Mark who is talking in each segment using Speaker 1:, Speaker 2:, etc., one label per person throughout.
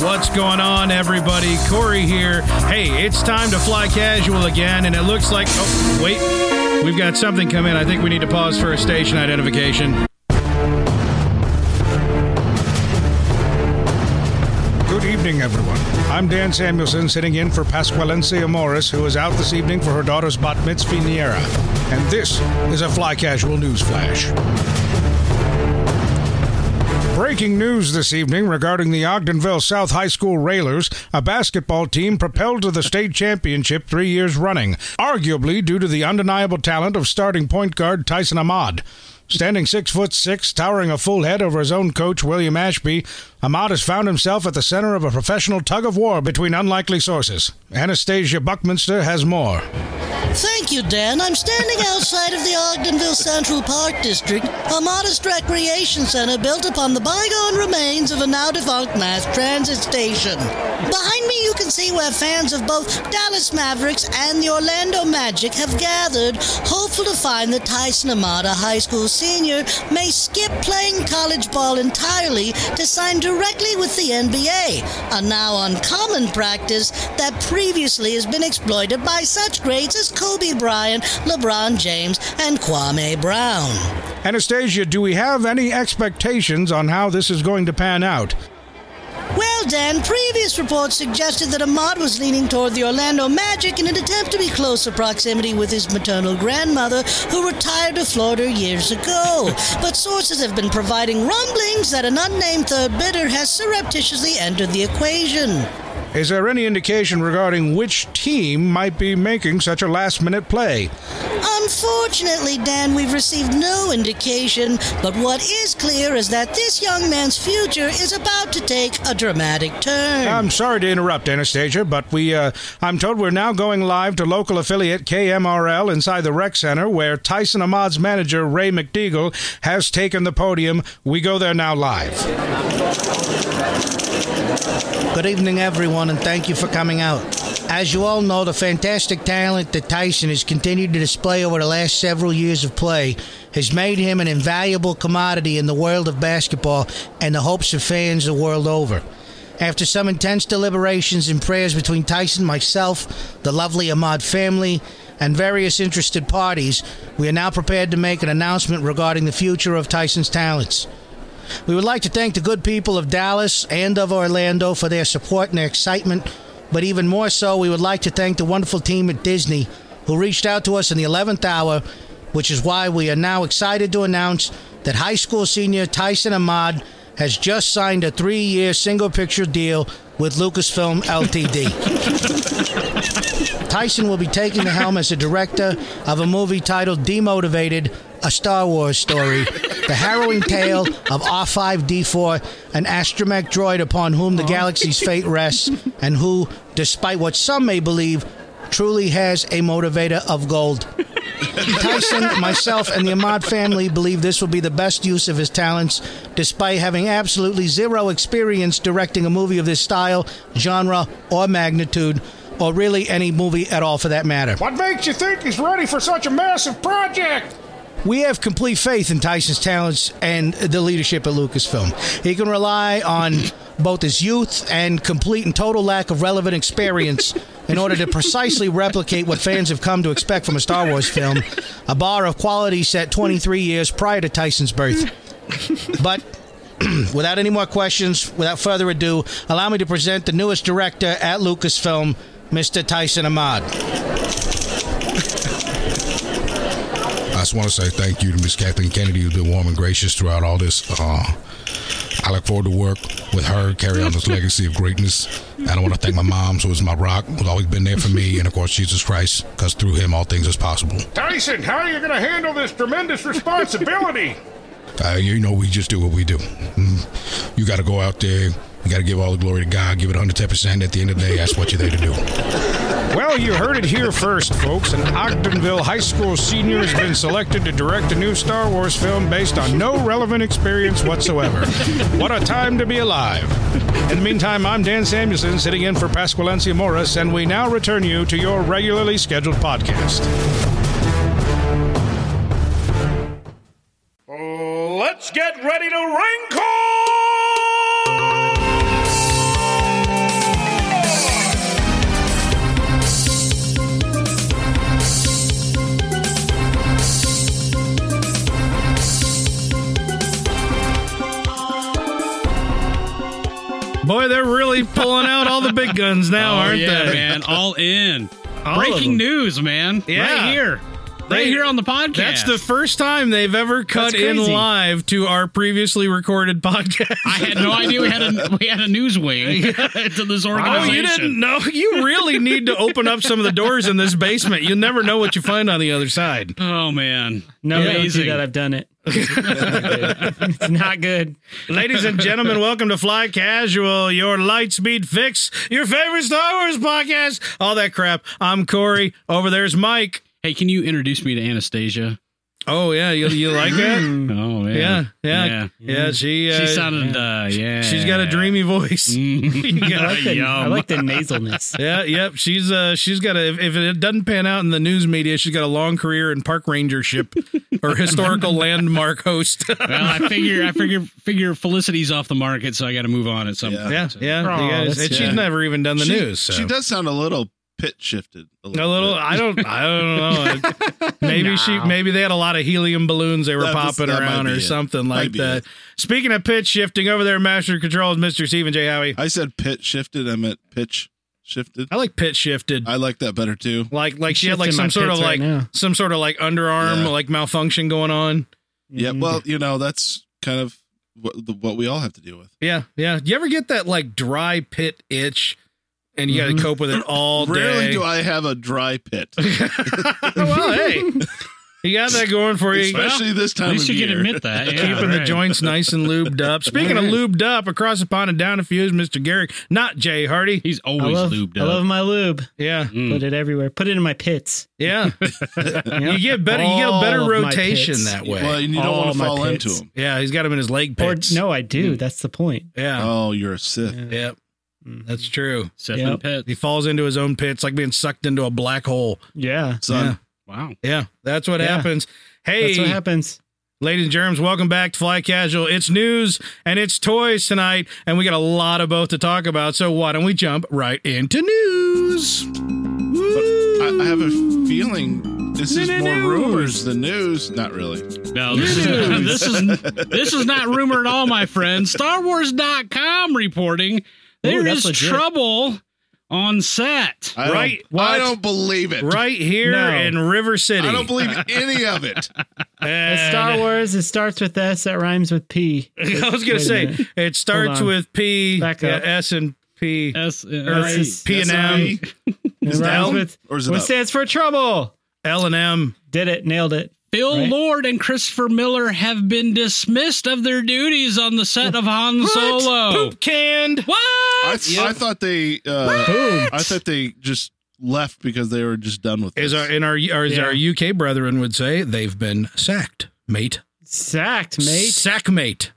Speaker 1: What's going on, everybody? Corey here. Hey, it's time to fly casual again, and it looks like. Oh, wait. We've got something come in. I think we need to pause for a station identification.
Speaker 2: Good evening, everyone. I'm Dan Samuelson, sitting in for Pasqualencia Morris, who is out this evening for her daughter's bat mitzvah niera. And this is a Fly Casual News Flash. Breaking news this evening regarding the Ogdenville South High School Railers, a basketball team propelled to the state championship three years running, arguably due to the undeniable talent of starting point guard Tyson Ahmad. Standing six foot six, towering a full head over his own coach, William Ashby, Ahmad has found himself at the center of a professional tug of war between unlikely sources. Anastasia Buckminster has more.
Speaker 3: Thank you, Dan. I'm standing outside of the Ogdenville Central Park District, a modest recreation center built upon the bygone remains of a now defunct mass transit station. Behind me, you can see where fans of both Dallas Mavericks and the Orlando Magic have gathered, hopeful to find that Tyson Amada, high school senior, may skip playing college ball entirely to sign directly with the NBA, a now uncommon practice that previously has been exploited by such greats as Kobe Bryant, LeBron James, and Kwame Brown.
Speaker 2: Anastasia, do we have any expectations on how this is going to pan out?
Speaker 3: Well, Dan, previous reports suggested that Ahmad was leaning toward the Orlando Magic in an attempt to be closer proximity with his maternal grandmother, who retired to Florida years ago. but sources have been providing rumblings that an unnamed third bidder has surreptitiously entered the equation.
Speaker 2: Is there any indication regarding which team might be making such a last minute play?
Speaker 3: Unfortunately, Dan, we've received no indication, but what is clear is that this young man's future is about to take a dramatic turn.
Speaker 2: I'm sorry to interrupt, Anastasia, but we, uh, I'm told we're now going live to local affiliate KMRL inside the rec center where Tyson Ahmad's manager, Ray McDeagle, has taken the podium. We go there now live.
Speaker 4: Good evening, everyone, and thank you for coming out. As you all know, the fantastic talent that Tyson has continued to display over the last several years of play has made him an invaluable commodity in the world of basketball and the hopes of fans the world over. After some intense deliberations and prayers between Tyson, myself, the lovely Ahmad family, and various interested parties, we are now prepared to make an announcement regarding the future of Tyson's talents. We would like to thank the good people of Dallas and of Orlando for their support and their excitement, but even more so, we would like to thank the wonderful team at Disney who reached out to us in the 11th hour, which is why we are now excited to announce that high school senior Tyson Ahmad has just signed a three year single picture deal with Lucasfilm LTD. Tyson will be taking the helm as the director of a movie titled Demotivated, a Star Wars story, the harrowing tale of R5D4, an astromech droid upon whom the galaxy's fate rests, and who, despite what some may believe, truly has a motivator of gold. Tyson, myself, and the Ahmad family believe this will be the best use of his talents, despite having absolutely zero experience directing a movie of this style, genre, or magnitude, or really any movie at all for that matter.
Speaker 2: What makes you think he's ready for such a massive project?
Speaker 4: We have complete faith in Tyson's talents and the leadership at Lucasfilm. He can rely on both his youth and complete and total lack of relevant experience in order to precisely replicate what fans have come to expect from a Star Wars film, a bar of quality set 23 years prior to Tyson's birth. But without any more questions, without further ado, allow me to present the newest director at Lucasfilm, Mr. Tyson Ahmad.
Speaker 5: I just want to say thank you to Miss Kathleen Kennedy, who's been warm and gracious throughout all this. Uh, I look forward to work with her, carry on this legacy of greatness. And I want to thank my mom, who is my rock, who's always been there for me, and of course Jesus Christ, because through Him all things is possible.
Speaker 2: Tyson, how are you going to handle this tremendous responsibility?
Speaker 5: Uh, you know, we just do what we do. Mm. You got to go out there. You got to give all the glory to God. Give it 110 percent. At the end of the day, that's what you're there to do.
Speaker 2: Well, you heard it here first, folks. An Ogdenville high school senior has been selected to direct a new Star Wars film based on no relevant experience whatsoever. What a time to be alive. In the meantime, I'm Dan Samuelson, sitting in for Pasqualencia Morris, and we now return you to your regularly scheduled podcast.
Speaker 6: Let's get ready to wrinkle!
Speaker 7: Boy, they're really pulling out all the big guns now,
Speaker 6: oh,
Speaker 7: aren't
Speaker 6: yeah,
Speaker 7: they?
Speaker 6: man. All in.
Speaker 7: All of them.
Speaker 6: Breaking news, man.
Speaker 7: Yeah.
Speaker 6: Right here. Right here on the podcast.
Speaker 7: That's the first time they've ever cut
Speaker 6: That's
Speaker 7: in
Speaker 6: crazy.
Speaker 7: live to our previously recorded podcast.
Speaker 6: I had no idea we had a we had a news wing to this
Speaker 7: Oh,
Speaker 6: organization.
Speaker 7: you didn't know? You really need to open up some of the doors in this basement. You'll never know what you find on the other side.
Speaker 6: Oh man.
Speaker 8: No, they don't do
Speaker 6: Amazing.
Speaker 8: that. I've done it. it's not good.
Speaker 7: Ladies and gentlemen, welcome to Fly Casual, your Lightspeed Fix, your favorite Star Wars podcast, all that crap. I'm Corey. Over there's Mike.
Speaker 6: Hey, can you introduce me to Anastasia?
Speaker 7: Oh, yeah. You, you like that?
Speaker 6: Oh man.
Speaker 7: Yeah. Yeah. Yeah.
Speaker 6: Yeah.
Speaker 7: she, uh,
Speaker 6: She sounded uh yeah.
Speaker 7: she's got a dreamy voice.
Speaker 8: I like, the, I
Speaker 6: Yum.
Speaker 8: like the nasalness.
Speaker 7: Yeah, yep. She's uh, she's got a. If, if it doesn't pan out in the news media, she's got a long career in park rangership or historical landmark host.
Speaker 6: Well, I figure I figure figure Felicity's off the market, so I gotta move on at some point.
Speaker 7: yeah, Oh, yeah. you guys-
Speaker 8: Aw, that's-
Speaker 7: and she's
Speaker 9: yeah.
Speaker 7: never even done the
Speaker 9: she,
Speaker 7: news. So.
Speaker 9: She does sound a little pit shifted.
Speaker 7: a little.
Speaker 9: bit.
Speaker 7: I don't. I don't know. maybe she. Maybe they had a lot of helium balloons they were
Speaker 9: That was-
Speaker 7: popping
Speaker 9: that might
Speaker 7: around
Speaker 9: be
Speaker 7: or
Speaker 9: it.
Speaker 7: something
Speaker 9: Might
Speaker 7: like
Speaker 9: be
Speaker 7: that.
Speaker 9: it.
Speaker 7: Speaking of pitch shifting, over there, master controls, Mister Stephen J. Howie.
Speaker 9: I said pit shifted. I meant pitch shifted.
Speaker 7: I like pitch shifted.
Speaker 9: I like that better too.
Speaker 7: like like she had like
Speaker 8: shifting
Speaker 7: some
Speaker 8: my
Speaker 7: sort of
Speaker 8: pits
Speaker 7: like
Speaker 8: right now.
Speaker 7: some sort of like underarm
Speaker 9: Yeah.
Speaker 7: like malfunction going on.
Speaker 9: Yeah. Well, you know that's kind of what, the, what we all have to deal with.
Speaker 7: Yeah, yeah. You ever get that like dry pit itch, and you
Speaker 8: Mm-hmm.
Speaker 7: got to cope with it all
Speaker 9: Rarely
Speaker 7: day? Oh,
Speaker 9: do I have a dry pit,
Speaker 7: well, hey, you got that going for you.
Speaker 9: especially this time
Speaker 6: At least
Speaker 9: of
Speaker 6: you
Speaker 9: year.
Speaker 6: can admit that. Yeah,
Speaker 7: Keeping the
Speaker 6: right.
Speaker 7: joints nice and lubed up. Speaking of lubed up, across the pond and down a fuse, Mr. Garrick, not Jay Hardy.
Speaker 6: He's
Speaker 8: I
Speaker 6: always
Speaker 8: love,
Speaker 6: lubed
Speaker 8: I
Speaker 6: up.
Speaker 8: love my lube.
Speaker 7: Yeah,
Speaker 9: Mm-hmm.
Speaker 6: Mm.
Speaker 8: Put it everywhere. Put it in my pits.
Speaker 7: yeah.
Speaker 8: Yeah.
Speaker 7: You get better. You get a
Speaker 8: All
Speaker 7: better
Speaker 8: of my
Speaker 7: rotation
Speaker 8: pits.
Speaker 7: that way.
Speaker 9: Well, and you don't
Speaker 8: All
Speaker 9: want to
Speaker 8: my
Speaker 9: fall
Speaker 8: pits.
Speaker 9: into him.
Speaker 7: yeah, he's got him in his leg
Speaker 8: Or
Speaker 7: pits. Mm.
Speaker 8: no, I do. That's the point.
Speaker 7: Yeah.
Speaker 9: Oh, Mm-hmm. you're a Sith.
Speaker 7: Yep. That's true.
Speaker 6: Seth
Speaker 8: Yep.
Speaker 6: and Pitt.
Speaker 7: He falls into his own pits like being sucked into a black hole.
Speaker 8: Yeah.
Speaker 9: Son,
Speaker 6: Wow.
Speaker 7: Yeah, that's what
Speaker 8: Yeah.
Speaker 7: happens. Hey,
Speaker 8: That's what happens.
Speaker 7: Ladies and germs, welcome back to Fly Casual. It's news and it's toys tonight, and we got a lot of both to talk about. So why don't we jump right into news?
Speaker 9: I, I have a feeling this is more rumors than news. Not really.
Speaker 6: No, this is, this is this is not rumor at all, my friend. StarWars.com reporting
Speaker 8: Ooh,
Speaker 6: there
Speaker 8: that's
Speaker 6: is
Speaker 8: legit.
Speaker 6: trouble on set.
Speaker 9: I
Speaker 7: Right,
Speaker 9: Don't, I
Speaker 7: what?
Speaker 9: don't believe it.
Speaker 7: Right here
Speaker 8: No.
Speaker 7: in River City.
Speaker 9: I don't believe any of it.
Speaker 7: And-
Speaker 8: It's Star Wars. It starts with S. That rhymes with P.
Speaker 7: I was gonna
Speaker 8: Wait a
Speaker 7: say
Speaker 8: minute.
Speaker 7: it starts
Speaker 8: Hold on.
Speaker 7: with P,
Speaker 8: Back
Speaker 7: yeah,
Speaker 8: up.
Speaker 7: S and P,
Speaker 6: S-
Speaker 7: or
Speaker 6: uh,
Speaker 8: is-
Speaker 7: P and M,
Speaker 9: SRE,
Speaker 8: It
Speaker 7: down
Speaker 8: rhymes with
Speaker 9: or is it
Speaker 8: what
Speaker 9: up?
Speaker 8: stands for trouble.
Speaker 7: L and M.
Speaker 8: Did it. Nailed it.
Speaker 6: Phil
Speaker 8: Right.
Speaker 6: Lord and Christopher Miller have been dismissed of their duties on the set of Han
Speaker 8: Oh.
Speaker 6: Solo.
Speaker 7: Poop canned.
Speaker 6: What?
Speaker 9: I, I thought they. Uh, I thought they just left because they were just done with
Speaker 7: As
Speaker 9: this.
Speaker 7: our in our or as
Speaker 8: Yeah.
Speaker 7: our UK brethren would say, they've been sacked, mate.
Speaker 8: Sacked, mate.
Speaker 7: Sack mate.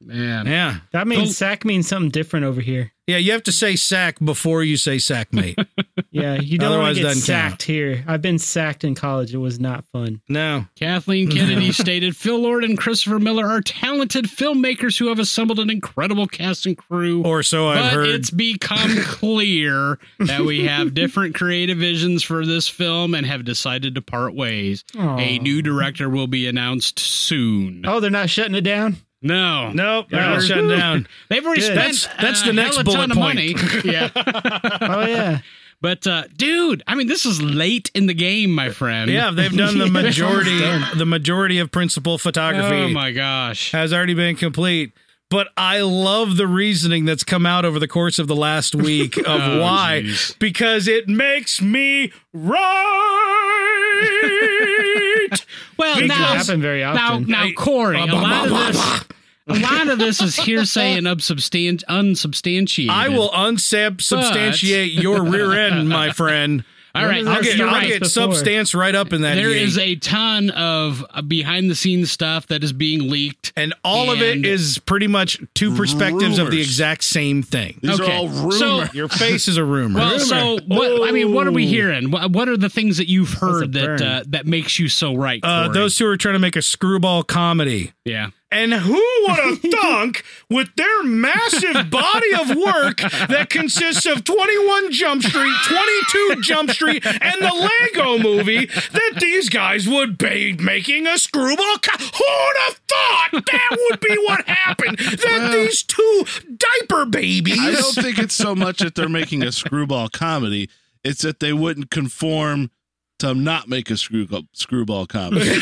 Speaker 6: Man.
Speaker 7: Yeah.
Speaker 8: That means sack means something different over here.
Speaker 7: Yeah, you have to say sack before you say sack mate.
Speaker 8: Yeah, you don't want
Speaker 7: Otherwise
Speaker 8: to
Speaker 7: it
Speaker 8: get
Speaker 7: doesn't
Speaker 8: sacked
Speaker 7: count.
Speaker 8: here. I've been sacked in college. It was not fun.
Speaker 7: no.
Speaker 6: Kathleen Kennedy stated Phil Lord and Christopher Miller are talented filmmakers who have assembled an incredible cast and crew.
Speaker 7: Or so I've
Speaker 6: but
Speaker 7: heard.
Speaker 6: it's become clear that we have different creative visions for this film and have decided to part ways. A new director will be announced soon.
Speaker 8: Oh, they're not shutting it down?
Speaker 6: No,
Speaker 7: nope, they're not
Speaker 6: Or-
Speaker 7: shutting down.
Speaker 6: They've already
Speaker 8: Good.
Speaker 6: spent
Speaker 7: That's- that's
Speaker 6: a
Speaker 7: the next
Speaker 6: hell of
Speaker 7: bullet
Speaker 6: ton of
Speaker 7: point.
Speaker 6: money. yeah,
Speaker 8: Oh, yeah.
Speaker 6: but uh, dude, I mean, this is late in the game, my friend.
Speaker 7: Yeah, they've done the majority. the majority of principal photography
Speaker 6: Oh my gosh.
Speaker 7: has already been complete. But I love the reasoning that's come out over the course of the last week of
Speaker 6: Oh,
Speaker 7: why,
Speaker 6: jeez.
Speaker 7: because it makes me right.
Speaker 6: Well,
Speaker 8: Doesn't
Speaker 6: now,
Speaker 8: happen very
Speaker 6: now,
Speaker 8: often.
Speaker 6: now, Corey, a lot of this. A lot of this is hearsay and unsubstan- unsubstantiated.
Speaker 7: I will unsubstantiate your rear end, my friend.
Speaker 6: All right,
Speaker 7: I'll
Speaker 6: there's-
Speaker 7: get,
Speaker 6: you're
Speaker 7: I'll
Speaker 6: right.
Speaker 7: get
Speaker 8: Before.
Speaker 7: substance right up in that.
Speaker 6: There
Speaker 7: yay.
Speaker 6: is a ton of behind the scenes stuff that is being leaked.
Speaker 7: And all of it
Speaker 6: And-
Speaker 7: is pretty much two perspectives of the
Speaker 9: Rumors.
Speaker 7: exact same thing.
Speaker 9: These
Speaker 6: okay.
Speaker 9: are all rumors.
Speaker 6: So-
Speaker 7: Your face is a rumor.
Speaker 6: Well, so what? I mean, what are we hearing? What, what are the things that you've heard that
Speaker 8: burn.
Speaker 6: uh, that makes you so right?
Speaker 7: uh,
Speaker 6: Corey?
Speaker 7: those two are trying to make a screwball comedy.
Speaker 6: yeah.
Speaker 7: And who would have thunk with their massive body of work that consists of 21 Jump Street, 22 Jump Street, and the Lego movie that these guys would be making a screwball? Co- Who'd have thought that would be what happened? That these two diaper babies.
Speaker 9: I don't think it's so much that they're making a screwball comedy. It's that they wouldn't conform to not make a screw screwball comedy.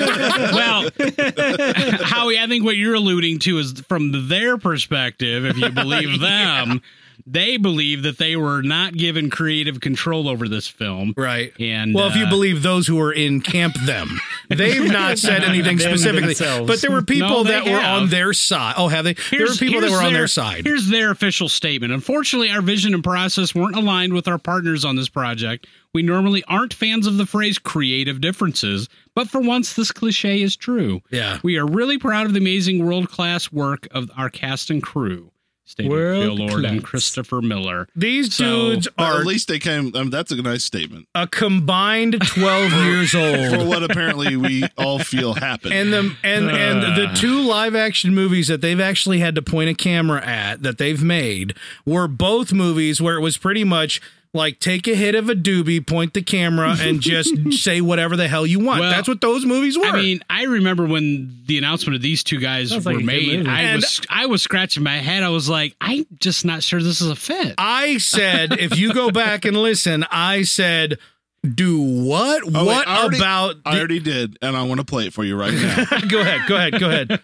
Speaker 6: well, Howie, I think what you're alluding to is from their perspective, if you believe them, they believe that they were not given creative control over this film.
Speaker 7: Right.
Speaker 6: And
Speaker 7: well, if you
Speaker 6: uh,
Speaker 7: believe those who are in camp, them they've not said anything
Speaker 8: Them
Speaker 7: specifically,
Speaker 8: themselves.
Speaker 7: but there were people
Speaker 6: No, they
Speaker 7: that were
Speaker 6: have.
Speaker 7: on their side. Oh, have they? there were people that
Speaker 6: here's
Speaker 7: were on
Speaker 6: their-
Speaker 7: their side.
Speaker 6: Here's their official statement. Unfortunately, our vision and process weren't aligned with our partners on this project. We normally aren't fans of the phrase creative differences, but for once, this cliche is true.
Speaker 7: Yeah.
Speaker 6: We are really proud of the amazing world class work of our cast and crew, stated Phil Lord and
Speaker 8: World-class.
Speaker 6: Christopher Miller.
Speaker 7: These
Speaker 6: So-
Speaker 7: dudes
Speaker 9: Or
Speaker 7: are
Speaker 9: at least they came. I mean, that's a nice statement
Speaker 7: a combined twelve years
Speaker 9: for
Speaker 7: old.
Speaker 9: what apparently we all feel happened.
Speaker 7: And the and
Speaker 9: Uh.
Speaker 7: and the two live action movies that they've actually had to point a camera at that they've made were both movies where it was pretty much like take a hit of a doobie, point the camera, and just say whatever the hell you want.
Speaker 6: Well,
Speaker 7: That's what those movies were.
Speaker 6: I mean, I remember when the announcement of these two guys
Speaker 8: Sounds
Speaker 6: were
Speaker 8: like a good
Speaker 6: made.
Speaker 8: movie.
Speaker 6: I
Speaker 7: And-
Speaker 6: was I was scratching my head. I was like, I'm just not sure this is a fit.
Speaker 7: I said, if you go back and listen, I said, do what?
Speaker 9: Oh, wait,
Speaker 7: what
Speaker 9: I already-
Speaker 7: about?
Speaker 9: I already did, and I want to play it for you right now.
Speaker 7: go ahead, go ahead, go ahead.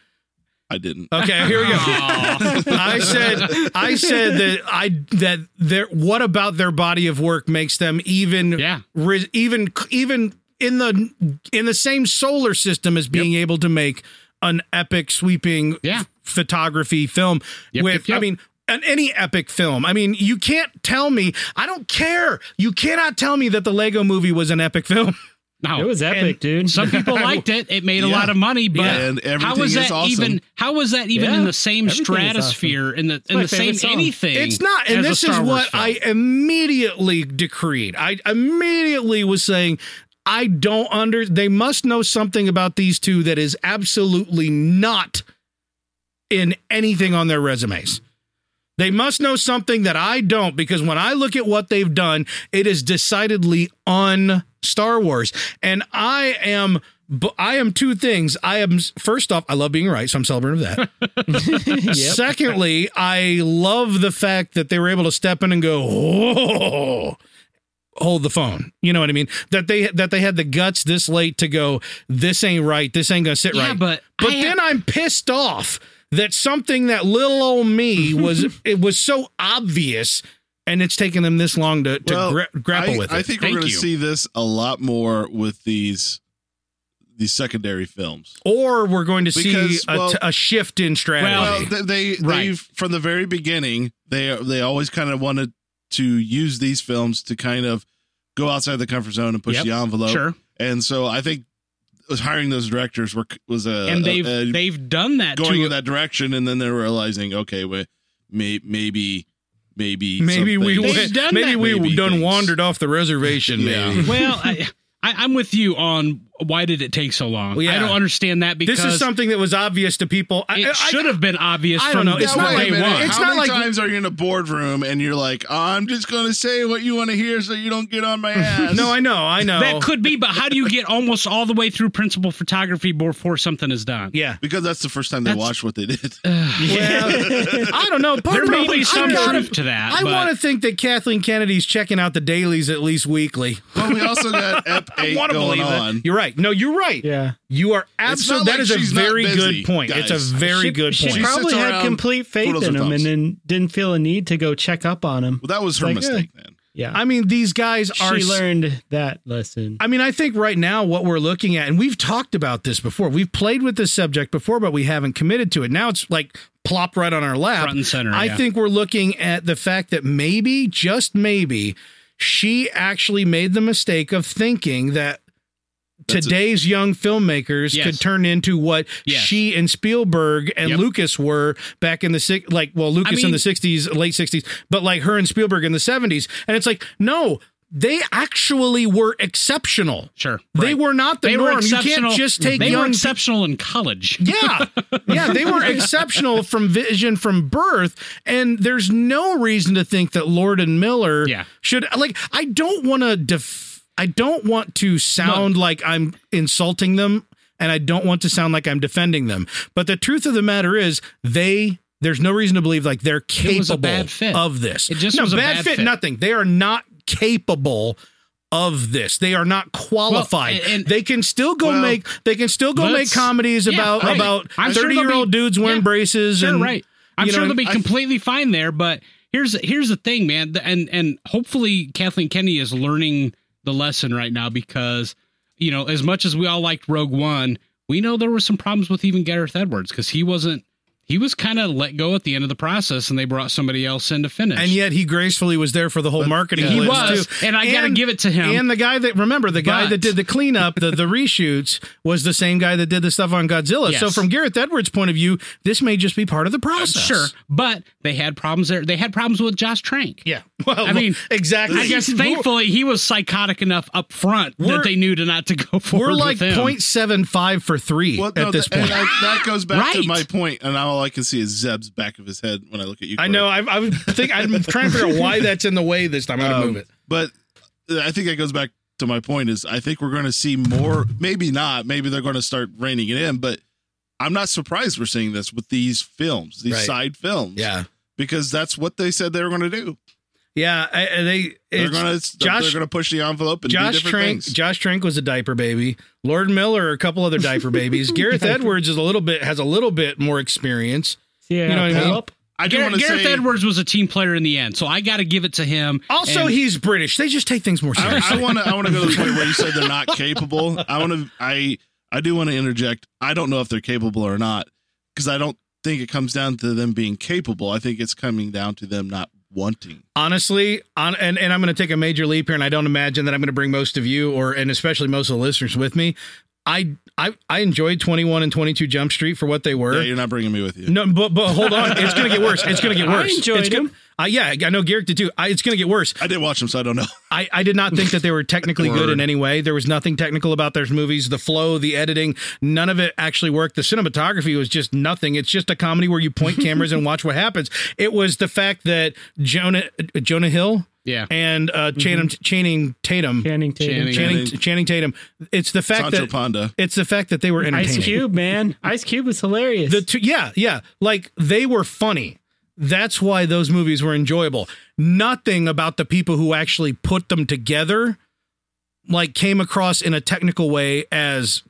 Speaker 9: I didn't.
Speaker 7: Okay, here we go.
Speaker 6: Aw.
Speaker 7: I said, I said that I that their what about their body of work makes them even
Speaker 6: Yeah.
Speaker 7: re, even even in the in the same solar system as being able to make an epic sweeping
Speaker 6: Yeah.
Speaker 7: photography film
Speaker 6: Yep,
Speaker 7: with
Speaker 6: yep, yep.
Speaker 7: I mean an, any epic film. I mean, you can't tell me. I don't care. You cannot tell me that the Lego Movie was an epic film.
Speaker 6: No.
Speaker 8: It was epic, dude.
Speaker 6: Some people liked it. It made a lot of money, but
Speaker 9: Yeah, and
Speaker 6: how
Speaker 9: everything
Speaker 6: was
Speaker 9: is
Speaker 6: that
Speaker 9: awesome.
Speaker 6: even? How was that even
Speaker 8: Yeah,
Speaker 6: in the same
Speaker 8: everything is awesome.
Speaker 6: stratosphere in the in
Speaker 8: my
Speaker 6: the same
Speaker 8: favorite song.
Speaker 6: anything?
Speaker 7: It's not, and
Speaker 6: as a
Speaker 7: this
Speaker 6: Star
Speaker 7: is
Speaker 6: Wars
Speaker 7: what
Speaker 6: film.
Speaker 7: I immediately decreed. I immediately was saying, I don't under. They must know something about these two that is absolutely not in anything on their resumes. They must know something that I don't because when I look at what they've done, it is decidedly un Star Wars. And I am bu- I am two things. I am first off, I love being right, so I'm celebrating of that. Secondly, I love the fact that they were able to step in and go, "Whoa." hold the phone. You know what I mean? That they that they had the guts this late to go, this ain't right. This ain't going to sit
Speaker 6: Yeah,
Speaker 7: right.
Speaker 6: but
Speaker 7: But
Speaker 6: I have-
Speaker 7: then I'm pissed off that something that little old me was it was so obvious and it's taken them this long to, to
Speaker 9: Well,
Speaker 7: gra- grapple
Speaker 9: I,
Speaker 7: with
Speaker 9: I
Speaker 7: it.
Speaker 9: think
Speaker 6: Thank
Speaker 9: we're going
Speaker 6: you.
Speaker 9: to see this a lot more with these these secondary films.
Speaker 7: or we're going to see
Speaker 9: Because,
Speaker 7: a,
Speaker 9: well-
Speaker 7: t- a shift in
Speaker 9: Well,
Speaker 7: strategy.
Speaker 9: they, they
Speaker 6: Right.
Speaker 9: they've- from the very beginning they they always kind of wanted to use these films to kind of go outside the comfort zone and push
Speaker 6: Yep.
Speaker 9: the envelope.
Speaker 6: sure,
Speaker 9: And so I think was hiring those directors were was a
Speaker 6: and
Speaker 7: uh,
Speaker 6: they've
Speaker 9: a- a-
Speaker 6: they've done that
Speaker 9: going
Speaker 6: to
Speaker 9: in that direction, and then they're realizing okay, wait, may, maybe maybe
Speaker 7: maybe we
Speaker 9: something-
Speaker 6: They've
Speaker 7: went,
Speaker 6: done
Speaker 7: maybe
Speaker 6: that.
Speaker 7: we
Speaker 9: Maybe
Speaker 7: done
Speaker 9: things.
Speaker 7: wandered off the reservation.
Speaker 9: Yeah.
Speaker 7: Maybe.
Speaker 6: well. I, I, I'm with you on why did it take so long?
Speaker 7: Well, yeah.
Speaker 6: I don't understand that because
Speaker 7: This is something that was obvious to people. I- I-
Speaker 6: it should have been obvious
Speaker 7: I
Speaker 6: from
Speaker 7: don't know. It's
Speaker 9: Now,
Speaker 7: not
Speaker 9: wait a
Speaker 7: like-
Speaker 9: minute.
Speaker 7: one. it's
Speaker 9: How
Speaker 7: not
Speaker 9: many
Speaker 7: like-
Speaker 9: times are you in a boardroom and you're like, I'm just going to say what you want to hear so you don't get on my ass?
Speaker 7: no, I know, I know.
Speaker 6: that could be, but how do you get almost all the way through principal photography before something is done?
Speaker 7: yeah.
Speaker 9: because that's the first time they watched what they did.
Speaker 7: Well, I don't know. Part
Speaker 6: There
Speaker 7: of
Speaker 6: may
Speaker 7: me-
Speaker 6: be
Speaker 7: I
Speaker 6: some
Speaker 7: gotta-
Speaker 6: truth to that.
Speaker 7: I
Speaker 6: but-
Speaker 7: want to think that Kathleen Kennedy's checking out the dailies at least weekly.
Speaker 9: but we also got Ep 8
Speaker 7: Wanna
Speaker 9: going
Speaker 7: it.
Speaker 9: on.
Speaker 7: You're right. No, you're right.
Speaker 8: Yeah.
Speaker 7: You are
Speaker 9: It's not
Speaker 7: absolutely. That
Speaker 9: like
Speaker 7: is
Speaker 9: she's
Speaker 7: a
Speaker 9: not
Speaker 7: very
Speaker 9: busy,
Speaker 7: good point. It's a
Speaker 9: guys.
Speaker 7: very
Speaker 8: she,
Speaker 7: good
Speaker 8: she
Speaker 7: point.
Speaker 9: sits
Speaker 8: probably had
Speaker 9: around,
Speaker 8: complete faith
Speaker 9: twiddles her
Speaker 8: in him and
Speaker 9: thumbs.
Speaker 8: then didn't feel a need to go check up on him.
Speaker 9: Well, that was her
Speaker 8: Like,
Speaker 9: mistake then.
Speaker 8: Yeah.
Speaker 7: I mean, these guys
Speaker 8: she
Speaker 7: are.
Speaker 8: learned that lesson.
Speaker 7: I mean, I think right now what we're looking at, and we've talked about this before. We've played with this subject before, but we haven't committed to it. Now it's like plopped right on our lap.
Speaker 6: Front and center,
Speaker 7: I
Speaker 6: yeah.
Speaker 7: think we're looking at the fact that maybe, just maybe, she actually made the mistake of thinking that
Speaker 9: That's a-
Speaker 7: today's young filmmakers
Speaker 6: Yes.
Speaker 7: could turn into what
Speaker 6: Yes.
Speaker 7: she and Spielberg and
Speaker 6: Yep.
Speaker 7: Lucas were back in the six, like well Lucas in
Speaker 6: mean-
Speaker 7: the sixties, late sixties, but like her and Spielberg in the seventies, and it's like no. They actually were exceptional.
Speaker 6: Sure.
Speaker 7: They
Speaker 6: Right.
Speaker 7: were not the
Speaker 6: they were
Speaker 7: norm. You
Speaker 6: exceptional.
Speaker 7: can't just take
Speaker 6: they were
Speaker 7: young people-
Speaker 6: exceptional in college.
Speaker 7: yeah. Yeah. They were exceptional from vision from birth. And there's no reason to think that Lord and Miller
Speaker 6: Yeah.
Speaker 7: should like I don't want to def I don't want to sound like I'm insulting them and I don't want to sound like I'm defending them. But the truth of the matter is they There's no reason to believe like they're
Speaker 6: It was a
Speaker 7: capable
Speaker 6: bad fit.
Speaker 7: of this.
Speaker 6: It just
Speaker 7: no
Speaker 6: was a
Speaker 7: bad,
Speaker 6: bad
Speaker 7: fit,
Speaker 6: fit.
Speaker 7: Nothing. They are not capable of this. They are not qualified.
Speaker 6: and- and-
Speaker 7: they can still go
Speaker 9: Well,
Speaker 7: make. They can still go make
Speaker 6: let's-
Speaker 7: comedies
Speaker 6: yeah,
Speaker 7: about
Speaker 6: right.
Speaker 7: about
Speaker 6: I'm sure
Speaker 7: thirty
Speaker 6: they'll
Speaker 7: year old
Speaker 6: be-
Speaker 7: dudes wearing
Speaker 6: yeah,
Speaker 7: braces
Speaker 6: Sure,
Speaker 7: and
Speaker 6: right. I'm
Speaker 7: you
Speaker 6: sure
Speaker 7: know,
Speaker 6: they'll be
Speaker 9: I-
Speaker 6: completely fine there, but here's here's the thing, man, The- and and hopefully Kathleen Kennedy is learning the lesson right now because you know as much as we all liked Rogue One, we know there were some problems with even Gareth Edwards because he wasn't he was kind of let go at the end of the process, and they brought somebody else in to finish.
Speaker 7: And yet he gracefully was there for the whole marketing.
Speaker 6: he
Speaker 7: blitz,
Speaker 6: was,
Speaker 7: too.
Speaker 6: and I gotta give it to him.
Speaker 7: And the guy that remember the guy
Speaker 6: But-
Speaker 7: that did the cleanup, the the reshoots was the same guy that did the stuff on Godzilla. So
Speaker 6: Yes.
Speaker 7: from Gareth Edwards' point of view, this may just be part of the process.
Speaker 6: sure, but they had problems there. They had problems with Josh Trank.
Speaker 7: Yeah. Well,
Speaker 6: I mean,
Speaker 7: exactly.
Speaker 6: I guess
Speaker 7: We're-
Speaker 6: thankfully he was psychotic enough up front
Speaker 7: We're-
Speaker 6: that they knew to not to go forward.
Speaker 7: We're like
Speaker 6: with him.
Speaker 7: 0.75 for three
Speaker 9: Well,
Speaker 7: at
Speaker 9: no,
Speaker 7: this
Speaker 9: th- and
Speaker 7: point.
Speaker 9: I- that goes back
Speaker 6: Right.
Speaker 9: to my point, and all I can see is Zeb's back of his head when I look at you.
Speaker 7: I
Speaker 9: Corey.
Speaker 7: know. I, I would think I'm trying to figure out why that's in the way this time. I'm gonna
Speaker 9: Um,
Speaker 7: move it.
Speaker 9: But uh, I think that goes back to my point is I think we're going to see more. Maybe not. Maybe they're going to start reining it in. But I'm not surprised we're seeing this with these films, these
Speaker 7: Right.
Speaker 9: side films. because that's what they said they were going to do.
Speaker 7: yeah. I, I- they
Speaker 9: They're
Speaker 7: it's-
Speaker 9: going to they're
Speaker 7: Josh-
Speaker 9: going to push the envelope and do
Speaker 7: Josh
Speaker 9: different
Speaker 7: Trank.
Speaker 9: things.
Speaker 7: Josh Trank was a diaper baby. Lord Miller, a couple other diaper babies. Gareth Edwards is a little bit has a little bit more experience.
Speaker 8: Yeah,
Speaker 7: You know what I mean?
Speaker 8: Pope.
Speaker 9: I do
Speaker 6: Gareth,
Speaker 9: want to
Speaker 6: Gareth
Speaker 9: say. Oh.
Speaker 6: Edwards was a team player in the end, so I got to give it to him.
Speaker 7: Also,
Speaker 6: And-
Speaker 7: he's British. They just take things more seriously.
Speaker 9: I want to. I want to go to the point where you said they're not capable. I want to. I I do want to interject. I don't know if they're capable or not because I don't think it comes down to them being capable. I think it's coming down to them not wanting.
Speaker 7: honestly on and, and i'm going to take a major leap here and i don't imagine that i'm going to bring most of you or and especially most of the listeners with me i i, I enjoyed 21 and 22 jump street for what they were
Speaker 9: Yeah, you're not bringing me with you.
Speaker 7: no but but hold on it's going to get worse it's going to get
Speaker 8: I
Speaker 7: worse
Speaker 8: enjoyed
Speaker 7: it's gonna,
Speaker 8: them.
Speaker 7: uh, yeah i know garrick did too I, it's going to get worse
Speaker 9: I didn't watch them, so I don't know.
Speaker 7: I, I did not think that they were technically good in any way. There was nothing technical about those movies. The flow, the editing, none of it actually worked. The cinematography was just nothing. It's just a comedy where you point cameras and watch what happens. It was the fact that Jonah Jonah Hill
Speaker 6: Yeah.
Speaker 7: and uh, Channing, Channing Tatum
Speaker 8: Mm-hmm. Channing Tatum.
Speaker 6: Channing.
Speaker 7: Channing,
Speaker 9: Channing.
Speaker 7: Channing Tatum. It's the fact
Speaker 9: Sancho
Speaker 7: that
Speaker 9: Panda.
Speaker 7: it's the fact that they were entertaining.
Speaker 8: Ice Cube, man. Ice Cube was hilarious.
Speaker 7: The two, yeah, yeah, like they were funny. That's why those movies were enjoyable. Nothing about the people who actually put them together, like, came across in a technical way as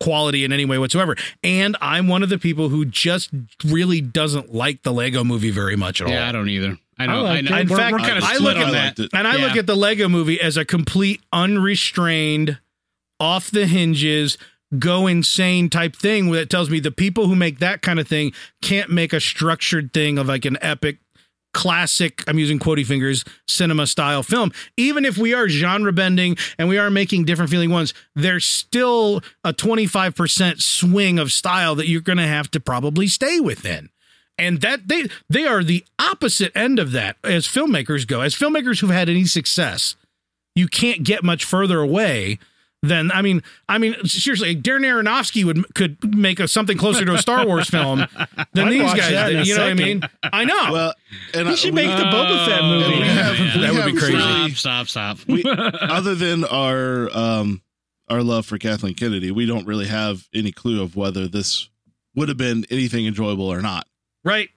Speaker 7: quality in any way whatsoever. And I'm one of the people who just really doesn't like the Lego Movie very much at all.
Speaker 6: yeah, I don't either. I know.
Speaker 8: I
Speaker 6: I
Speaker 8: liked
Speaker 6: know.
Speaker 8: it.
Speaker 7: In
Speaker 6: we're,
Speaker 7: fact,
Speaker 6: we're kind of
Speaker 7: I
Speaker 6: split
Speaker 7: look
Speaker 6: on
Speaker 7: at
Speaker 6: that.
Speaker 9: that.
Speaker 7: And I
Speaker 6: Yeah.
Speaker 7: look at the Lego movie as a complete unrestrained, off the hinges, go insane type thing that tells me the people who make that kind of thing can't make a structured thing of like an epic classic i'm using quotey fingers cinema style film even if we are genre bending and we are making different feeling ones there's still a 25% swing of style that you're going to have to probably stay within and that they they are the opposite end of that as filmmakers go as filmmakers who've had any success you can't get much further away than I mean I mean seriously Darren Aronofsky would could make a, something closer to a Star Wars film than
Speaker 8: I'd
Speaker 7: these
Speaker 8: watch
Speaker 7: guys
Speaker 8: that in
Speaker 7: did,
Speaker 8: a
Speaker 7: you know what I
Speaker 8: second.
Speaker 7: mean I know Oh,
Speaker 9: Well, and
Speaker 8: he
Speaker 9: I,
Speaker 8: should
Speaker 9: we-
Speaker 8: make the Boba Fett movie.
Speaker 9: we have-
Speaker 6: Yeah.
Speaker 9: we
Speaker 7: That would be
Speaker 9: have
Speaker 7: crazy.
Speaker 9: really-
Speaker 6: Stop, stop, stop.
Speaker 9: we, other than our um our love for Kathleen Kennedy, we don't really have any clue of whether this would have been anything enjoyable or not.
Speaker 7: right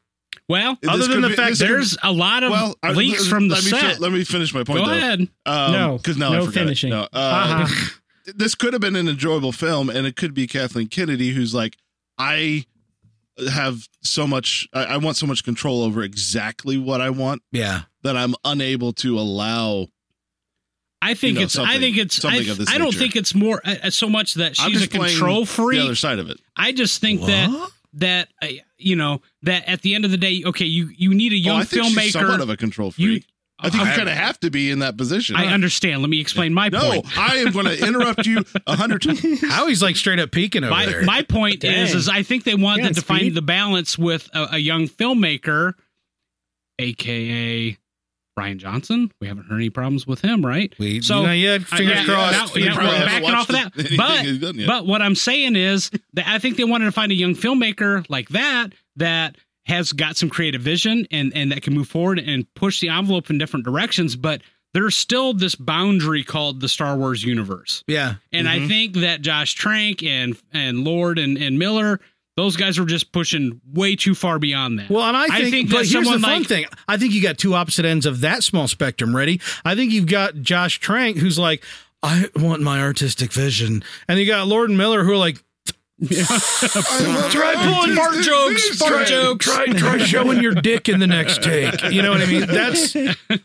Speaker 6: well,
Speaker 9: This
Speaker 7: Other than
Speaker 9: could
Speaker 7: the fact
Speaker 9: this could-
Speaker 6: there's a lot of
Speaker 9: well, I-
Speaker 6: leaks
Speaker 9: let-
Speaker 6: from the
Speaker 9: let me
Speaker 6: set.
Speaker 9: fi- let me finish my point.
Speaker 6: Go
Speaker 9: though.
Speaker 6: ahead.
Speaker 9: Um,
Speaker 8: No.
Speaker 9: because now
Speaker 8: No
Speaker 9: I forgot
Speaker 8: finishing.
Speaker 9: It. No, uh,
Speaker 8: Uh-huh.
Speaker 9: This could have been an enjoyable film, and it could be Kathleen Kennedy who's like, I have so much, I, I want so much control over exactly what I want
Speaker 7: yeah
Speaker 9: that I'm unable to allow.
Speaker 6: I think
Speaker 9: know,
Speaker 6: it's. I
Speaker 9: something-
Speaker 6: think it's. I,
Speaker 9: something of this
Speaker 6: I don't
Speaker 9: nature.
Speaker 6: think it's more uh, so much that
Speaker 9: I'm
Speaker 6: she's
Speaker 9: just
Speaker 6: a control
Speaker 9: playing
Speaker 6: freak.
Speaker 9: The other side of it.
Speaker 6: I just think that that uh, you know that at the end of the day, okay, you you need a
Speaker 9: Oh,
Speaker 6: young
Speaker 9: I think she's somewhat
Speaker 6: filmmaker.
Speaker 9: of a control freak.
Speaker 6: You-
Speaker 9: I think you
Speaker 6: I-
Speaker 9: kind of have to be in that position.
Speaker 6: I understand. Let me explain my
Speaker 9: no,
Speaker 6: point.
Speaker 9: I am going to interrupt you a hundred times.
Speaker 7: how he's like straight up peeking over
Speaker 6: My,
Speaker 7: there
Speaker 6: my point
Speaker 8: Dang.
Speaker 6: is, is I think they wanted
Speaker 8: Yeah,
Speaker 6: to find
Speaker 8: Speed.
Speaker 6: the balance with a, a young filmmaker, aka Brian Johnson. We haven't heard any problems with him, right?
Speaker 7: we,
Speaker 6: so-
Speaker 7: not yet
Speaker 6: Uh,
Speaker 7: fingers
Speaker 6: yeah,
Speaker 7: crossed
Speaker 6: now- yeah,
Speaker 9: probably
Speaker 6: we're
Speaker 9: haven't
Speaker 6: backing off of
Speaker 9: watched
Speaker 6: that.
Speaker 9: anything he's
Speaker 6: But
Speaker 9: done yet.
Speaker 6: but what I'm saying is that I think they wanted to find a young filmmaker like that that has got some creative vision and and that can move forward and push the envelope in different directions. But there's still this boundary called the Star Wars universe.
Speaker 7: yeah
Speaker 6: And I think that Josh Trank and and Lord and, and Miller Those guys were just pushing way too far beyond that.
Speaker 7: Well, and I
Speaker 6: I
Speaker 7: think,
Speaker 6: think
Speaker 7: but
Speaker 6: that
Speaker 7: here's the
Speaker 6: someone
Speaker 7: fun
Speaker 6: like-
Speaker 7: thing. I think you got two opposite ends of that small spectrum. Ready? I think you've got Josh Trank, who's like, I want my artistic vision, and you got Lord and Miller, who are like,
Speaker 6: try pulling fart jokes, fart jokes.
Speaker 7: try try showing your dick in the next take. You know what I mean? That's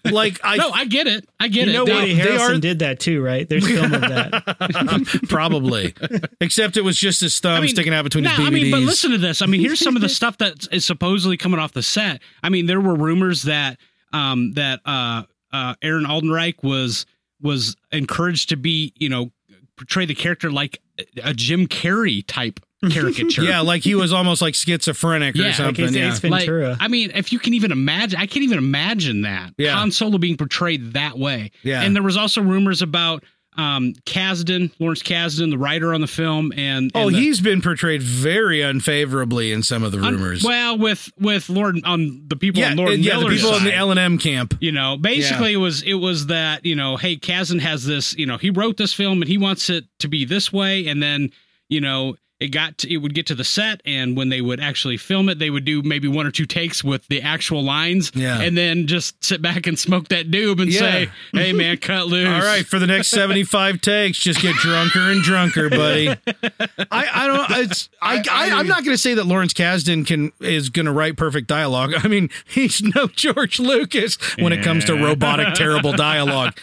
Speaker 7: like I
Speaker 6: No, I get it. I get
Speaker 7: You
Speaker 6: it.
Speaker 7: know
Speaker 6: They-
Speaker 7: what?
Speaker 8: Woody
Speaker 7: they
Speaker 8: Harrelson
Speaker 7: are-
Speaker 8: did that too, right? There's film of that.
Speaker 7: probably, except it was just his thumb sticking out between
Speaker 6: no,
Speaker 7: his DVDs.
Speaker 6: I mean, but listen to this. I mean, here's some of the stuff that is supposedly coming off the set. I mean, there were rumors that um, that uh, uh, Aaron Aldenreich was was encouraged to be, you know, portray the character like a Jim Carrey type caricature.
Speaker 7: yeah, like he was almost like schizophrenic
Speaker 6: Yeah,
Speaker 7: or
Speaker 6: like
Speaker 7: something.
Speaker 8: he's
Speaker 7: yeah.
Speaker 8: Ace Ventura.
Speaker 6: Like, I mean, if you can even imagine, I can't even imagine that
Speaker 7: Yeah.
Speaker 6: Han Solo being portrayed that way.
Speaker 7: Yeah.
Speaker 6: And there was also rumors about um, Kasdan, Lawrence Kasdan, the writer on the film, and,
Speaker 7: Oh,
Speaker 6: and the-
Speaker 7: he's been portrayed very unfavorably in some of the
Speaker 6: on-
Speaker 7: rumors.
Speaker 6: well, with with Lord on the people
Speaker 7: yeah,
Speaker 6: on Lord
Speaker 7: and- yeah, the
Speaker 6: Miller's
Speaker 7: people in the
Speaker 6: side,
Speaker 7: L and M camp.
Speaker 6: you know, basically it was it was that you know, hey, Kazan has this, you know, he wrote this film and he wants it to be this way, and then you know. It got to, it would get to the set, and when they would actually film it, they would do maybe one or two takes with the actual lines,
Speaker 7: Yeah.
Speaker 6: and then just sit back and smoke that doob and
Speaker 7: Yeah.
Speaker 6: say, "Hey, man, cut loose."
Speaker 7: All right, for the next seventy-five takes, just get drunker and drunker, buddy. I, I don't. It's, I, I, I, am not going to say that Lawrence Kasdan can is going to write perfect dialogue. I mean, he's no George Lucas when it comes to robotic, terrible dialogue.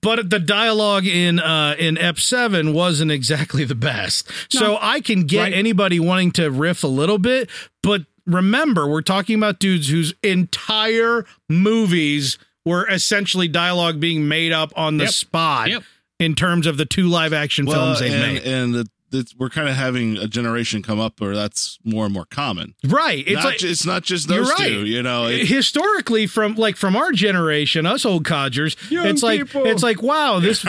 Speaker 7: But the dialogue in uh, in Ep Seven wasn't exactly the best, so I can get anybody wanting to riff a little bit. But remember, we're talking about dudes whose entire movies were essentially dialogue being made up on the
Speaker 6: Yep.
Speaker 7: spot
Speaker 6: Yep.
Speaker 7: in terms of the two live action films they've
Speaker 9: and,
Speaker 7: made.
Speaker 9: and the, the, we're kind of having a generation come up where that's more and more common.
Speaker 7: right? It's
Speaker 9: Not
Speaker 7: like
Speaker 9: ju- it's not just
Speaker 7: you're
Speaker 9: those
Speaker 7: right.
Speaker 9: two, you know. It,
Speaker 7: historically from like from our generation us old codgers it's like it's like wow this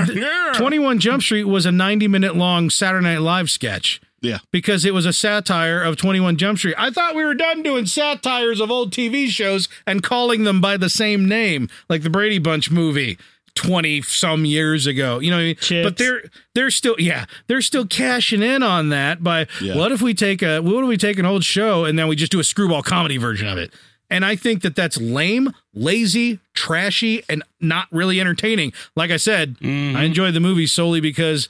Speaker 7: 21 jump street was a 90 minute long saturday night live sketch
Speaker 9: yeah.
Speaker 7: because it was a satire of 21 jump street i thought we were done doing satires of old tv shows and calling them by the same name like the brady bunch movie 20 some years ago you know what I mean?
Speaker 8: Chips.
Speaker 7: but they're they're still yeah they're still cashing in on that by
Speaker 9: Yeah.
Speaker 7: what if we take a what if we take an old show and then we just do a screwball comedy version of it and i think that that's lame lazy trashy and not really entertaining like i said
Speaker 9: Mm-hmm.
Speaker 7: i enjoyed the movie solely because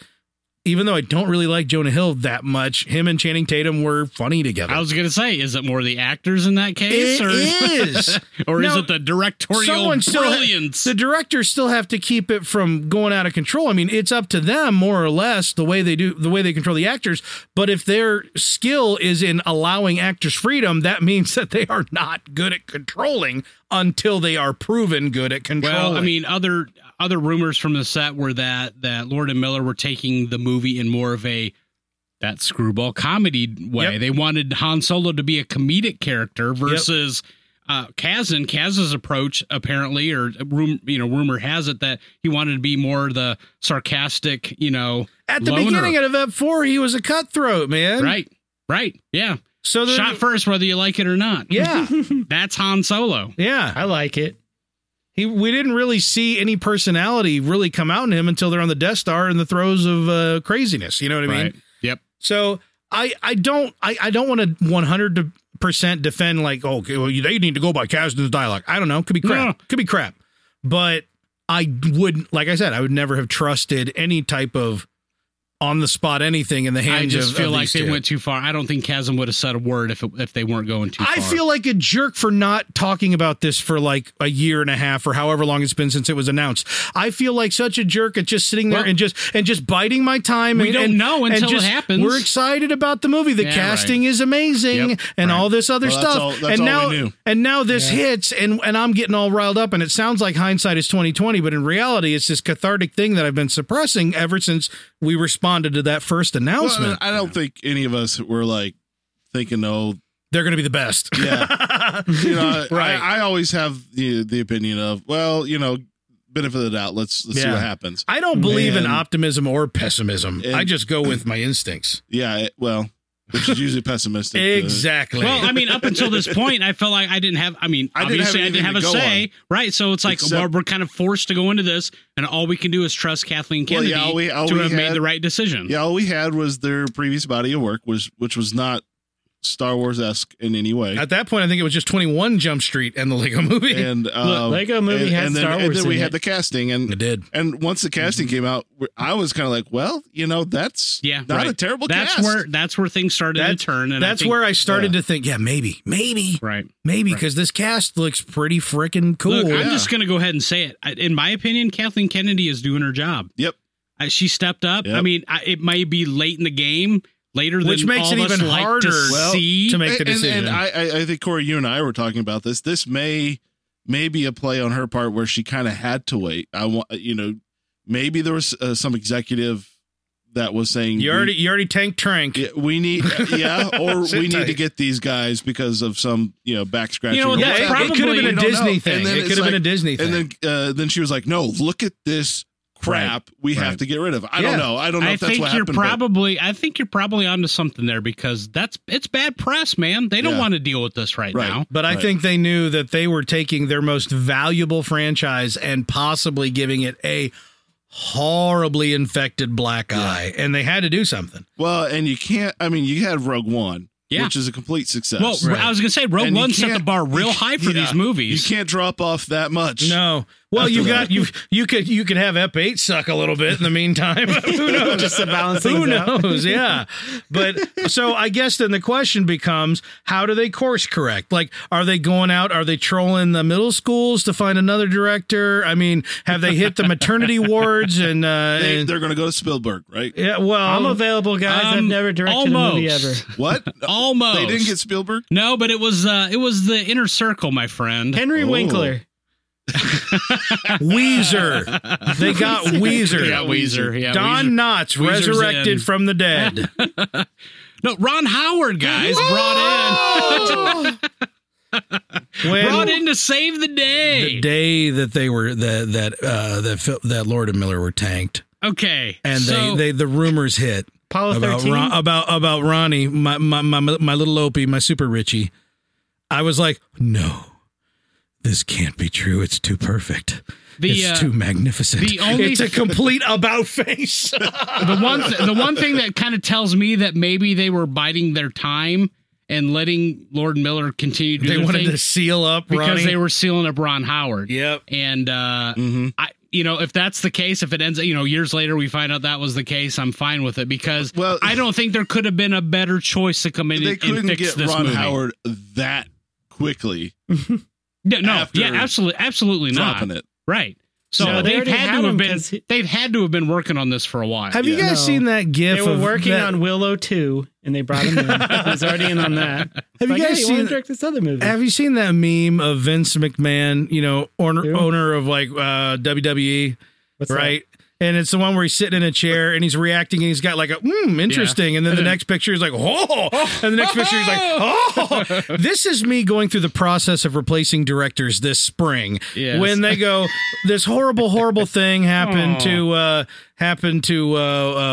Speaker 7: even though i don't really like jonah hill that much him and channing tatum were funny together
Speaker 6: I was gonna say, is it more the actors in that case,
Speaker 7: it
Speaker 6: or
Speaker 7: is
Speaker 6: or is
Speaker 7: Now,
Speaker 6: it the directorial
Speaker 7: someone still ha-
Speaker 6: brilliance?
Speaker 7: the directors still have to keep it from going out of control. I mean, it's up to them more or less the way they do the way they control the actors. But if their skill is in allowing actors freedom, that means that they are not good at controlling until they are proven good at controlling.
Speaker 6: Well, I mean, other other rumors from the set were that that Lord and Miller were taking the movie in more of a that screwball comedy way.
Speaker 7: Yep.
Speaker 6: They wanted Han Solo to be a comedic character versus uh, Kazan. Kazan's approach, apparently, or rum, you know, rumor has it that he wanted to be more the sarcastic, you know,
Speaker 7: at the
Speaker 6: loner.
Speaker 7: beginning of Ep Four, he was a cutthroat man.
Speaker 6: right, right, yeah,
Speaker 7: So there-
Speaker 6: shot first, whether you like it or not.
Speaker 7: Yeah,
Speaker 6: that's Han Solo.
Speaker 7: yeah.
Speaker 8: I like it.
Speaker 7: He we didn't really see any personality really come out in him until they're on the Death Star in the throes of uh, craziness. You know what I mean?
Speaker 6: right. Yep.
Speaker 7: So I I don't I, I don't want to one hundred percent defend like oh okay, well, they need to go by Kasdan's dialogue. I don't know. Could be crap.
Speaker 6: No.
Speaker 7: Could be crap. But I would like I said I would never have trusted any type of on the spot anything in the hands.
Speaker 6: I just
Speaker 7: of-
Speaker 6: feel
Speaker 7: of
Speaker 6: like
Speaker 7: these
Speaker 6: they
Speaker 7: two.
Speaker 6: went too far. I don't think Chasm would have said a word if it, if they weren't going too far.
Speaker 7: I feel like a jerk for not talking about this for like a year and a half or however long it's been since it was announced. I feel like such a jerk at just sitting there
Speaker 6: Well-
Speaker 7: and just and just biding my time.
Speaker 6: We
Speaker 7: and,
Speaker 6: don't
Speaker 7: and-
Speaker 6: know
Speaker 7: and
Speaker 6: until it
Speaker 7: just,
Speaker 6: happens.
Speaker 7: We're excited about the movie. The
Speaker 6: Yeah,
Speaker 7: casting is amazing
Speaker 6: Yep,
Speaker 7: and
Speaker 6: right.
Speaker 7: all this other
Speaker 9: Well, that's
Speaker 7: stuff.
Speaker 9: all- that's
Speaker 7: and
Speaker 9: all
Speaker 7: now
Speaker 9: we knew.
Speaker 7: and now this hits and and I'm getting all riled up and it sounds like hindsight is 2020, but in reality it's this cathartic thing that I've been suppressing ever since we responded to that first
Speaker 9: Well,
Speaker 7: announcement.
Speaker 9: I don't think any of us were like thinking, oh,
Speaker 7: They're going to be the best.
Speaker 9: Yeah. you know,
Speaker 7: Right.
Speaker 9: I, I always have the the opinion of, well, you know, benefit of the doubt. Let's let's see
Speaker 7: Yeah.
Speaker 9: what happens.
Speaker 7: I don't believe in
Speaker 9: And-
Speaker 7: optimism or pessimism.
Speaker 9: and-
Speaker 7: I just go with my instincts.
Speaker 9: Yeah, it- well, which is usually pessimistic. uh,
Speaker 7: Exactly.
Speaker 6: Well, I mean, up until this point, I felt like I didn't have. I mean,
Speaker 9: I didn't have
Speaker 6: obviously, I didn't
Speaker 9: anything
Speaker 6: have
Speaker 9: to
Speaker 6: a
Speaker 9: go
Speaker 6: say, right? So it's like
Speaker 9: Except-
Speaker 6: well, we're kind of forced to go into this, and all we can do is trust Kathleen
Speaker 9: Well,
Speaker 6: Kennedy
Speaker 9: yeah, all we- all
Speaker 6: to
Speaker 9: we
Speaker 6: have made
Speaker 9: had-
Speaker 6: the right decision.
Speaker 9: Yeah, all we had was their previous body of work was which was not Star Wars esque in any way.
Speaker 7: At that point, I think it was just 21 Jump Street and the Lego movie.
Speaker 9: And um,
Speaker 8: Lego Movie
Speaker 9: and,
Speaker 8: had
Speaker 9: and then,
Speaker 8: Star
Speaker 9: and
Speaker 8: Wars
Speaker 9: then
Speaker 8: in
Speaker 9: we
Speaker 8: it.
Speaker 9: had the casting, and
Speaker 7: it did.
Speaker 9: and once the casting came out, we- I was kind of like, well, you know, that's
Speaker 6: Yeah,
Speaker 9: not
Speaker 6: right.
Speaker 9: a terrible
Speaker 6: That's
Speaker 9: cast.
Speaker 6: where that's where things started
Speaker 7: That-
Speaker 6: to turn. And
Speaker 7: That's
Speaker 6: I think,
Speaker 7: where I started to think, yeah, maybe, maybe,
Speaker 6: right.
Speaker 7: maybe, because this cast looks pretty freaking cool.
Speaker 6: Look, I'm
Speaker 9: yeah.
Speaker 6: just gonna go ahead and say it. I, in my opinion, Kathleen Kennedy is doing her job.
Speaker 9: Yep.
Speaker 6: I, she stepped up. I
Speaker 9: Yep.
Speaker 6: mean, I, it may be late in the game, later
Speaker 7: Which
Speaker 6: than
Speaker 7: makes
Speaker 6: all
Speaker 7: it
Speaker 6: of us
Speaker 7: even
Speaker 6: like
Speaker 7: harder
Speaker 6: to see.
Speaker 7: to make the
Speaker 9: And- and-
Speaker 7: decision.
Speaker 9: And, I, I, I think Corey, you and I were talking about this. This may may be a play on her part where she kind of had to wait. I want you know, maybe there was uh, some executive that was saying
Speaker 7: you
Speaker 9: we-
Speaker 7: already, you already tanked Trank.
Speaker 9: Yeah, we need, yeah, or
Speaker 7: Sit
Speaker 9: we need to
Speaker 7: tight.
Speaker 9: get these guys because of some, you know, back scratching.
Speaker 6: You know,
Speaker 9: or
Speaker 6: yeah,
Speaker 9: whatever.
Speaker 6: probably-
Speaker 7: it could have been
Speaker 6: we
Speaker 7: a
Speaker 9: don't know.
Speaker 7: Disney
Speaker 9: And
Speaker 7: thing.
Speaker 9: then
Speaker 7: It
Speaker 9: it's
Speaker 7: could have been a
Speaker 9: like-
Speaker 7: Disney thing.
Speaker 9: and then, uh, then she was like, "No, look at this crap. We have to get rid of." I
Speaker 7: Yeah.
Speaker 9: don't know. I don't know
Speaker 6: I
Speaker 9: if that's
Speaker 6: think
Speaker 9: what
Speaker 6: you're
Speaker 9: happened. but-
Speaker 6: probably I think you're probably onto something there because that's it's bad press, man. They don't
Speaker 9: Yeah.
Speaker 6: want to deal with this right,
Speaker 9: Right.
Speaker 6: now.
Speaker 7: But I
Speaker 9: Right.
Speaker 7: think they knew that they were taking their most valuable franchise and possibly giving it a horribly infected black eye, and they had to do something.
Speaker 9: well, and you can't. I mean, you had Rogue One,
Speaker 6: Yeah.
Speaker 9: which is a complete success.
Speaker 6: Well, I was gonna say Rogue
Speaker 9: And you
Speaker 6: One set the
Speaker 9: can't-
Speaker 6: bar real
Speaker 9: you-
Speaker 6: high for
Speaker 9: yeah.
Speaker 6: these
Speaker 9: you
Speaker 6: movies.
Speaker 9: can't drop off that much.
Speaker 7: No, well,
Speaker 9: After
Speaker 7: you
Speaker 9: that.
Speaker 7: got you you could you could have Ep eight suck a little bit in the meantime. Who knows?
Speaker 8: Just to balance
Speaker 7: Who
Speaker 8: things out.
Speaker 7: knows? Yeah. But so I guess then the question becomes how do they course correct? Like, are they going out? Are they trolling the middle schools to find another director? I mean, have they hit the maternity wards? And, uh,
Speaker 9: they,
Speaker 7: and-
Speaker 9: they're going to go to Spielberg, right?
Speaker 7: yeah, well,
Speaker 8: I'm available, guys. I've
Speaker 6: Um,
Speaker 8: never directed a movie ever.
Speaker 6: almost.
Speaker 9: What?
Speaker 6: Almost.
Speaker 9: They didn't get Spielberg.
Speaker 6: No, but it was uh it was the inner circle, my friend.
Speaker 8: Henry
Speaker 9: Oh.
Speaker 8: Winkler.
Speaker 7: Weezer. They got Weezer.
Speaker 6: Yeah, Weezer. Yeah,
Speaker 7: Don
Speaker 6: Weezer.
Speaker 7: Knotts
Speaker 6: Weezer's
Speaker 7: resurrected
Speaker 6: in.
Speaker 7: from the dead.
Speaker 6: No, Ron Howard, guys, brought in
Speaker 7: When-
Speaker 6: brought in to save the day.
Speaker 10: The day that they were that that uh, that Phil- that Lord and Miller were tanked,
Speaker 6: Okay,
Speaker 10: and
Speaker 6: so,
Speaker 10: they, they the rumors hit
Speaker 8: Apollo
Speaker 10: about
Speaker 8: 13.
Speaker 10: Ron, about about Ronnie, my my my my little Opie, my super Richie. I was like, no, this can't be true. It's too perfect.
Speaker 6: The,
Speaker 10: it's
Speaker 6: uh,
Speaker 10: too magnificent.
Speaker 6: the only
Speaker 7: it's a complete about face.
Speaker 6: the one th- the one thing that kind of tells me that maybe they were biding their time and letting Lord Miller continue to do
Speaker 7: they
Speaker 6: their
Speaker 7: wanted
Speaker 6: thing
Speaker 7: to seal up
Speaker 6: because
Speaker 7: Ronnie.
Speaker 6: they were sealing up Ron Howard.
Speaker 7: Yep.
Speaker 6: And uh
Speaker 9: Mm-hmm.
Speaker 6: I you know, if that's the case, if it ends you know, years later we find out that was the case, I'm fine with it because
Speaker 9: Well-
Speaker 6: I don't think there could have been a better choice to come in
Speaker 9: They
Speaker 6: and, and
Speaker 9: couldn't
Speaker 6: fix
Speaker 9: get
Speaker 6: this
Speaker 9: Ron
Speaker 6: movie.
Speaker 9: Howard that quickly
Speaker 6: No, no,
Speaker 9: after
Speaker 6: yeah, absolutely absolutely not.
Speaker 9: dropping it.
Speaker 6: Right. So
Speaker 8: No. They
Speaker 6: they've
Speaker 8: already
Speaker 6: had
Speaker 8: had
Speaker 6: to have
Speaker 8: him
Speaker 6: been
Speaker 8: 'cause he-
Speaker 6: they've had to have been working on this for a while.
Speaker 7: Have you
Speaker 9: Yeah.
Speaker 7: guys
Speaker 8: No.
Speaker 7: seen that GIF?
Speaker 8: They were
Speaker 7: of
Speaker 8: working
Speaker 7: that-
Speaker 8: on Willow 2, and they brought him in. he was already in on that.
Speaker 7: Have you guys
Speaker 8: Like, hey, why don't
Speaker 7: seen?
Speaker 8: you direct this other movie?
Speaker 7: Have you seen that meme of Vince McMahon? You know, owner,
Speaker 8: Who?
Speaker 7: owner of like uh, WWE,
Speaker 8: What's that?
Speaker 7: right? And it's the one where he's sitting in a chair and he's reacting and he's got like a hmm, interesting. And then the next picture is like, oh, and the next picture is like, oh. This is me going through the process of replacing directors this spring.
Speaker 6: Yes.
Speaker 7: When they go, this horrible, horrible thing happened
Speaker 6: Aw.
Speaker 7: to uh happened to uh,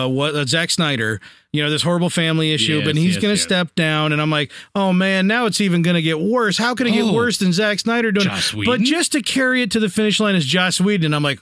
Speaker 7: uh what uh, Zack Snyder. You know, this horrible family issue,
Speaker 6: Yes,
Speaker 7: but he's
Speaker 6: yes,
Speaker 7: gonna
Speaker 6: yes.
Speaker 7: step down, and I'm like, oh man, now it's even gonna get worse. How could it get
Speaker 6: Oh.
Speaker 7: worse than Zack Snyder doing? it?
Speaker 6: Joss
Speaker 7: but
Speaker 6: Whedon?
Speaker 7: just to carry it to the finish line is Joss Whedon. And I'm like,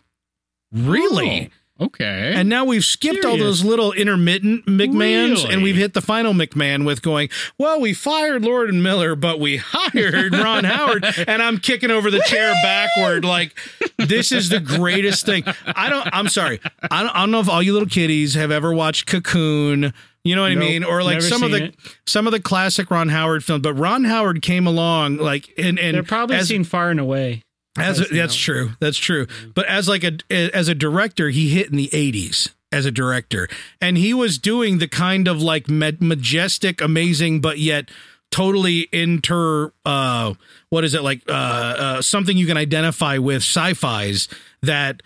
Speaker 7: really?
Speaker 6: Oh, okay.
Speaker 7: And now we've skipped all
Speaker 6: Serious.
Speaker 7: those little intermittent McMahons
Speaker 6: Really?
Speaker 7: and we've hit the final McMahon with going, well, we fired Lord and Miller, but we hired Ron Howard. And I'm kicking over the chair backward. Like, this is the greatest thing. I don't, I'm sorry. I don't, I don't know if all you little kiddies have ever watched Cocoon. You know what I
Speaker 8: Nope,
Speaker 7: mean? Or like
Speaker 8: never
Speaker 7: some of
Speaker 8: seen
Speaker 7: the
Speaker 8: it.
Speaker 7: some of the classic Ron Howard films, but Ron Howard came along like and and
Speaker 8: They're probably
Speaker 7: as-
Speaker 8: seen far and away.
Speaker 7: as
Speaker 8: Tyson
Speaker 7: that's
Speaker 8: Hill.
Speaker 7: true, that's true. But as like a as a director, he hit in the eighties as a director, and he was doing the kind of like ma- majestic, amazing, but yet totally inter uh what is it like uh, uh something you can identify with sci-fi's that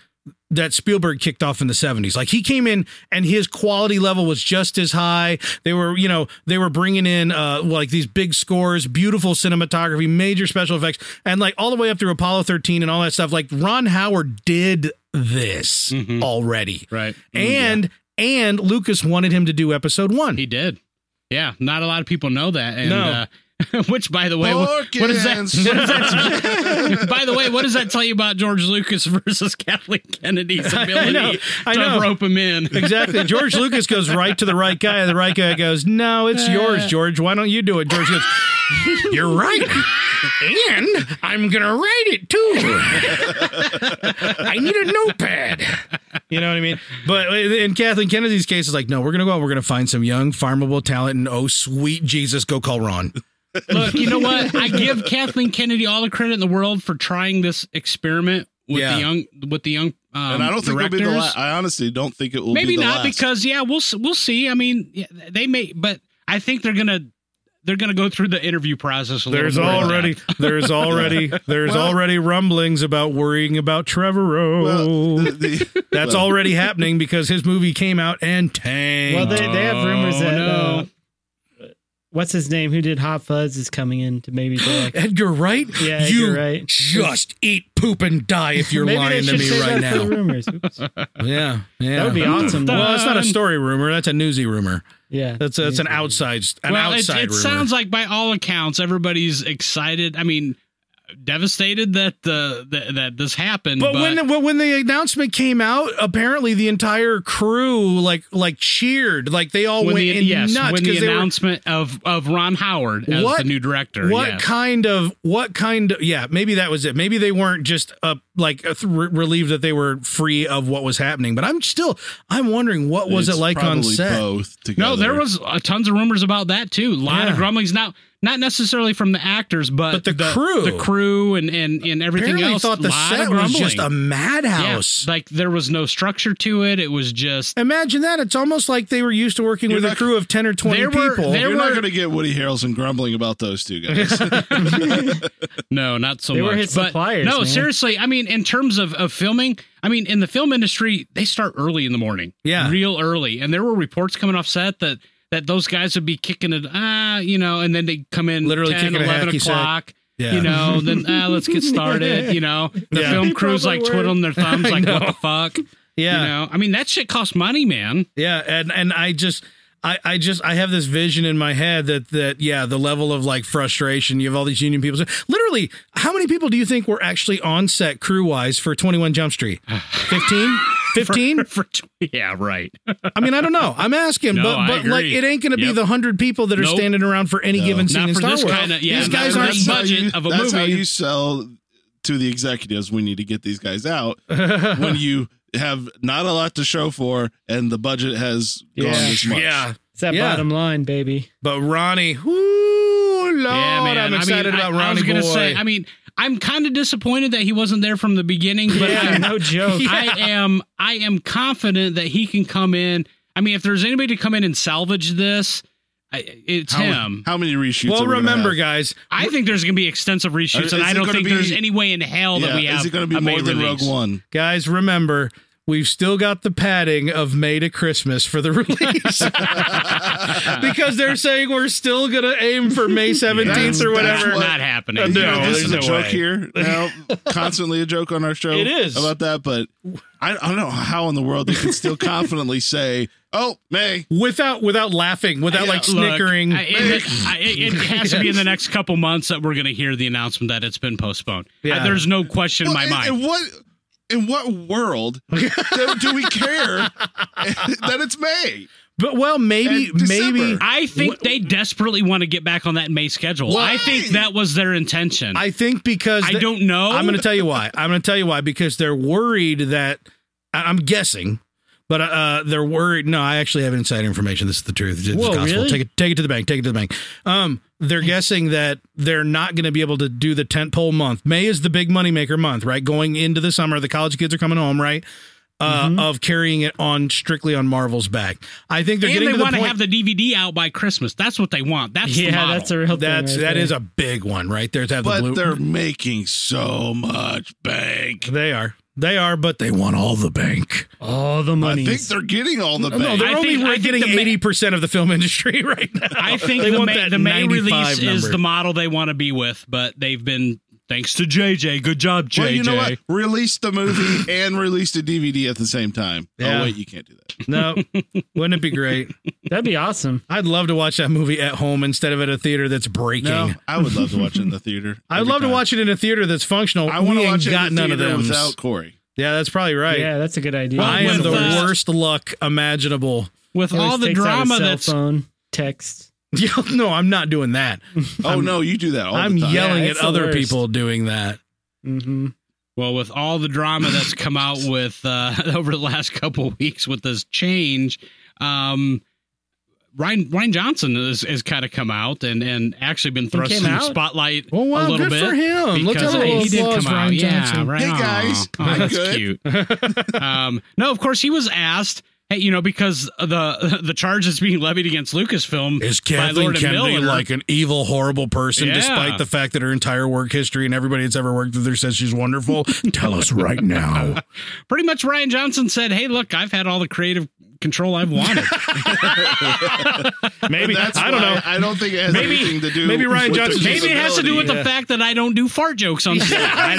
Speaker 7: that Spielberg kicked off in the 70s. Like he came in and his quality level was just as high. They were, you know, they were bringing in uh like these big scores, beautiful cinematography, major special effects and like all the way up through Apollo 13 and all that stuff. Like Ron Howard did this
Speaker 6: Mhm.
Speaker 7: already.
Speaker 6: right.
Speaker 7: And and Lucas wanted him to do episode 1.
Speaker 6: He did. Yeah, not a lot of people know that. And
Speaker 7: No.
Speaker 6: uh, Which, by the way, what, what is that? What is that by the way, what does that tell you about George Lucas versus Kathleen Kennedy's ability
Speaker 7: know, I
Speaker 6: to
Speaker 7: know.
Speaker 6: rope him in?
Speaker 7: Exactly. George Lucas goes right to the right guy, and the right guy goes, "No, it's yours, George. Why don't you do it?" George goes,
Speaker 11: You're right. And I'm going to write it too. I need a notepad.
Speaker 7: "You know what I mean?" But in Kathleen Kennedy's case, it's like, "No, we're gonna go out. We're gonna find some young, farmable talent, and oh, sweet Jesus, go call Ron."
Speaker 6: Look, you know what? I give Kathleen Kennedy all the credit in the world for trying this experiment with
Speaker 7: Yeah.
Speaker 6: the young with the young um,
Speaker 9: and I don't think it'll
Speaker 6: directors.
Speaker 9: be the last. I honestly don't think it will
Speaker 6: Maybe
Speaker 9: be the
Speaker 6: not
Speaker 9: last.
Speaker 6: because yeah, we'll s- we'll see. I mean, yeah, they may, but I think they're gonna they're gonna go through the interview process. A little
Speaker 7: There's
Speaker 6: more in
Speaker 7: already,
Speaker 6: depth.
Speaker 7: there's already, there's already rumblings about worrying about Trevor
Speaker 9: Well, the- the-
Speaker 7: That's
Speaker 9: well,
Speaker 7: already happening because his movie came out and tanked.
Speaker 8: Well, they, they have rumors
Speaker 6: Oh,
Speaker 8: that
Speaker 6: no.
Speaker 8: uh, what's his name who did Hot Fuzz is coming in to maybe direct.
Speaker 7: Edgar Wright,
Speaker 8: Yeah,
Speaker 7: you
Speaker 8: you're right.
Speaker 7: just eat poop and die if you're
Speaker 8: maybe
Speaker 7: lying
Speaker 8: they
Speaker 7: to
Speaker 8: should
Speaker 7: me
Speaker 8: save
Speaker 7: right
Speaker 8: that for the
Speaker 7: now.
Speaker 8: rumors. Oops.
Speaker 7: Yeah, yeah.
Speaker 8: That would be awesome. though.
Speaker 7: Well, it's not a story rumor. That's a newsy rumor.
Speaker 8: yeah,
Speaker 7: That's a, that's an outside an
Speaker 6: well, it-
Speaker 7: outside
Speaker 6: it,
Speaker 7: rumor.
Speaker 6: sounds like by all accounts, everybody's excited. I mean, devastated that the that, that this happened.
Speaker 7: but, when the, when the announcement came out, apparently the entire crew like like cheered, like they all
Speaker 6: when
Speaker 7: went
Speaker 6: the,
Speaker 7: in
Speaker 6: yes,
Speaker 7: nuts
Speaker 6: when the
Speaker 7: they were
Speaker 6: announcement of of Ron Howard as
Speaker 7: What-
Speaker 6: the new director.
Speaker 7: What
Speaker 6: yes.
Speaker 7: kind of what kind of yeah maybe that was it maybe they weren't just uh, like uh, th- re- relieved that they were free of what was happening but I'm still I'm wondering what was
Speaker 9: it's
Speaker 7: it like on
Speaker 9: probably
Speaker 7: set
Speaker 9: Both together.
Speaker 6: No, there was uh, tons of rumors about that too. A lot
Speaker 7: Yeah.
Speaker 6: of grumblings. Now, not necessarily from the actors, but,
Speaker 7: But the crew.
Speaker 6: the crew, and and and everything
Speaker 7: apparently
Speaker 6: else.
Speaker 7: thought the
Speaker 6: lot
Speaker 7: set
Speaker 6: of
Speaker 7: was
Speaker 6: grumbling.
Speaker 7: just a
Speaker 6: Yeah,
Speaker 7: madhouse
Speaker 6: like there was no structure to it. It was just
Speaker 7: imagine that it's almost like they were used to working
Speaker 9: You're
Speaker 7: with a
Speaker 9: not-
Speaker 7: crew of 10 or 20
Speaker 6: There were-
Speaker 7: people
Speaker 6: there
Speaker 9: You're
Speaker 6: were-
Speaker 9: not going to get Woody Harrelson grumbling about those two guys.
Speaker 6: no, not so
Speaker 8: They
Speaker 6: much.
Speaker 8: were his
Speaker 6: but
Speaker 8: suppliers,
Speaker 6: no,
Speaker 8: man.
Speaker 6: seriously. I mean, in terms of of filming, I mean, in the film industry, they start early in the morning.
Speaker 7: Yeah.
Speaker 6: real early. And there were reports coming off set that that those guys would be kicking it, ah, you know, and then they come in
Speaker 7: Literally
Speaker 6: 10,
Speaker 7: kicking a
Speaker 6: 11
Speaker 7: hacky sack.
Speaker 6: o'clock.
Speaker 7: Yeah.
Speaker 6: You know, then ah, let's get started. You know, the
Speaker 7: Yeah.
Speaker 6: film crew's like twiddling their thumbs, like what the fuck.
Speaker 7: yeah
Speaker 6: You know, I mean that shit costs money, man.
Speaker 7: Yeah, and and I just I, I just I have this vision in my head that that yeah the level of like frustration you have all these union people literally how many people do you think were actually on set crew wise for 21 Jump Street 15 15
Speaker 6: For tw- yeah, right.
Speaker 7: I mean I don't know I'm asking
Speaker 6: No,
Speaker 7: but
Speaker 6: I
Speaker 7: but like
Speaker 6: agree.
Speaker 7: it ain't gonna be
Speaker 6: Yep.
Speaker 7: the hundred people that are
Speaker 6: Nope.
Speaker 7: standing around for any given scene
Speaker 6: Not
Speaker 7: in
Speaker 6: for
Speaker 7: Star
Speaker 6: this
Speaker 7: Wars
Speaker 6: kinda- yeah,
Speaker 7: these
Speaker 6: not
Speaker 7: guys
Speaker 6: for
Speaker 7: aren't
Speaker 6: this
Speaker 9: how
Speaker 6: budget
Speaker 9: you-
Speaker 6: of a
Speaker 9: that's how
Speaker 6: movie.
Speaker 9: you sell to the executives. We need to get these guys out when you have not a lot to show for, and the budget has gone
Speaker 8: Yeah.
Speaker 9: this much.
Speaker 7: yeah
Speaker 8: it's that
Speaker 7: Yeah.
Speaker 8: bottom line, baby.
Speaker 7: but Ronnie ooh lord
Speaker 6: yeah,
Speaker 7: I'm
Speaker 6: man. I mean,
Speaker 7: excited
Speaker 6: I-
Speaker 7: about
Speaker 6: I,
Speaker 7: Ronnie
Speaker 6: was gonna
Speaker 7: boy
Speaker 6: say. I mean, I'm kind of disappointed that he wasn't there from the beginning, but
Speaker 8: Yeah,
Speaker 6: I'm
Speaker 8: no joke.
Speaker 6: I am I am confident that he can come in. I mean, if there's anybody to come in and salvage this, I, it's
Speaker 9: How,
Speaker 6: him.
Speaker 9: how many reshoots?
Speaker 7: well
Speaker 9: are we gonna
Speaker 7: remember
Speaker 9: have?
Speaker 7: guys
Speaker 6: I think there's going to be extensive reshoots,
Speaker 9: Uh, Is
Speaker 6: and
Speaker 9: it
Speaker 6: I don't
Speaker 9: gonna
Speaker 6: think there's
Speaker 9: be-
Speaker 6: any way in hell that we
Speaker 9: yeah,
Speaker 6: have.
Speaker 9: is it going to
Speaker 6: a
Speaker 9: be
Speaker 6: May
Speaker 9: more than
Speaker 6: release.
Speaker 9: Rogue One?
Speaker 7: guys remember we've still got the padding of may to christmas for the release because they're saying we're still gonna aim for may 17th or
Speaker 6: That's
Speaker 7: whatever
Speaker 6: not happening.
Speaker 9: You know,
Speaker 7: No,
Speaker 9: this
Speaker 7: there's
Speaker 9: is a
Speaker 7: no
Speaker 9: joke
Speaker 7: way.
Speaker 9: here. Now, constantly a joke on our show.
Speaker 7: It is.
Speaker 9: about that, but I, I don't know how in the world they can still confidently say, "Oh, May."
Speaker 7: without without laughing without like
Speaker 6: Look,
Speaker 7: snickering
Speaker 6: I- it, I- it- it has to be in the next couple months that we're going to hear the announcement that it's been postponed.
Speaker 7: Yeah.
Speaker 6: I- there's no question in my
Speaker 9: Well,
Speaker 6: mind.
Speaker 9: In, in what in what world do, do we care that it's May?
Speaker 7: but well maybe
Speaker 9: And December.
Speaker 7: maybe
Speaker 6: I think they desperately want to get back on that May schedule. I think that was their intention. I,
Speaker 7: i think because the-
Speaker 6: don't know.
Speaker 7: I'm going to tell you why. I'm going to tell you why because they're worried that I- I'm guessing, but uh, they're worried. No, I actually have inside information. This is the truth. It's the
Speaker 8: Whoa,
Speaker 7: gospel.
Speaker 8: really?
Speaker 7: Take it, take it to the bank. Take it to the bank. Um, they're guessing that they're not going to be able to do the tent pole month. May is the big moneymaker month, right? Going into the summer, the college kids are coming home, right? Uh, Of carrying it on strictly on Marvel's back. I think they're
Speaker 6: and
Speaker 7: getting
Speaker 6: they
Speaker 7: to the
Speaker 6: want to
Speaker 7: point.
Speaker 6: have the DVD out by Christmas. That's what they want. That's the
Speaker 8: yeah,
Speaker 6: model.
Speaker 8: that's a real.
Speaker 7: that's
Speaker 8: thing
Speaker 7: that
Speaker 8: right
Speaker 7: is
Speaker 8: there.
Speaker 7: a big one right there. To have the
Speaker 9: But
Speaker 7: blue,
Speaker 9: they're making so much bank.
Speaker 7: they are they are, but they want all the bank.
Speaker 8: all the
Speaker 9: I
Speaker 8: money.
Speaker 9: think they're getting all the
Speaker 7: No,
Speaker 9: bank.
Speaker 7: they're
Speaker 6: I
Speaker 7: only
Speaker 6: think- I
Speaker 7: we're
Speaker 6: think
Speaker 7: getting
Speaker 6: the ma-
Speaker 7: eighty percent of the film industry right now.
Speaker 6: I think
Speaker 7: They
Speaker 6: the
Speaker 7: want
Speaker 6: May,
Speaker 7: that
Speaker 6: the May
Speaker 7: 95
Speaker 6: release is
Speaker 7: number.
Speaker 6: the model they want to be with, but they've been Thanks to JJ. Good job, JJ.
Speaker 9: Well, you know what? Release the movie and release the DVD at the same time.
Speaker 12: Yeah.
Speaker 9: Oh wait, you can't do that.
Speaker 12: No, wouldn't it be great?
Speaker 8: That'd be awesome.
Speaker 12: I'd love to watch that movie at home instead of at a theater that's breaking.
Speaker 9: No, I would love to watch it in the theater.
Speaker 12: I'd
Speaker 9: every
Speaker 12: love
Speaker 9: time.
Speaker 12: to watch it in a theater that's functional.
Speaker 9: I
Speaker 12: we
Speaker 9: want to
Speaker 12: ain't
Speaker 9: watch it
Speaker 12: got
Speaker 9: in the
Speaker 12: none of
Speaker 9: theater
Speaker 12: them.
Speaker 9: without Corey.
Speaker 12: yeah, that's probably right.
Speaker 8: Yeah, that's a good idea.
Speaker 12: I am
Speaker 6: With,
Speaker 12: the
Speaker 6: uh,
Speaker 12: worst luck imaginable.
Speaker 6: With
Speaker 8: Always
Speaker 6: all the
Speaker 8: takes out his
Speaker 6: drama
Speaker 8: cell
Speaker 6: that's
Speaker 8: phone text.
Speaker 12: Yeah, no, I'm not doing that.
Speaker 9: Oh no, you do that all
Speaker 12: I'm
Speaker 9: the time.
Speaker 12: yelling at
Speaker 8: Yeah, it's the
Speaker 12: other
Speaker 8: worst.
Speaker 12: people doing that.
Speaker 8: Mm-hmm.
Speaker 6: Well, with all the drama that's come out with uh, over the last couple of weeks with this change, um, Ryan Ryan Johnson has, has kind of come out and and actually been thrust
Speaker 8: came
Speaker 6: in the
Speaker 8: out?
Speaker 6: spotlight
Speaker 12: Oh, wow,
Speaker 6: a little
Speaker 12: good
Speaker 6: bit
Speaker 12: for him. Look
Speaker 6: because
Speaker 12: at all
Speaker 6: he
Speaker 12: those
Speaker 6: did
Speaker 12: applause,
Speaker 6: come out.
Speaker 12: Ryan
Speaker 6: yeah,
Speaker 12: Johnson.
Speaker 6: right
Speaker 9: Hey,
Speaker 6: on.
Speaker 9: guys.
Speaker 6: Oh,
Speaker 9: I'm
Speaker 6: that's
Speaker 9: good.
Speaker 6: cute. um, no, of course he was asked. Hey, you know because the the charge that's being levied against Lucasfilm
Speaker 7: Is
Speaker 6: by
Speaker 7: Kathleen
Speaker 6: Lord and
Speaker 7: Kennedy
Speaker 6: Miller,
Speaker 7: like an evil, horrible person,
Speaker 6: Yeah.
Speaker 7: despite the fact that her entire work history and everybody that's ever worked with her says she's wonderful? Tell us right now.
Speaker 6: pretty much Ryan Johnson said, "Hey, look, I've had all the creative control I've wanted."
Speaker 12: Maybe
Speaker 9: That's
Speaker 12: I don't
Speaker 9: why
Speaker 12: know.
Speaker 9: I don't think it has
Speaker 6: Maybe-
Speaker 9: anything to do.
Speaker 12: maybe Ryan
Speaker 9: with their
Speaker 12: Johnson's-
Speaker 6: Maybe it has to do with
Speaker 9: disability.
Speaker 6: the fact that I don't do fart jokes on stage. I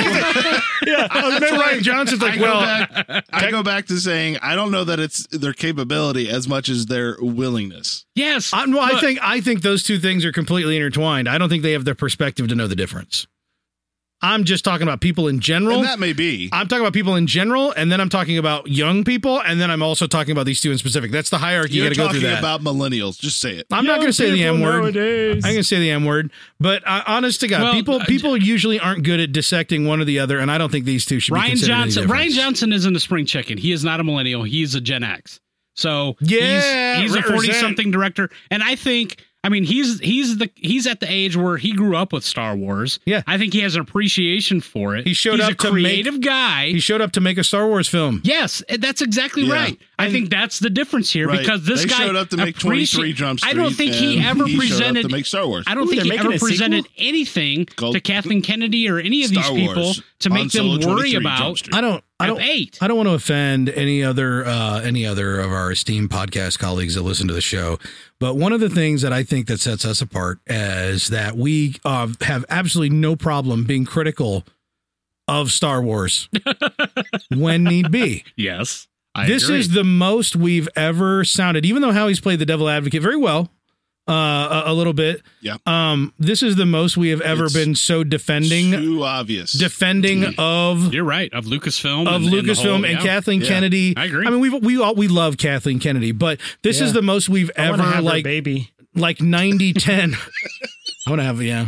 Speaker 6: don't-
Speaker 12: yeah, I bet Ryan Johnson's
Speaker 9: I
Speaker 12: like,
Speaker 9: go
Speaker 12: well,
Speaker 9: back- I go back to saying I don't know that it's their capability as much as their willingness.
Speaker 6: yes,
Speaker 12: I, Uh, well, I
Speaker 6: Look,
Speaker 12: think I think those two things are completely intertwined. I don't think they have the perspective to know the difference. I'm just talking about people in general.
Speaker 9: And that may be.
Speaker 12: I'm talking about people in general, and then I'm talking about young people, and then I'm also talking about these two in specific. That's the hierarchy. You
Speaker 9: You're
Speaker 12: got to go through
Speaker 9: talking
Speaker 12: that.
Speaker 9: about millennials. Just say it.
Speaker 12: I'm not going to say the M word.
Speaker 8: Nowadays.
Speaker 12: I'm going to say the M word, but uh, honest to God,
Speaker 6: Well,
Speaker 12: people
Speaker 6: uh,
Speaker 12: people usually aren't good at dissecting one or the other, and I don't think these two should be
Speaker 6: Ryan
Speaker 12: considered any
Speaker 6: Johnson. Ryan
Speaker 12: difference.
Speaker 6: Johnson isn't a spring chicken. He is not a millennial. He is a Gen X. So
Speaker 12: Yeah,
Speaker 6: he's, he's a
Speaker 12: represent.
Speaker 6: forty-something director, and I think. I mean, he's he's the he's at the age where he grew up with Star Wars.
Speaker 12: Yeah.
Speaker 6: I think he has an appreciation for it.
Speaker 12: He showed
Speaker 6: he's
Speaker 12: up
Speaker 6: a
Speaker 12: to make-
Speaker 6: creative guy.
Speaker 12: He showed up to make a Star Wars film.
Speaker 6: Yes, eh, that's exactly
Speaker 9: Yeah.
Speaker 6: right. I think that's the difference here
Speaker 9: Right.
Speaker 6: because this
Speaker 9: They
Speaker 6: guy
Speaker 9: showed up to make 23
Speaker 6: appreci-
Speaker 9: Jump
Speaker 6: I don't
Speaker 9: Street,
Speaker 6: think he
Speaker 9: and
Speaker 6: ever
Speaker 9: he showed up
Speaker 6: presented
Speaker 9: to make Star Wars.
Speaker 6: I don't think
Speaker 8: they're
Speaker 6: he
Speaker 8: making
Speaker 6: ever
Speaker 8: a
Speaker 6: presented
Speaker 8: sequel?
Speaker 6: anything
Speaker 9: Called
Speaker 6: to Kathleen Kennedy or any of
Speaker 9: Star
Speaker 6: these people
Speaker 9: Wars,
Speaker 6: to
Speaker 9: Han
Speaker 6: make them
Speaker 9: Solo
Speaker 6: worry
Speaker 9: 23
Speaker 6: about
Speaker 9: Jump Street.
Speaker 7: I don't. I
Speaker 6: F
Speaker 7: don't.
Speaker 6: eight.
Speaker 7: I don't want to offend any other uh, any other of our esteemed podcast colleagues that listen to the show, but one of the things that I think that sets us apart is that we uh, have absolutely no problem being critical of Star Wars when need be.
Speaker 6: Yes, I
Speaker 7: this
Speaker 6: agree.
Speaker 7: is the most we've ever sounded, even though Howie's played the devil advocate very well. Uh, a, a little bit.
Speaker 9: Yeah.
Speaker 7: Um. This is the most we have ever
Speaker 9: It's
Speaker 7: been so defending,
Speaker 9: Too obvious.
Speaker 7: defending of
Speaker 6: You're right of Lucasfilm
Speaker 7: of
Speaker 6: and, and the
Speaker 7: Lucasfilm
Speaker 6: whole-
Speaker 7: and,
Speaker 6: yeah.
Speaker 7: Kathleen
Speaker 9: Yeah.
Speaker 7: Kennedy.
Speaker 6: I agree.
Speaker 7: I mean, we we all we love Kathleen Kennedy, but this
Speaker 8: Yeah.
Speaker 7: is the most we've
Speaker 8: I wanna
Speaker 7: ever
Speaker 8: have her
Speaker 7: like
Speaker 8: baby.
Speaker 7: like 90 10. I want to have yeah.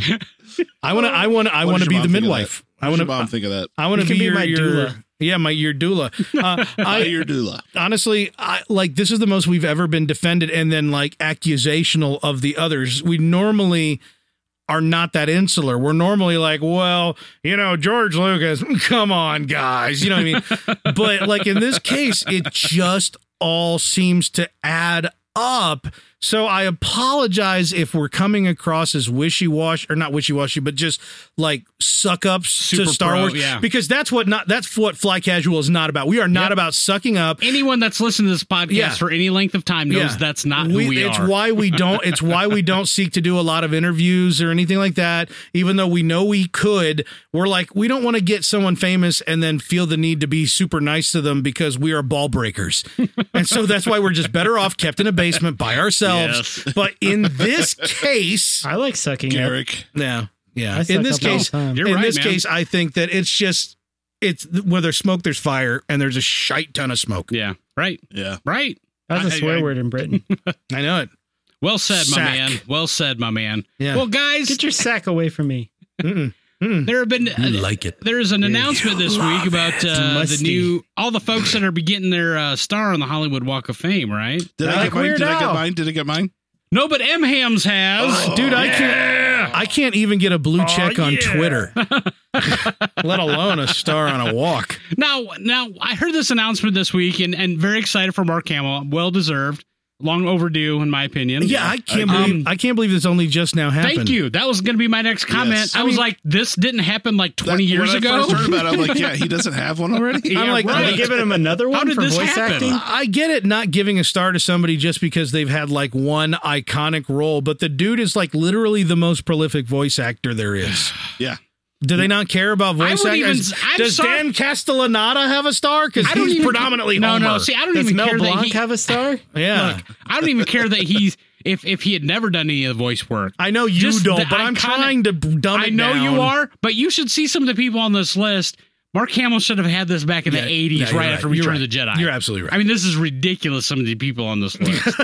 Speaker 7: I want to I want I
Speaker 9: What
Speaker 7: want
Speaker 9: does
Speaker 7: to
Speaker 9: your
Speaker 7: be the
Speaker 9: mom think of
Speaker 7: midwife.
Speaker 9: that?
Speaker 7: I
Speaker 9: What
Speaker 7: want
Speaker 9: does your mom
Speaker 7: to
Speaker 9: think of that.
Speaker 7: I want to
Speaker 8: You can
Speaker 7: be
Speaker 8: be
Speaker 7: your,
Speaker 8: my
Speaker 7: your-
Speaker 8: doula.
Speaker 7: Yeah, my your doula. Uh,
Speaker 9: I,
Speaker 7: I
Speaker 9: your doula.
Speaker 7: honestly, I like this is the most we've ever been defended and then like accusational of the others. We normally are not that insular. We're normally like, well, you know, George Lucas, come on, guys. You know what I mean? but like in this case, it just all seems to add up. So I apologize if we're coming across as wishy-washy or not wishy-washy, but just like suck ups to
Speaker 6: Super
Speaker 7: Star
Speaker 6: pro,
Speaker 7: Wars.
Speaker 6: yeah.
Speaker 7: Because that's what not that's what fly casual is not about. We are not
Speaker 6: Yep.
Speaker 7: about sucking up
Speaker 6: anyone that's listened to this podcast
Speaker 7: Yeah.
Speaker 6: for any length of time knows
Speaker 7: Yeah.
Speaker 6: that's not
Speaker 7: we,
Speaker 6: who we
Speaker 7: it's
Speaker 6: are.
Speaker 7: why we don't it's why we don't seek to do a lot of interviews or anything like that even though we know we could we're like we don't want to get someone famous and then feel the need to be super nice to them because we are ball breakers and so that's why we're just better off kept in a basement by ourselves but in this case
Speaker 8: I like sucking up.
Speaker 9: Garrick.
Speaker 7: yeah
Speaker 8: I
Speaker 7: yeah
Speaker 8: suck
Speaker 7: in this
Speaker 8: up all
Speaker 7: case
Speaker 8: the time.
Speaker 6: You're
Speaker 7: in
Speaker 6: right,
Speaker 7: this
Speaker 6: man.
Speaker 7: case i think that it's just it's where there's smoke there's fire and there's a shite ton of smoke
Speaker 6: yeah, right,
Speaker 9: Yeah.
Speaker 6: right.
Speaker 8: That's a
Speaker 6: I- I-
Speaker 8: swear word in Britain.
Speaker 7: i know it
Speaker 6: Well said, my
Speaker 7: Sack.
Speaker 6: man. Well said, my man.
Speaker 7: Yeah.
Speaker 6: Well, guys,
Speaker 8: Get your sack away from me.
Speaker 6: There have been uh,
Speaker 7: like it.
Speaker 6: There is an announcement this week about uh, the
Speaker 8: musty.
Speaker 6: new all the folks that are be getting their uh, star on the Hollywood Walk of Fame, right?
Speaker 9: Did I
Speaker 8: Like
Speaker 9: get mine?
Speaker 8: Weird
Speaker 9: Did I
Speaker 8: Al.
Speaker 9: get mine? Did I get mine?
Speaker 6: No, but M Hams has.
Speaker 7: dude i can't i can't even get a blue check on twitter let alone a star on a walk
Speaker 6: Now, now I heard this announcement this week, and and very excited for Mark Hamill. Well deserved, long overdue in my opinion.
Speaker 7: yeah i can't
Speaker 6: Um,
Speaker 7: believe i can't believe this only just now happened
Speaker 6: Thank you. That was going to be my next comment.
Speaker 9: Yes.
Speaker 6: I,
Speaker 9: I
Speaker 6: was
Speaker 9: mean-
Speaker 6: like, this didn't happen like
Speaker 9: That-
Speaker 6: 20 years
Speaker 9: when I
Speaker 6: ago.
Speaker 9: first heard about it, I'm like, yeah, he doesn't have one already.
Speaker 6: Yeah,
Speaker 7: I'm like,
Speaker 8: Are
Speaker 6: right.
Speaker 8: they giving him another one
Speaker 6: did
Speaker 8: for
Speaker 6: this
Speaker 8: voice
Speaker 6: happen?
Speaker 8: acting?
Speaker 7: I get it not giving a star to somebody just because they've had like one iconic role, but the dude is like literally the most prolific voice actor there is.
Speaker 9: Yeah.
Speaker 7: Do they not care about
Speaker 6: I
Speaker 7: voice
Speaker 6: would even.
Speaker 7: actors?
Speaker 6: I'm
Speaker 7: Does
Speaker 6: sorry.
Speaker 7: Dan Castellanata have a star? Because
Speaker 6: I don't
Speaker 7: he's
Speaker 6: even-
Speaker 7: predominantly
Speaker 6: no,
Speaker 7: Homer.
Speaker 6: no. See, I don't
Speaker 8: Does
Speaker 6: even
Speaker 8: Mel
Speaker 6: care
Speaker 8: Blanc
Speaker 6: that he.
Speaker 8: have a star?
Speaker 7: yeah.
Speaker 6: Look, I don't even care that he's if if he had never done any of the voice work.
Speaker 7: I know you
Speaker 6: Just
Speaker 7: don't,
Speaker 6: the
Speaker 7: but I'm
Speaker 6: iconic-
Speaker 7: trying to b- dumb it
Speaker 6: I know
Speaker 7: down.
Speaker 6: you are, but you should see some of the people on this list. Mark Hamill should have had this back in
Speaker 7: Yeah,
Speaker 6: the 80s,
Speaker 7: yeah,
Speaker 6: right,
Speaker 7: you're right.
Speaker 6: after
Speaker 7: You're
Speaker 6: Return
Speaker 7: right.
Speaker 6: of the Jedi.
Speaker 7: You're absolutely right.
Speaker 6: I mean, this is ridiculous, some of the people on this list.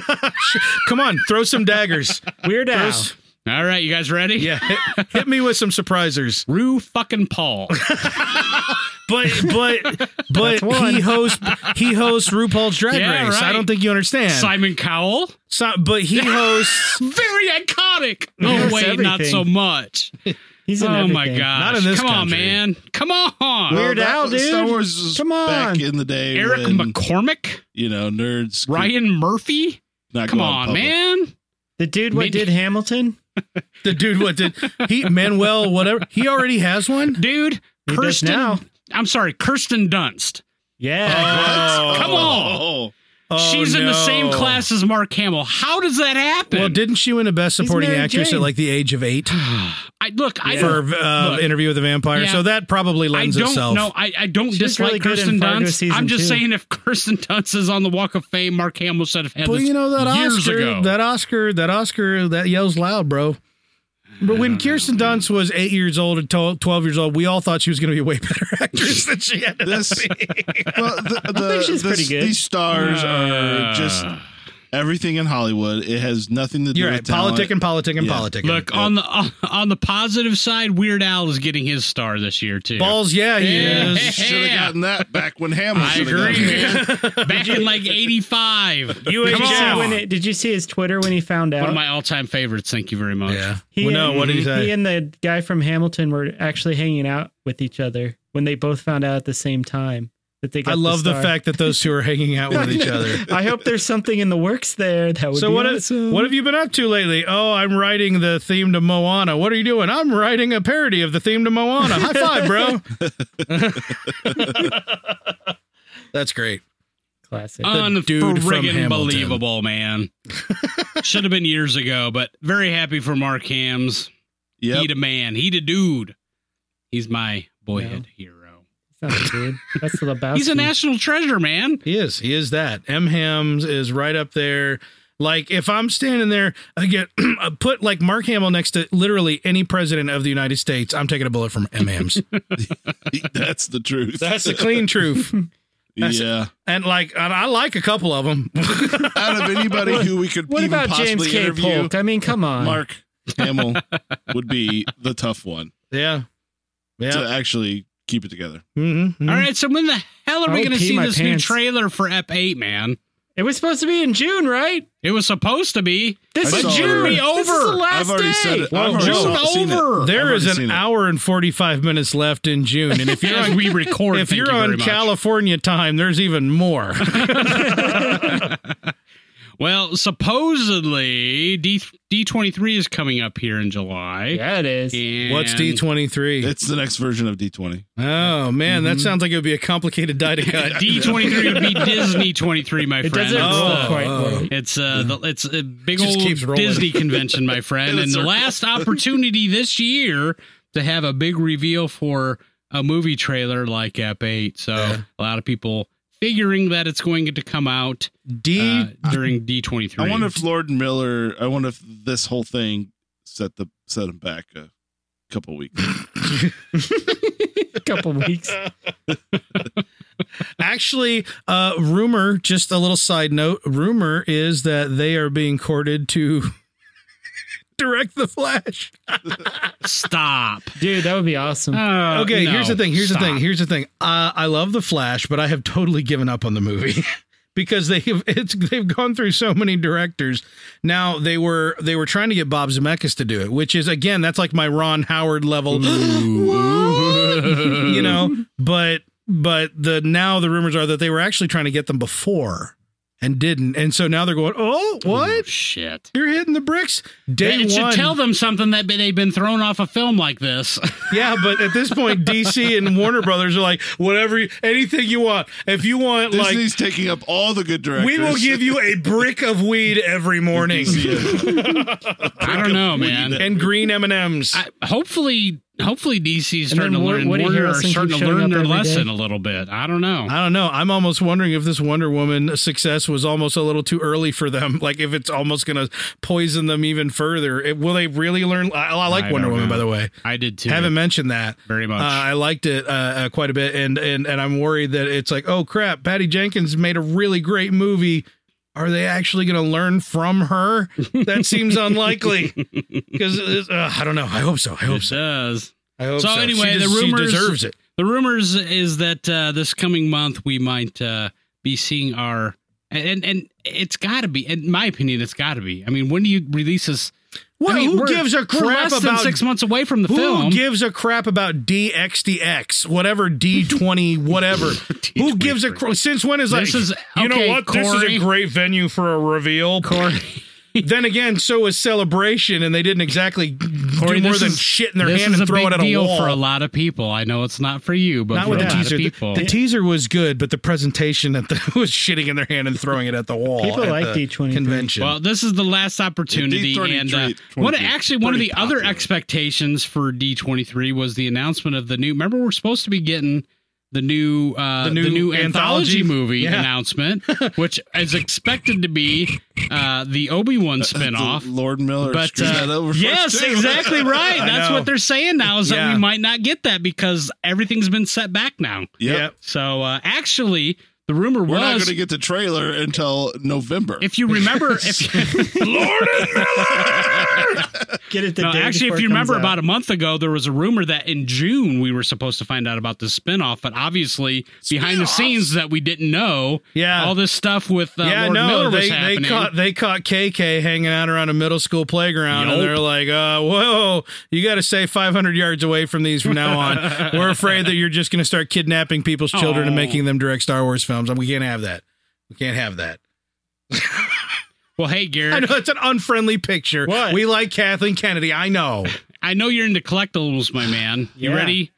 Speaker 7: Come on, throw some daggers.
Speaker 8: Weird Al.
Speaker 7: Those-
Speaker 6: All right, you guys ready?
Speaker 7: Yeah, hit, hit me with some surprisers.
Speaker 6: Rue fucking Paul.
Speaker 7: But but but he hosts he hosts RuPaul's Drag
Speaker 6: Yeah,
Speaker 7: Race. I
Speaker 6: right.
Speaker 7: don't think you understand.
Speaker 6: Simon Cowell.
Speaker 7: So- but he hosts
Speaker 6: Very iconic. Oh,
Speaker 8: Yes,
Speaker 6: wait, not
Speaker 8: everything.
Speaker 6: so much.
Speaker 8: He's in
Speaker 6: Oh, my
Speaker 8: everything.
Speaker 6: gosh.
Speaker 7: Not in this
Speaker 6: Come on,
Speaker 7: country.
Speaker 6: man. Come on.
Speaker 9: Well,
Speaker 8: Weird
Speaker 9: Uh, that
Speaker 8: Al,
Speaker 9: was- Star
Speaker 8: dude.
Speaker 9: Wars was
Speaker 8: Come
Speaker 9: back
Speaker 8: on.
Speaker 9: in the day.
Speaker 6: Eric
Speaker 9: when,
Speaker 6: McCormick.
Speaker 9: You know, nerds. could
Speaker 6: Ryan Murphy.
Speaker 9: Not
Speaker 6: Come
Speaker 9: go out
Speaker 6: on,
Speaker 9: public.
Speaker 6: man.
Speaker 8: The dude what
Speaker 6: Mid-
Speaker 8: did Hamilton?
Speaker 7: the dude. What did he Manuel? Whatever. He already has one.
Speaker 6: Dude,
Speaker 8: He does
Speaker 6: Kirsten.
Speaker 8: now. Oh,
Speaker 6: I'm sorry, Kirsten Dunst.
Speaker 8: Yeah.
Speaker 6: Come on.
Speaker 9: Oh,
Speaker 6: She's in the same
Speaker 7: no.
Speaker 6: class as Mark Hamill. How does that happen?
Speaker 7: Well, didn't she win a Best
Speaker 8: He's
Speaker 7: Supporting
Speaker 8: Mary
Speaker 7: Actress
Speaker 8: Jane.
Speaker 7: at like the age of eight
Speaker 6: I look, I
Speaker 7: for
Speaker 6: don't,
Speaker 7: uh,
Speaker 6: Look,
Speaker 7: Interview with a Vampire?
Speaker 6: Yeah.
Speaker 7: So that probably
Speaker 6: I
Speaker 7: lends
Speaker 6: don't
Speaker 7: itself.
Speaker 6: know. I, I don't
Speaker 8: She was
Speaker 6: dislike
Speaker 8: really good in
Speaker 6: Kirsten
Speaker 8: Fargo
Speaker 6: Dunst.
Speaker 8: season
Speaker 6: I'm just
Speaker 8: two.
Speaker 6: saying, if Kirsten Dunst is on the Walk of Fame, Mark Hamill should have had
Speaker 7: But
Speaker 6: this
Speaker 7: you know that
Speaker 6: years
Speaker 7: Oscar,
Speaker 6: ago.
Speaker 7: that Oscar, that Oscar, that yells loud, bro. But when Kirsten Dunst was eight years old and to- twelve years old, we all thought she was going to be a way better actress than she ended up
Speaker 9: this. well, the, the,
Speaker 8: she's
Speaker 9: this-
Speaker 8: pretty good.
Speaker 9: These stars are just everything in Hollywood. It has nothing to do
Speaker 7: You're
Speaker 9: with
Speaker 7: right. Politic
Speaker 9: talent.
Speaker 7: and politic and
Speaker 9: Yeah.
Speaker 7: politic.
Speaker 6: look on the on, on the positive side, Weird Al is getting his star this year too.
Speaker 7: balls, yeah, he
Speaker 6: Yeah.
Speaker 7: is.
Speaker 9: Should have gotten that back when Hamill.
Speaker 6: I
Speaker 9: should have
Speaker 6: agree,
Speaker 9: gotten it.
Speaker 6: man. Back in like '85.
Speaker 8: You did,
Speaker 6: Come
Speaker 8: you see
Speaker 6: on.
Speaker 8: when it, did you see his Twitter when he found out?
Speaker 6: One of my all-time favorites. Thank you very much.
Speaker 7: Yeah.
Speaker 8: he
Speaker 7: well, no,
Speaker 8: and,
Speaker 7: what did he say?
Speaker 8: and the guy from Hamilton were actually hanging out with each other when they both found out at the same time that they got
Speaker 7: I love the,
Speaker 8: star.
Speaker 7: fact that those two are hanging out with each other.
Speaker 8: I hope there's something in the works there that would
Speaker 7: So
Speaker 8: be
Speaker 7: what?
Speaker 8: awesome.
Speaker 7: What have you been up to lately? Oh, I'm writing the theme to Moana. What are you doing? I'm writing a parody of the theme to Moana. High five, bro. That's great.
Speaker 8: classic.
Speaker 7: The dude from
Speaker 6: Unfriggin'
Speaker 7: Hamilton.
Speaker 6: believable, man. Should have been years ago, but very happy for Mark Hams.
Speaker 9: Yep.
Speaker 6: He the man. He the dude. He's my boyhood hero.
Speaker 8: It's not a dude. That's Mm-hmm. the Lebowski.
Speaker 6: He's a national treasure, man.
Speaker 7: He is. He is that. M Hams is right up there. Like if I'm standing there again, put like Mark Hamill next to literally any president of the United States, I'm taking a bullet from M Hams.
Speaker 9: That's the truth.
Speaker 7: That's the clean truth. that's-
Speaker 9: yeah.
Speaker 7: And like, and I like a couple of them.
Speaker 9: Out of anybody who we could
Speaker 8: What
Speaker 9: even
Speaker 8: about James
Speaker 9: possibly
Speaker 8: K.
Speaker 9: interview,
Speaker 8: Polk? I mean, come on.
Speaker 9: Mark Hamill would be the tough one
Speaker 7: yeah. Yeah.
Speaker 9: to actually keep it together.
Speaker 7: mm-hmm.
Speaker 6: All right, so when the hell are
Speaker 8: I
Speaker 6: we
Speaker 8: would
Speaker 6: going to
Speaker 8: pee
Speaker 6: see
Speaker 8: my
Speaker 6: this
Speaker 8: pants.
Speaker 6: new trailer for Ep8, man?
Speaker 8: It was supposed to be in June, right?
Speaker 6: It was supposed to be.
Speaker 8: This
Speaker 9: I
Speaker 8: is
Speaker 9: saw
Speaker 8: June.
Speaker 9: it.
Speaker 8: Be over. This is the last
Speaker 9: I've already
Speaker 8: day.
Speaker 9: said it.
Speaker 7: Well,
Speaker 9: I've already
Speaker 7: June
Speaker 9: saw, seen
Speaker 6: over.
Speaker 9: It.
Speaker 7: There
Speaker 9: I've
Speaker 7: is
Speaker 9: already
Speaker 7: an
Speaker 9: seen it.
Speaker 7: hour and 45 minutes left in June. And if you're
Speaker 6: As
Speaker 7: on,
Speaker 6: we record,
Speaker 7: if
Speaker 6: thank
Speaker 7: you're
Speaker 6: you very
Speaker 7: on
Speaker 6: much.
Speaker 7: California time, there's even more.
Speaker 6: well, supposedly D D23 is coming up here in July.
Speaker 8: Yeah, it is.
Speaker 6: And
Speaker 7: What's D23?
Speaker 9: It's the next version of D20.
Speaker 7: Oh, man.
Speaker 6: Mm-hmm.
Speaker 7: That sounds like it would be a complicated die to cut.
Speaker 6: D23 would be Disney 23, my
Speaker 8: It
Speaker 6: friend.
Speaker 8: doesn't
Speaker 6: It's
Speaker 8: roll
Speaker 6: the-
Speaker 8: quite
Speaker 7: oh.
Speaker 8: right.
Speaker 6: It's uh, the, it's a big
Speaker 7: Just
Speaker 6: old
Speaker 7: keeps rolling.
Speaker 6: Disney convention, my friend, and the last opportunity this year to have a big reveal for a movie trailer like Ep Eight. So a lot of people figuring that it's going to come out uh,
Speaker 7: D.
Speaker 6: during D twenty three.
Speaker 9: I wonder if Lord Miller. I wonder if this whole thing set the set him back a couple weeks.
Speaker 8: A couple weeks.
Speaker 7: Actually, uh, rumor, just a little side note, rumor is that they are being courted to direct The Flash.
Speaker 6: stop.
Speaker 8: Dude, that would be awesome.
Speaker 6: Uh,
Speaker 7: okay, here's
Speaker 6: no,
Speaker 7: the thing. Here's
Speaker 6: stop.
Speaker 7: the thing. Here's the thing. Uh, I love the Flash, but I have totally given up on the movie because they've it's they've gone through so many directors. Now they were they were trying to get Bob Zemeckis to do it, which is again that's like my Ron Howard level, you know. But but the now the rumors are that they were actually trying to get them before and didn't, and so now they're going, oh
Speaker 6: Oh,
Speaker 7: what.
Speaker 6: shit.
Speaker 7: You're hitting the bricks day
Speaker 6: it
Speaker 7: one.
Speaker 6: should tell them something that they've been thrown off a film like this.
Speaker 7: Yeah, but at this point, DC and Warner Brothers are like, whatever, you, anything you want. If you want, like,
Speaker 9: Disney's taking up all the good directors.
Speaker 7: we will give you a brick of weed every morning
Speaker 9: Yeah.
Speaker 6: I don't know, man.
Speaker 7: and green M and M's.
Speaker 6: I, hopefully, Hopefully DC's
Speaker 8: And
Speaker 6: starting to
Speaker 8: then War-
Speaker 6: learn.
Speaker 8: Woody
Speaker 6: Warner is
Speaker 8: Harrelson
Speaker 6: starting
Speaker 8: keeps
Speaker 6: to
Speaker 8: showing
Speaker 6: learn
Speaker 8: up
Speaker 6: their
Speaker 8: every
Speaker 6: lesson
Speaker 8: day.
Speaker 6: a little bit. I don't know.
Speaker 7: I don't know. I'm almost wondering if this Wonder Woman success was almost a little too early for them. Like if it's almost going to poison them even further. It, will they really learn? I, I like
Speaker 6: I
Speaker 7: Wonder
Speaker 6: don't
Speaker 7: Woman,
Speaker 6: know.
Speaker 7: by the way.
Speaker 6: I did too.
Speaker 7: Haven't mentioned that.
Speaker 6: very much.
Speaker 7: Uh, I liked it uh, uh, quite a bit, and and and I'm worried that it's like, oh crap, Patty Jenkins made a really great movie. Are they actually going to learn from her? That seems unlikely. Because uh, I don't know. I hope so. I hope
Speaker 6: it
Speaker 7: so.
Speaker 6: does.
Speaker 7: I hope so.
Speaker 6: So
Speaker 7: She
Speaker 6: anyway, the
Speaker 7: des- she
Speaker 6: rumors-
Speaker 7: deserves it.
Speaker 6: The rumors is that uh, this coming month we might uh, be seeing our and and it's got to be. In my opinion, it's got to be. I mean, when do you release this?
Speaker 7: Well,
Speaker 6: I mean,
Speaker 7: who
Speaker 6: we're-
Speaker 7: gives a
Speaker 6: We're
Speaker 7: crap
Speaker 6: less than
Speaker 7: about
Speaker 6: six months away from the
Speaker 7: Who
Speaker 6: film.
Speaker 7: gives a crap about DXDX, whatever D20, whatever? Who gives a crap? Since when is like,
Speaker 6: This is-
Speaker 7: you know
Speaker 6: okay,
Speaker 7: what? This is a
Speaker 6: Corey.
Speaker 7: great venue for a reveal. then again, so is Celebration, and they didn't exactly
Speaker 6: Corey,
Speaker 7: do more
Speaker 6: this
Speaker 7: than
Speaker 6: is-
Speaker 7: shit in their
Speaker 6: this
Speaker 7: hand
Speaker 6: is
Speaker 7: and throw
Speaker 6: big
Speaker 7: it at a
Speaker 6: deal
Speaker 7: wall.
Speaker 6: for a lot of people. I know it's not for you, but
Speaker 7: Not
Speaker 6: for
Speaker 7: with
Speaker 6: a
Speaker 7: the
Speaker 6: lot
Speaker 7: teaser.
Speaker 6: of
Speaker 7: The,
Speaker 6: people.
Speaker 7: the teaser was good, but the presentation at the was shitting in their hand and throwing it at the wall.
Speaker 8: People
Speaker 7: at
Speaker 8: like
Speaker 7: the
Speaker 8: D23.
Speaker 7: convention.
Speaker 6: Well, this is the last opportunity,
Speaker 9: D23
Speaker 6: and uh, one actually one of the other expectations for D twenty three was the announcement of the new. Remember, we're supposed to be getting the new uh,
Speaker 7: The
Speaker 6: the
Speaker 7: new
Speaker 6: new, anthology,
Speaker 7: anthology?
Speaker 6: movie
Speaker 7: Yeah.
Speaker 6: announcement, which is expected to be uh, the Obi wan spinoff.
Speaker 9: Lord Miller
Speaker 6: But
Speaker 9: screwed that
Speaker 6: uh,
Speaker 9: over for us,
Speaker 6: yes,
Speaker 9: too.
Speaker 6: exactly right.
Speaker 7: I
Speaker 6: That's
Speaker 7: know.
Speaker 6: what they're saying now is that
Speaker 7: Yeah.
Speaker 6: we might not get that because everything's been set back now.
Speaker 9: Yep.
Speaker 7: Yep.
Speaker 6: So uh, actually, the rumor
Speaker 9: We're not
Speaker 6: was
Speaker 9: going to get the trailer until November.
Speaker 6: if you remember, if
Speaker 8: Get it the
Speaker 6: No,
Speaker 8: day
Speaker 6: actually,
Speaker 8: before
Speaker 6: if you
Speaker 8: it comes
Speaker 6: remember,
Speaker 8: out.
Speaker 6: about a month ago, there was a rumor that in June we were supposed to find out about the spinoff, but obviously behind the scenes that we didn't know.
Speaker 7: Yeah.
Speaker 6: all this stuff with uh,
Speaker 7: yeah,
Speaker 6: Lord
Speaker 7: no,
Speaker 6: Miller was
Speaker 7: they, they
Speaker 6: happening.
Speaker 7: caught they caught KK hanging out around a middle school playground, and
Speaker 6: Yup.
Speaker 7: they're like, uh, "Whoa, you got to stay 500 yards away from these from now on. We're afraid that you're just going to start kidnapping people's children and
Speaker 6: Aw.
Speaker 7: making them direct Star Wars films. And we can't have that. We can't have that.
Speaker 6: well, hey,
Speaker 7: I
Speaker 6: Garrett,
Speaker 7: know
Speaker 6: I know,
Speaker 7: it's an unfriendly picture.
Speaker 8: What?
Speaker 7: We like Kathleen Kennedy. I know.
Speaker 6: you're into collectibles, my man. You
Speaker 8: Yeah.
Speaker 6: ready?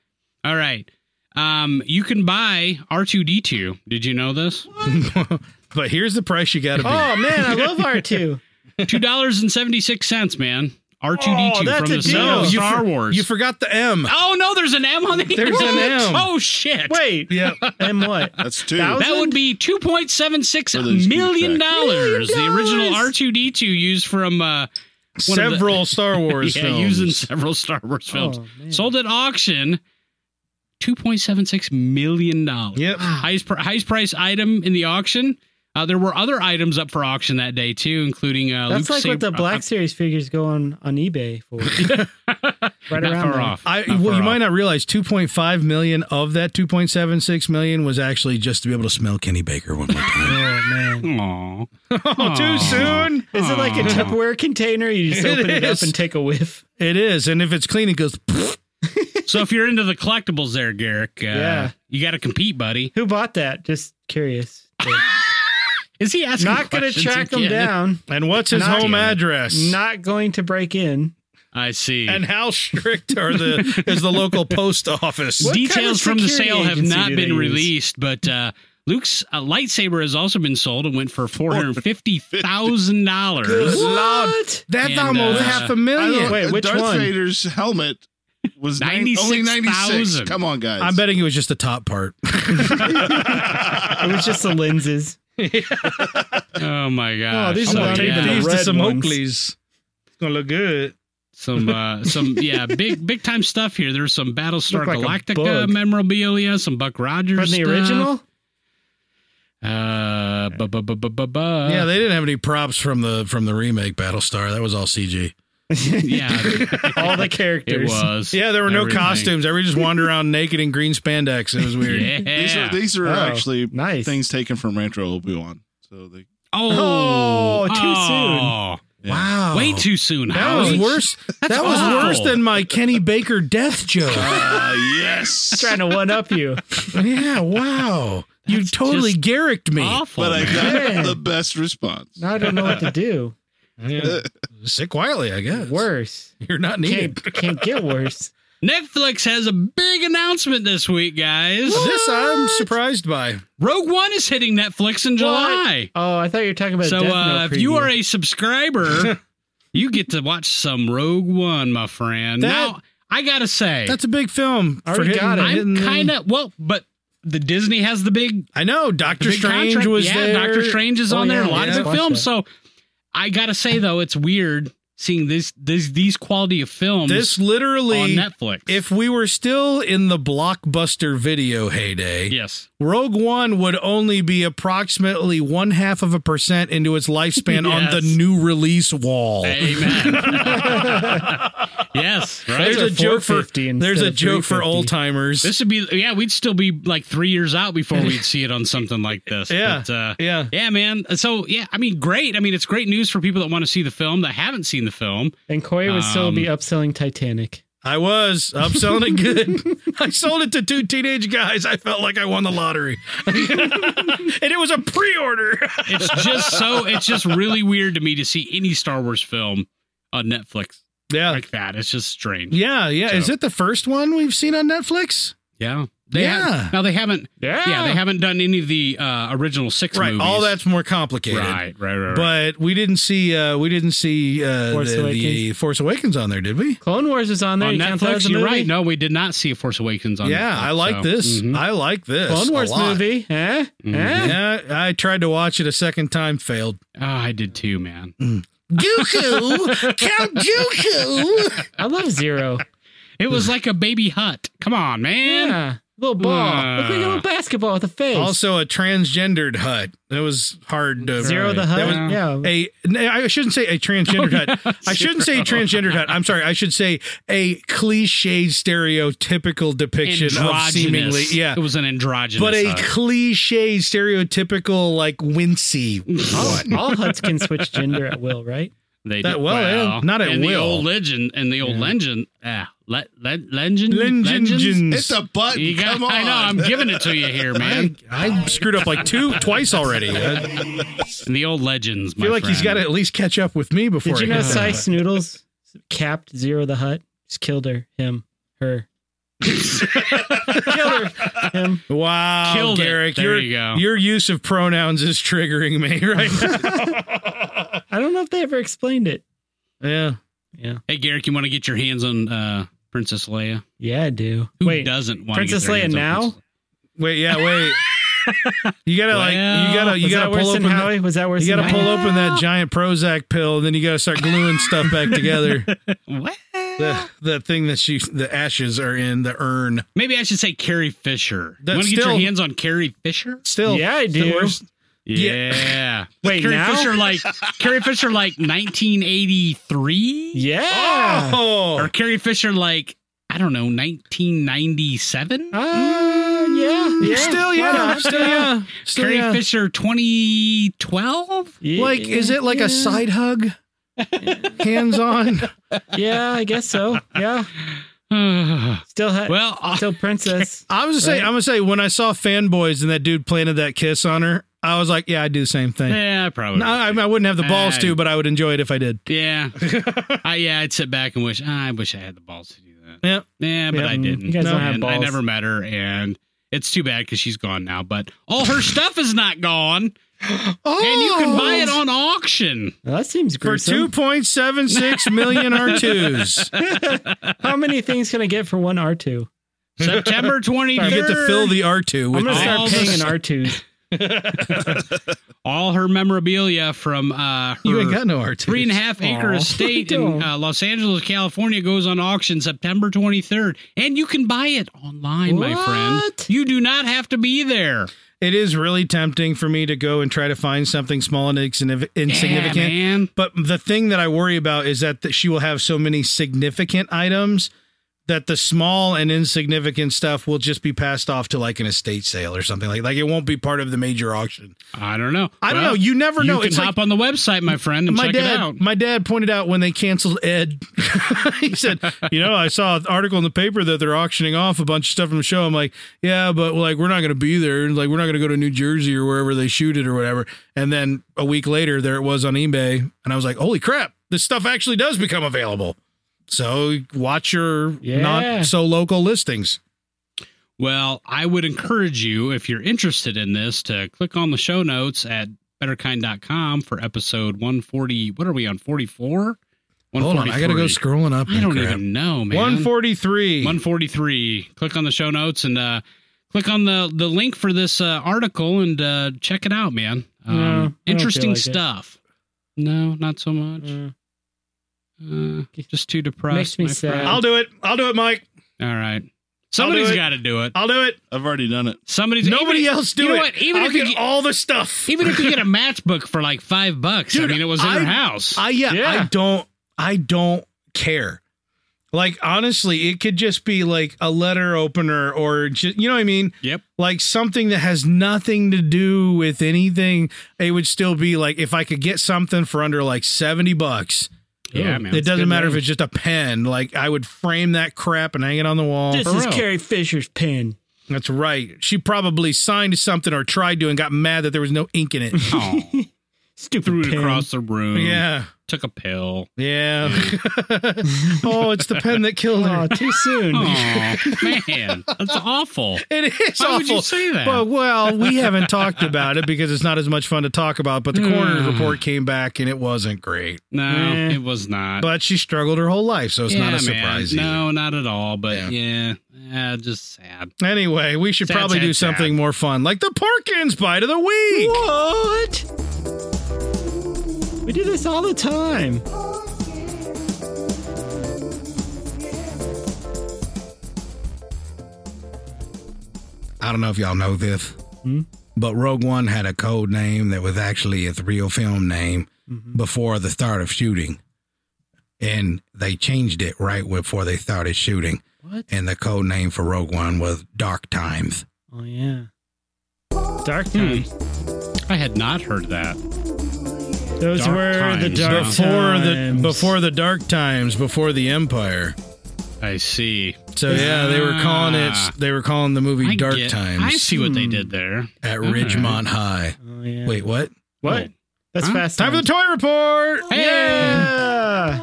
Speaker 6: All right. Um, you can buy R two D two. Did you know this?
Speaker 7: but here's the price you got to be.
Speaker 8: Oh man, I love R2.
Speaker 6: Two dollars and seventy six cents, man. R two D
Speaker 8: Oh,
Speaker 6: two
Speaker 8: that's
Speaker 6: from
Speaker 8: a
Speaker 6: the
Speaker 8: deal.
Speaker 6: set of
Speaker 7: you
Speaker 6: Star
Speaker 7: for-
Speaker 6: Wars.
Speaker 7: You forgot the M.
Speaker 6: oh no, there's an M on the
Speaker 7: There's an M.
Speaker 6: Oh shit!
Speaker 8: Wait,
Speaker 7: Yeah.
Speaker 8: and what?
Speaker 9: That's two.
Speaker 8: Thousand-
Speaker 6: That would be two point seven six million dollars. The original R two D two used from uh, one of the-
Speaker 7: Several Star Wars
Speaker 6: yeah,
Speaker 7: films.
Speaker 6: using several Star Wars films.
Speaker 8: Oh, man.
Speaker 6: Sold at auction, two point seven six million dollars.
Speaker 7: Yep.
Speaker 8: Ah.
Speaker 6: highest pr- highest price item in the auction. Uh, there were other items up for auction that day too, including uh,
Speaker 8: That's
Speaker 6: Luke
Speaker 8: like what the
Speaker 6: Saber-
Speaker 8: Black
Speaker 6: uh,
Speaker 8: Series figures go on on eBay for. right
Speaker 6: not
Speaker 8: around
Speaker 6: far
Speaker 8: there.
Speaker 6: off.
Speaker 7: I
Speaker 6: Not
Speaker 7: well,
Speaker 6: far
Speaker 7: you
Speaker 6: off.
Speaker 7: might not realize 2.5 million of that 2.76 million was actually just to be able to smell Kenny Baker one more time.
Speaker 8: Oh man.
Speaker 6: Aw.
Speaker 7: oh, too soon.
Speaker 8: Is it
Speaker 6: Hmm.
Speaker 8: like a Tupperware container? You just
Speaker 7: It
Speaker 8: open it up
Speaker 7: is.
Speaker 8: and take a whiff.
Speaker 7: It is, and if it's clean, it goes.
Speaker 6: so if you're into the collectibles, there, Garrick, uh,
Speaker 8: Yeah.
Speaker 6: you got to compete, buddy.
Speaker 8: Who bought that? Just curious.
Speaker 6: Is he asking?
Speaker 8: Not going to
Speaker 6: questions
Speaker 8: track them
Speaker 6: again?
Speaker 8: down.
Speaker 7: And what's his
Speaker 8: Not-
Speaker 7: home address?
Speaker 8: Not going to break in.
Speaker 6: I see.
Speaker 7: And how strict are the is the local post office?
Speaker 8: What kind of
Speaker 6: Details from the
Speaker 8: security
Speaker 6: sale have
Speaker 8: agency
Speaker 6: not
Speaker 8: do they
Speaker 6: been
Speaker 8: use?
Speaker 6: released, but uh, Luke's uh, lightsaber has also been sold and went for four hundred fifty thousand dollars.
Speaker 8: What?
Speaker 7: That's
Speaker 6: And,
Speaker 7: almost
Speaker 6: uh,
Speaker 7: half a million.
Speaker 8: Wait, which
Speaker 9: Darth
Speaker 8: one?
Speaker 9: Vader's helmet was nine- only 96.
Speaker 6: 96,000.
Speaker 9: Come on, guys.
Speaker 7: I'm betting it was just the top part.
Speaker 8: It was just the lenses.
Speaker 6: Oh my god!
Speaker 8: these
Speaker 6: so,
Speaker 8: are not even
Speaker 6: yeah,
Speaker 8: the red ones.
Speaker 7: Oakleys. It's gonna look good.
Speaker 6: some uh, some yeah big big time stuff here. There's some Battlestar
Speaker 8: Look like a
Speaker 6: Galactica
Speaker 8: bug.
Speaker 6: memorabilia, some Buck Rogers
Speaker 8: From the
Speaker 6: stuff.
Speaker 8: original?
Speaker 6: Uh, bu- bu- bu- bu- bu- bu-
Speaker 7: yeah, they didn't have any props from the from the remake Battlestar. That was all CG.
Speaker 6: yeah,
Speaker 8: All the
Speaker 6: it
Speaker 8: characters.
Speaker 6: was.
Speaker 7: Yeah, there were
Speaker 6: Everything.
Speaker 7: no costumes. Everybody just wandered around naked in green spandex. It was weird.
Speaker 6: Yeah.
Speaker 9: these are, these are
Speaker 8: Oh,
Speaker 9: actually
Speaker 8: nice.
Speaker 9: things taken from Rancho Obi Wan. So they
Speaker 6: oh,
Speaker 8: Oh, too
Speaker 6: oh.
Speaker 7: Wow.
Speaker 6: Way too soon.
Speaker 7: That was
Speaker 6: Howie.
Speaker 7: worse. that was
Speaker 6: awful.
Speaker 7: worse than my Kenny Baker death joke.
Speaker 9: uh, yes,
Speaker 8: Trying to one up you.
Speaker 7: yeah, wow. You totally
Speaker 6: just
Speaker 7: garricked me.
Speaker 6: Awful.
Speaker 9: but I
Speaker 6: man.
Speaker 9: got the best response.
Speaker 8: Now I don't know what to do.
Speaker 7: Sit quietly, I guess.
Speaker 8: Worse.
Speaker 7: You're not needed.
Speaker 8: Can't, can't get worse.
Speaker 6: Netflix has a big announcement this week, guys.
Speaker 7: This I'm surprised by.
Speaker 6: Rogue One is hitting Netflix in July.
Speaker 8: Oh, I thought you were talking about.
Speaker 6: So
Speaker 8: Death
Speaker 6: uh,
Speaker 8: Note
Speaker 6: if you
Speaker 8: preview.
Speaker 6: are a subscriber, you get to watch some Rogue One, my friend.
Speaker 7: That-
Speaker 6: now, I gotta say,
Speaker 7: That's a big film.
Speaker 12: Already
Speaker 7: hitting-
Speaker 12: got it.
Speaker 6: I'm
Speaker 7: hitting the-
Speaker 6: kind of well, but the Disney has the big
Speaker 7: I know
Speaker 6: the
Speaker 7: Doctor
Speaker 6: big
Speaker 7: Strange
Speaker 6: contract.
Speaker 7: was
Speaker 6: yeah,
Speaker 7: there.
Speaker 6: Doctor Strange is
Speaker 8: Oh,
Speaker 6: on there.
Speaker 8: yeah,
Speaker 6: A lot
Speaker 8: yeah.
Speaker 6: of good
Speaker 8: Watch
Speaker 6: films. So
Speaker 8: that.
Speaker 6: I gotta say though, it's weird seeing this, this these quality of films
Speaker 7: This
Speaker 6: on
Speaker 7: literally,
Speaker 6: Netflix.
Speaker 7: if we were still in the blockbuster video heyday,
Speaker 6: yes,
Speaker 7: Rogue One would only be approximately one half of a percent into its lifespan on the
Speaker 6: Yes.
Speaker 7: new release wall.
Speaker 6: amen. yes, right.
Speaker 7: There's a joke for
Speaker 8: 450 instead
Speaker 7: there's a
Speaker 8: of
Speaker 7: joke for
Speaker 8: 350.
Speaker 7: old timers.
Speaker 6: This would be yeah, we'd still be like three years out before we'd see it on something like this.
Speaker 7: Yeah.
Speaker 6: But, uh,
Speaker 7: Yeah.
Speaker 6: yeah, man. So yeah, I mean, great. I mean, it's great news for people that want to see the film that haven't seen the film.
Speaker 8: And Koi would still
Speaker 6: Um,
Speaker 8: be upselling Titanic.
Speaker 7: I was. I'm selling it good. I sold it to two teenage guys. I felt like I won the lottery. and it was a pre-order.
Speaker 6: It's just so it's just really weird to me to see any Star Wars film on Netflix
Speaker 7: Yeah.
Speaker 6: like that. It's just strange.
Speaker 7: Yeah, yeah. Is
Speaker 6: So-
Speaker 7: it the first one we've seen on Netflix?
Speaker 6: Yeah. They
Speaker 7: Yeah.
Speaker 6: Have, now they haven't. Yeah. they haven't done any of the uh, original six
Speaker 7: Right.
Speaker 6: movies.
Speaker 7: All that's more complicated.
Speaker 6: right, right, right, right.
Speaker 7: But we didn't see uh we didn't see uh
Speaker 8: Force
Speaker 7: the, the
Speaker 8: Awakens.
Speaker 7: Force Awakens on there, did we?
Speaker 8: Clone Wars is on there.
Speaker 6: on
Speaker 8: you can't
Speaker 6: Netflix,
Speaker 8: the
Speaker 6: you're
Speaker 8: movie.
Speaker 6: right. No, we did not see a Force Awakens on.
Speaker 7: yeah,
Speaker 6: Netflix,
Speaker 7: I like
Speaker 6: so-
Speaker 7: this.
Speaker 6: Mhm.
Speaker 7: I like this.
Speaker 8: Clone
Speaker 7: a
Speaker 8: Mm-hmm. Wars
Speaker 7: lot. Mm-hmm.
Speaker 8: movie. Eh? Eh?
Speaker 7: Yeah, I tried to watch it a second time, failed.
Speaker 6: Oh, I did too, man.
Speaker 4: Dooku, Count Dooku.
Speaker 8: I love Zero.
Speaker 6: It was like a baby hut. Come on, man.
Speaker 8: yeah. Little ball. Look like a
Speaker 6: Uh,
Speaker 8: little basketball with a face.
Speaker 7: Hmm. Also a transgendered hut. That was hard to
Speaker 8: Zero the
Speaker 7: That
Speaker 8: Hut. Oh,
Speaker 7: was-
Speaker 8: yeah.
Speaker 7: a n- I shouldn't say a transgendered hut. I shouldn't say transgendered hut. I'm sorry. I should say a cliched stereotypical depiction of
Speaker 6: Androgynous.
Speaker 7: seemingly yeah.
Speaker 6: It was an androgynous.
Speaker 7: But a
Speaker 6: hut.
Speaker 7: cliche stereotypical like wincy.
Speaker 8: all, all huts can switch gender at will, right?
Speaker 6: They
Speaker 7: That- well, yeah, not at
Speaker 6: in the
Speaker 7: will.
Speaker 6: old legend and the old legend. Yeah, le, le, legend, legends.
Speaker 7: Legends.
Speaker 9: It's a button.
Speaker 6: You got,
Speaker 9: Come on.
Speaker 6: I know. I'm giving it to you here, man.
Speaker 7: I, I screwed up like two twice already. I
Speaker 6: In the old legends. My
Speaker 7: feel like he's got
Speaker 6: friend.
Speaker 7: to at least catch up with me before.
Speaker 8: Did you
Speaker 7: I
Speaker 8: know
Speaker 7: hit that.
Speaker 8: Sice Noodles capped Zero the Hut? Just killed her, him, her. Killed her, him.
Speaker 7: Wow,
Speaker 6: Killed it.
Speaker 7: Garrick,
Speaker 6: There
Speaker 7: your,
Speaker 6: you go.
Speaker 7: your use of pronouns is triggering me right
Speaker 8: I don't know if they ever explained it.
Speaker 7: now. yeah.
Speaker 8: Yeah.
Speaker 6: Hey, Garrick, you want to get your hands on uh, Princess Leia?
Speaker 8: Yeah, I do.
Speaker 6: Who
Speaker 8: Wait,
Speaker 6: doesn't want
Speaker 8: Princess
Speaker 6: to get their hands
Speaker 8: Leia
Speaker 6: on
Speaker 8: now?
Speaker 6: Princess-
Speaker 7: Wait, yeah, wait. You gotta like, you gotta, Oh, you
Speaker 8: was
Speaker 7: gotta
Speaker 8: that worse
Speaker 7: pull
Speaker 8: than
Speaker 7: open. that-
Speaker 8: Howie? was that worse
Speaker 7: you gotta
Speaker 8: than
Speaker 7: pull
Speaker 8: Howie?
Speaker 7: open that giant Prozac pill, and then you gotta start gluing stuff back together. The the thing that she, the ashes are in the urn.
Speaker 6: Maybe I should say Carrie Fisher.
Speaker 7: That's
Speaker 6: you want to get your
Speaker 7: still-
Speaker 6: hands on Carrie Fisher?
Speaker 7: Still,
Speaker 8: Yeah, I
Speaker 7: the
Speaker 8: do.
Speaker 7: worst-
Speaker 6: Yeah.
Speaker 8: Wait,
Speaker 6: Carrie
Speaker 8: now?
Speaker 6: Fisher like Carrie Fisher like 1983?
Speaker 8: Yeah.
Speaker 6: Ah! Or
Speaker 7: Oh,
Speaker 6: Carrie Fisher like I don't know, 1997?
Speaker 7: Oh,
Speaker 8: Uh, yeah. Yeah.
Speaker 7: still, yeah, still, yeah, still,
Speaker 6: Carrie
Speaker 7: yeah.
Speaker 6: Fisher 2012?
Speaker 8: Yeah,
Speaker 7: Like, is it like a side hug? Hands on.
Speaker 8: Yeah, I guess so. Yeah.
Speaker 6: well,
Speaker 8: Still hut.
Speaker 6: uh,
Speaker 8: still princess.
Speaker 7: I'm gonna say,
Speaker 8: Right.
Speaker 7: I'm gonna say, when I saw fanboys and that dude planted that kiss on her, I was like, yeah, I do the same thing.
Speaker 6: yeah, I probably.
Speaker 7: No, I, I wouldn't have the balls
Speaker 6: Hey.
Speaker 7: to, but I would enjoy it if I did.
Speaker 6: yeah. I, yeah, I'd sit back and wish, "Ah, I wish I had the balls to do that.
Speaker 7: Yeah. mm,
Speaker 6: Yeah, but
Speaker 8: Yeah,
Speaker 6: I didn't.
Speaker 8: you guys don't have
Speaker 6: and I
Speaker 8: balls.
Speaker 6: never met her, and it's too bad because she's gone now. But all her stuff is not gone, and you can buy
Speaker 7: Oh.
Speaker 6: it on auction.
Speaker 8: Well, that seems
Speaker 7: for
Speaker 8: gruesome.
Speaker 7: 2.76 million R2s.
Speaker 8: How many things can I get for one R2?
Speaker 6: September twenty
Speaker 7: You
Speaker 6: third.
Speaker 7: get to fill the R2
Speaker 8: I'm
Speaker 7: with
Speaker 8: going to
Speaker 6: All
Speaker 8: start paying
Speaker 6: this-
Speaker 8: an R2.
Speaker 6: all her memorabilia from uh, her
Speaker 7: you ain't got no R2.
Speaker 6: three and a half acre
Speaker 8: Aw.
Speaker 6: estate
Speaker 8: I
Speaker 6: in
Speaker 8: don't.
Speaker 6: uh, Los Angeles, California goes on auction September twenty third, and you can buy it online, my friend.
Speaker 8: What?
Speaker 6: You do not have to be there.
Speaker 7: It is really tempting for me to go and try to find something small and insignific- insignificant.
Speaker 6: Yeah, man.
Speaker 7: But the thing that I worry about is that th- she will have so many significant items that the small and insignificant stuff will just be passed off to like an estate sale or something like like it won't be part of the major auction.
Speaker 6: I don't know.
Speaker 7: I don't
Speaker 6: Well,
Speaker 7: know. You never
Speaker 6: You
Speaker 7: know.
Speaker 6: can
Speaker 7: it's like
Speaker 6: hop on the website, my friend, and
Speaker 7: my
Speaker 6: check
Speaker 7: dad,
Speaker 6: it out.
Speaker 7: My dad pointed out when they canceled Ed, he said, "You know, I saw an article in the paper that they're auctioning off a bunch of stuff from the show." I'm like, "Yeah, but like we're not going to be there. Like we're not going to go to New Jersey or wherever they shoot it or whatever." And then a week later, there it was on eBay, and I was like, "Holy crap! This stuff actually does become available." So watch your
Speaker 8: Yeah.
Speaker 7: not so local listings.
Speaker 6: Well, I would encourage you, if you're interested in this, to click on the show notes at betterkind.com for episode 140. What are we on? 44?
Speaker 7: Hold on, I gotta go
Speaker 6: 143.
Speaker 7: scrolling up.
Speaker 6: I don't
Speaker 7: Crap.
Speaker 6: even know, man.
Speaker 7: 143.
Speaker 6: 143. Click on the show notes and uh, click on the, the link for this uh, article and uh, check it out, man. Um,
Speaker 8: No, I don't feel
Speaker 6: interesting
Speaker 8: like it.
Speaker 6: stuff. No, not so much.
Speaker 8: Uh,
Speaker 6: Uh, just too depressed.
Speaker 8: Makes me
Speaker 6: my
Speaker 8: sad.
Speaker 6: friend.
Speaker 7: I'll do it. I'll do it, Mike.
Speaker 6: All right. Somebody's
Speaker 7: it.
Speaker 6: got to do it.
Speaker 7: I'll do it.
Speaker 9: I've already done it.
Speaker 6: Somebody's
Speaker 7: Nobody
Speaker 6: even-
Speaker 7: else do
Speaker 6: you
Speaker 7: it.
Speaker 6: Know what? Even
Speaker 7: I'll
Speaker 6: if
Speaker 7: get
Speaker 6: you,
Speaker 7: all the stuff.
Speaker 6: even if you get a matchbook for like five bucks, I
Speaker 7: Dude,
Speaker 6: mean, it was in
Speaker 7: I-
Speaker 6: her house.
Speaker 7: I yeah,
Speaker 8: Yeah.
Speaker 7: I don't I don't care. Like honestly, it could just be like a letter opener or just, you know what I mean?
Speaker 6: Yep.
Speaker 7: Like something that has nothing to do with anything. It would still be like if I could get something for under like 70 bucks.
Speaker 6: yeah, man.
Speaker 7: it
Speaker 6: it's
Speaker 7: doesn't
Speaker 6: good
Speaker 7: matter if
Speaker 6: money.
Speaker 7: it's just a pen. Like I would frame that crap and hang it on the wall.
Speaker 8: this
Speaker 6: for
Speaker 8: is
Speaker 6: real.
Speaker 8: Carrie Fisher's pen.
Speaker 7: That's right. She probably signed something or tried to and got mad that there was no ink in it.
Speaker 6: Aw.
Speaker 8: Stupid
Speaker 6: threw it
Speaker 8: pen.
Speaker 6: across the room.
Speaker 7: yeah.
Speaker 6: Took a pill.
Speaker 7: Yeah. oh, it's the pen that killed her.
Speaker 8: Oh, too soon.
Speaker 6: Oh, man. That's awful.
Speaker 7: It is
Speaker 6: Why
Speaker 7: awful.
Speaker 6: would you say that?
Speaker 7: But well, we haven't talked about it because it's not as much fun to talk about. But the coroner's
Speaker 6: Hmm.
Speaker 7: report came back and it wasn't great.
Speaker 6: No,
Speaker 8: Eh.
Speaker 6: it was not.
Speaker 7: But she struggled her whole life, so it's not a surprise.
Speaker 6: Man.
Speaker 7: either.
Speaker 6: No, not at all. But yeah, eh, just sad.
Speaker 7: Anyway, we should
Speaker 6: Sad,
Speaker 7: probably
Speaker 6: sad,
Speaker 7: do something
Speaker 6: sad.
Speaker 7: more fun, like the Porkins bite of the week.
Speaker 8: What? We do this all the time.
Speaker 7: I don't know if y'all know this, but Rogue One had a code name that was actually its real film name before the start of shooting. And they changed it right before they started shooting.
Speaker 8: What?
Speaker 7: And the code name for Rogue One was Dark Times.
Speaker 8: Oh yeah. Dark
Speaker 7: Hmm.
Speaker 8: times.
Speaker 6: I had not heard that.
Speaker 8: Those
Speaker 6: Dark
Speaker 8: were the
Speaker 6: times,
Speaker 8: dark
Speaker 6: huh?
Speaker 7: Before the
Speaker 8: times.
Speaker 7: before the Dark Times, before the Empire.
Speaker 6: I see.
Speaker 7: So yeah, they were calling it
Speaker 6: Ah.
Speaker 7: they were calling the movie
Speaker 6: I
Speaker 7: Dark
Speaker 6: get-
Speaker 7: Times Hmm.
Speaker 6: I see what they did there.
Speaker 7: at
Speaker 6: All right.
Speaker 7: Ridgemont High.
Speaker 8: Oh yeah.
Speaker 7: Wait, what?
Speaker 8: What? That's
Speaker 6: Huh?
Speaker 8: fast.
Speaker 7: Time for the
Speaker 8: times.
Speaker 7: toy report.
Speaker 6: Hey!
Speaker 8: Yeah.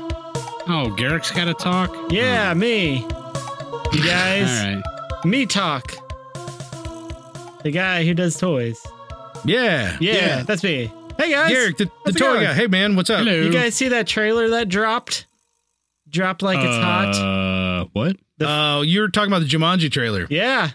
Speaker 6: Oh, Garrick's got to talk. All
Speaker 8: Yeah, me. You guys,
Speaker 6: right.
Speaker 8: me talk. The guy who does toys.
Speaker 7: Yeah.
Speaker 8: Yeah, that's me. Hey guys.
Speaker 7: Garrick, the, the
Speaker 8: how's it
Speaker 7: toy
Speaker 8: going?
Speaker 7: guy. Hey man, what's up?
Speaker 6: Hello.
Speaker 8: You guys see that trailer that dropped? Dropped like it's hot.
Speaker 6: Uh, what?
Speaker 7: Oh, you were talking about the Jumanji trailer.
Speaker 8: Yeah.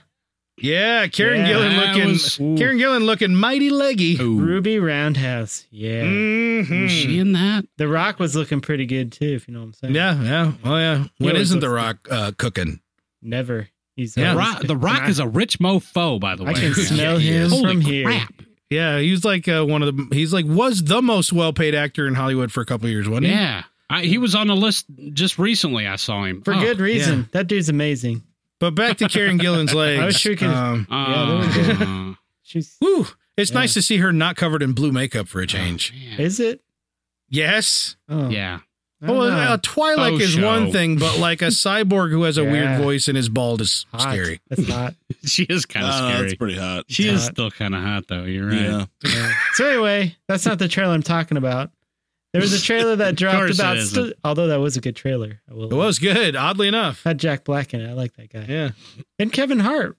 Speaker 7: Yeah, Karen
Speaker 8: Yeah.
Speaker 7: Gillan
Speaker 6: That
Speaker 7: looking
Speaker 6: was-
Speaker 7: Karen Gillan looking mighty leggy. Mm-hmm.
Speaker 6: Ooh.
Speaker 8: Ruby Roundhouse. Yeah.
Speaker 7: Mm.
Speaker 6: Is
Speaker 8: Hmm.
Speaker 6: she in that?
Speaker 8: The Rock was looking pretty good too, if you know what I'm saying.
Speaker 7: Yeah, yeah. Oh yeah. When
Speaker 8: always
Speaker 7: isn't the
Speaker 8: looks
Speaker 7: rock uh, cooking?
Speaker 8: Never. He's
Speaker 7: Yeah.
Speaker 6: The
Speaker 8: always
Speaker 6: Rock,
Speaker 8: good.
Speaker 6: the Rock is a rich mofo, by the way.
Speaker 8: I can smell
Speaker 7: he
Speaker 8: him
Speaker 7: is.
Speaker 6: Holy
Speaker 8: from here.
Speaker 6: crap.
Speaker 7: Yeah, he's like uh, one of the he's like was the most well paid actor in Hollywood for a couple of years, wasn't he?
Speaker 6: Yeah. I, he was on the list just recently. I saw him.
Speaker 8: For
Speaker 6: Oh,
Speaker 8: good reason.
Speaker 7: yeah.
Speaker 8: That dude's amazing.
Speaker 7: But back to Karen Gillan's legs.
Speaker 8: I wish we could-
Speaker 7: Um,
Speaker 8: Yeah, there we
Speaker 6: uh,
Speaker 8: She's
Speaker 7: whew, it's
Speaker 8: Yeah.
Speaker 7: nice to see her not covered in blue makeup for a change.
Speaker 6: man.
Speaker 8: is it?
Speaker 7: Yes.
Speaker 8: Oh.
Speaker 6: yeah.
Speaker 8: I don't
Speaker 7: Well,
Speaker 8: know.
Speaker 7: uh, Twilight
Speaker 6: Faux
Speaker 7: is
Speaker 6: show.
Speaker 7: one thing, but like a cyborg who has a weird
Speaker 8: Yeah.
Speaker 7: voice and is bald is
Speaker 8: Hot.
Speaker 7: scary.
Speaker 8: That's hot.
Speaker 6: She is kind of
Speaker 9: Uh,
Speaker 6: scary.
Speaker 9: That's pretty hot.
Speaker 6: she is
Speaker 8: hot.
Speaker 6: still kind of hot, though. You're right.
Speaker 9: Yeah.
Speaker 8: Yeah. so anyway, that's not the trailer I'm talking about. There was a trailer that dropped
Speaker 6: course it
Speaker 8: about.
Speaker 6: isn't.
Speaker 8: Stu- Although that was a good trailer. I will
Speaker 7: It was good, oddly enough.
Speaker 8: Had Jack Black in it. I like that guy.
Speaker 7: Yeah.
Speaker 8: And Kevin Hart.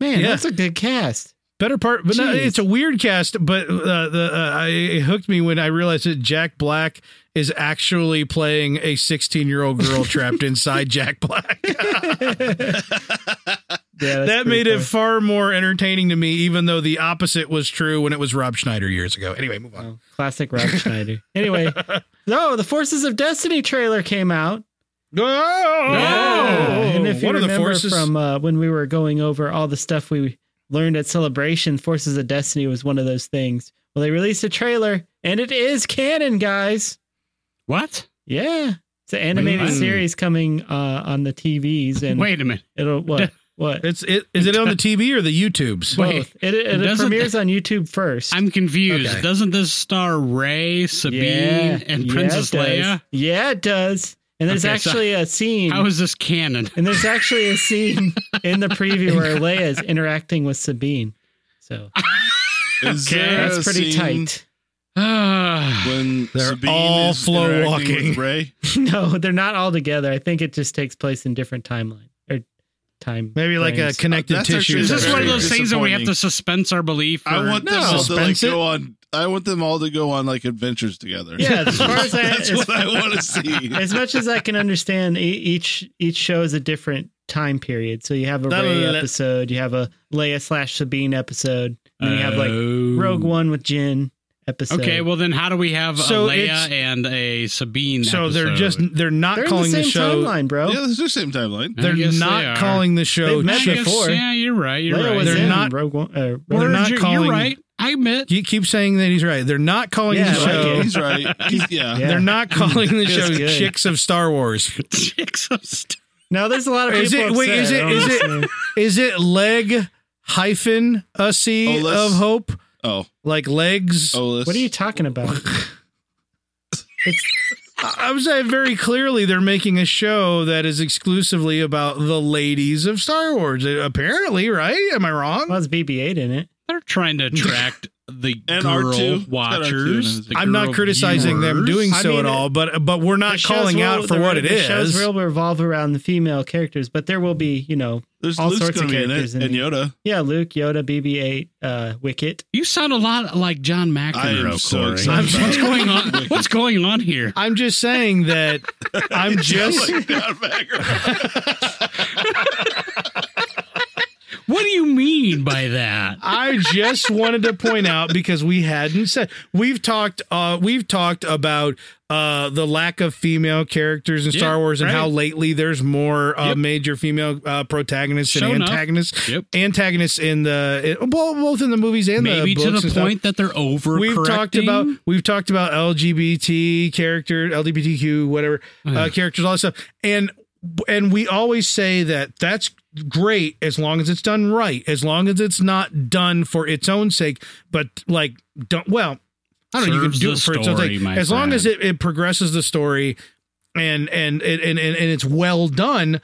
Speaker 8: Man,
Speaker 7: Yeah.
Speaker 8: that's a good cast.
Speaker 7: Better part, but no,
Speaker 8: Jeez.
Speaker 7: it's a weird cast. But uh, the uh, I, it hooked me when I realized that Jack Black is actually playing a 16 year old girl trapped inside Jack Black.
Speaker 8: Yeah, that's
Speaker 7: that
Speaker 8: pretty
Speaker 7: made it
Speaker 8: cool.
Speaker 7: far more entertaining to me, even though the opposite was true when it was Rob Schneider years ago. Anyway, move on.
Speaker 8: Oh, classic Rob Schneider. Anyway, no, the Forces of Destiny trailer came out. Oh! Yeah. And if you
Speaker 7: What are Oh! the
Speaker 8: remember
Speaker 7: forces?
Speaker 8: from uh, when we were going over all the stuff we learned at Celebration, Forces of Destiny was one of those things. Well, they released a trailer, and it is canon, guys.
Speaker 6: What?
Speaker 8: Yeah, it's an animated
Speaker 6: Wait, what?
Speaker 8: series coming uh, on the TVs, and
Speaker 6: Wait a minute.
Speaker 8: it'll what what
Speaker 7: It's it is it on the TV or the YouTubes?
Speaker 6: wait.
Speaker 8: both. It, it, it
Speaker 6: Doesn't-
Speaker 8: premieres on YouTube first.
Speaker 6: I'm confused.
Speaker 7: Okay.
Speaker 6: Doesn't this star Ray, Sabine,
Speaker 8: Yeah.
Speaker 6: and
Speaker 8: Yeah,
Speaker 6: Princess
Speaker 8: it does.
Speaker 6: Leia?
Speaker 8: Yeah, it does. And there's
Speaker 6: Okay, so
Speaker 8: actually a scene.
Speaker 6: How is this canon?
Speaker 8: and there's actually a scene in the preview where Leia is interacting with Sabine. So
Speaker 9: Is
Speaker 6: Okay.
Speaker 9: there a
Speaker 8: that's pretty
Speaker 9: scene
Speaker 8: tight.
Speaker 6: Ah,
Speaker 9: When
Speaker 7: They're
Speaker 9: Sabine
Speaker 7: all
Speaker 9: is
Speaker 7: flow
Speaker 9: interacting
Speaker 7: walking.
Speaker 9: With Ray,
Speaker 8: No, they're not all together. I think it just takes place in different timeline or time.
Speaker 7: Maybe like a
Speaker 8: frames.
Speaker 7: connected
Speaker 9: That's
Speaker 7: tissue.
Speaker 9: actually
Speaker 6: is this
Speaker 9: Very
Speaker 6: one of those things that we have
Speaker 9: disappointing.
Speaker 6: to suspense our belief?
Speaker 9: I
Speaker 6: or-
Speaker 9: want
Speaker 7: No.
Speaker 9: them all to like
Speaker 7: Suspense it?
Speaker 9: go on I want them all to go on like adventures together.
Speaker 8: Yeah, as far as I-
Speaker 9: that's
Speaker 8: as-
Speaker 9: what I want to see.
Speaker 8: as much as I can understand, e- each each show is a different time period. So you have a
Speaker 7: That'll
Speaker 8: Ray
Speaker 7: let-
Speaker 8: episode, you have a Leia slash Sabine episode, and then you have like
Speaker 7: Oh.
Speaker 8: Rogue One with Jin episode.
Speaker 6: Okay, well then, how do we have
Speaker 7: So
Speaker 6: a
Speaker 7: it's-
Speaker 6: Leia and a Sabine?
Speaker 7: So they're
Speaker 6: episode?
Speaker 7: just they're not
Speaker 8: they're in the
Speaker 7: calling
Speaker 8: same
Speaker 7: show.
Speaker 8: timeline, bro.
Speaker 9: Yeah, it's the same timeline.
Speaker 6: I
Speaker 7: They're
Speaker 6: guess they
Speaker 7: not
Speaker 6: are.
Speaker 7: calling the show.
Speaker 8: They've met
Speaker 6: I guess-
Speaker 8: before.
Speaker 6: Yeah, you're right. You're
Speaker 8: Leia
Speaker 6: right.
Speaker 8: was
Speaker 7: They're
Speaker 8: in
Speaker 7: not-
Speaker 8: Rogue One. Uh, Rogue
Speaker 7: They're
Speaker 6: Or
Speaker 8: One.
Speaker 7: not
Speaker 6: you're,
Speaker 7: calling-
Speaker 6: You're right. I admit.
Speaker 7: He keeps saying that he's right. They're not calling
Speaker 8: Yeah,
Speaker 7: the
Speaker 8: I like
Speaker 7: show.
Speaker 8: it.
Speaker 9: He's right. He's- yeah.
Speaker 8: Yeah.
Speaker 7: They're not calling the
Speaker 8: It's
Speaker 7: show
Speaker 8: good.
Speaker 7: "Chicks of Star Wars."
Speaker 6: Chicks of Star-
Speaker 8: Now there's a lot of people.
Speaker 7: Is it- wait,
Speaker 8: upset,
Speaker 7: is it- is it-
Speaker 8: honestly.
Speaker 7: Is it leg hyphen a sea
Speaker 9: Oh, let's-
Speaker 7: of hope?
Speaker 9: Oh,
Speaker 7: Like legs?
Speaker 9: oh, let's-
Speaker 8: What are you talking about?
Speaker 7: I was saying very clearly they're making a show that is exclusively about the ladies of Star Wars. Uh, Apparently, right? Am I wrong?
Speaker 8: Well, it's BB-8 in it.
Speaker 6: They're trying to attract the
Speaker 9: And
Speaker 6: girl
Speaker 9: R2. It's got R2 in
Speaker 6: watchers.
Speaker 9: it.
Speaker 6: the
Speaker 7: I'm not
Speaker 6: girl
Speaker 7: criticizing them
Speaker 6: viewers.
Speaker 7: doing
Speaker 8: I
Speaker 7: so
Speaker 8: mean,
Speaker 7: at all, but but we're
Speaker 8: The
Speaker 7: not
Speaker 8: shows
Speaker 7: calling
Speaker 8: will-
Speaker 7: out for
Speaker 8: the-
Speaker 7: what it
Speaker 8: the shows
Speaker 7: is.
Speaker 8: will revolve around the female characters, but there will be, you know,
Speaker 9: There's
Speaker 8: all
Speaker 9: Luke's
Speaker 8: sorts of
Speaker 9: gonna be in
Speaker 8: characters
Speaker 9: it,
Speaker 8: in
Speaker 9: and
Speaker 8: it.
Speaker 9: Yoda.
Speaker 8: yeah, Luke, Yoda, BB-8, uh, Wicket.
Speaker 6: You sound a lot like John
Speaker 9: I am
Speaker 6: McEnroe.
Speaker 9: so
Speaker 6: Corey.
Speaker 9: excited
Speaker 7: I'm-
Speaker 9: about
Speaker 6: What's
Speaker 9: it.
Speaker 6: going on? What's going on here?
Speaker 7: I'm just saying that I'm just
Speaker 9: Like that background.
Speaker 6: What do you mean by that?
Speaker 7: I just wanted to point out because we hadn't said we've talked uh we've talked about uh the lack of female characters in Star
Speaker 6: Yeah,
Speaker 7: Wars and how
Speaker 6: right.
Speaker 7: lately there's more uh,
Speaker 6: Yep.
Speaker 7: major female uh, protagonists
Speaker 6: Show
Speaker 7: and
Speaker 6: enough.
Speaker 7: antagonists
Speaker 6: Yep.
Speaker 7: antagonists in the in, well, both in the movies and
Speaker 6: Maybe
Speaker 7: the
Speaker 6: to
Speaker 7: books
Speaker 6: the
Speaker 7: and stuff.
Speaker 6: point that they're over.
Speaker 7: We've talked about we've talked about LGBT character, LGBTQ, whatever uh, characters, all that stuff, and and we always say that that's great as long as it's done right, as long as it's not done for its own sake, but like don't well, I don't know, you can
Speaker 6: Serves
Speaker 7: do
Speaker 6: the
Speaker 7: it for its own
Speaker 6: story,
Speaker 7: sake
Speaker 6: my
Speaker 7: as long as
Speaker 6: friend.
Speaker 7: it, it progresses the story and and and and, and it's well done.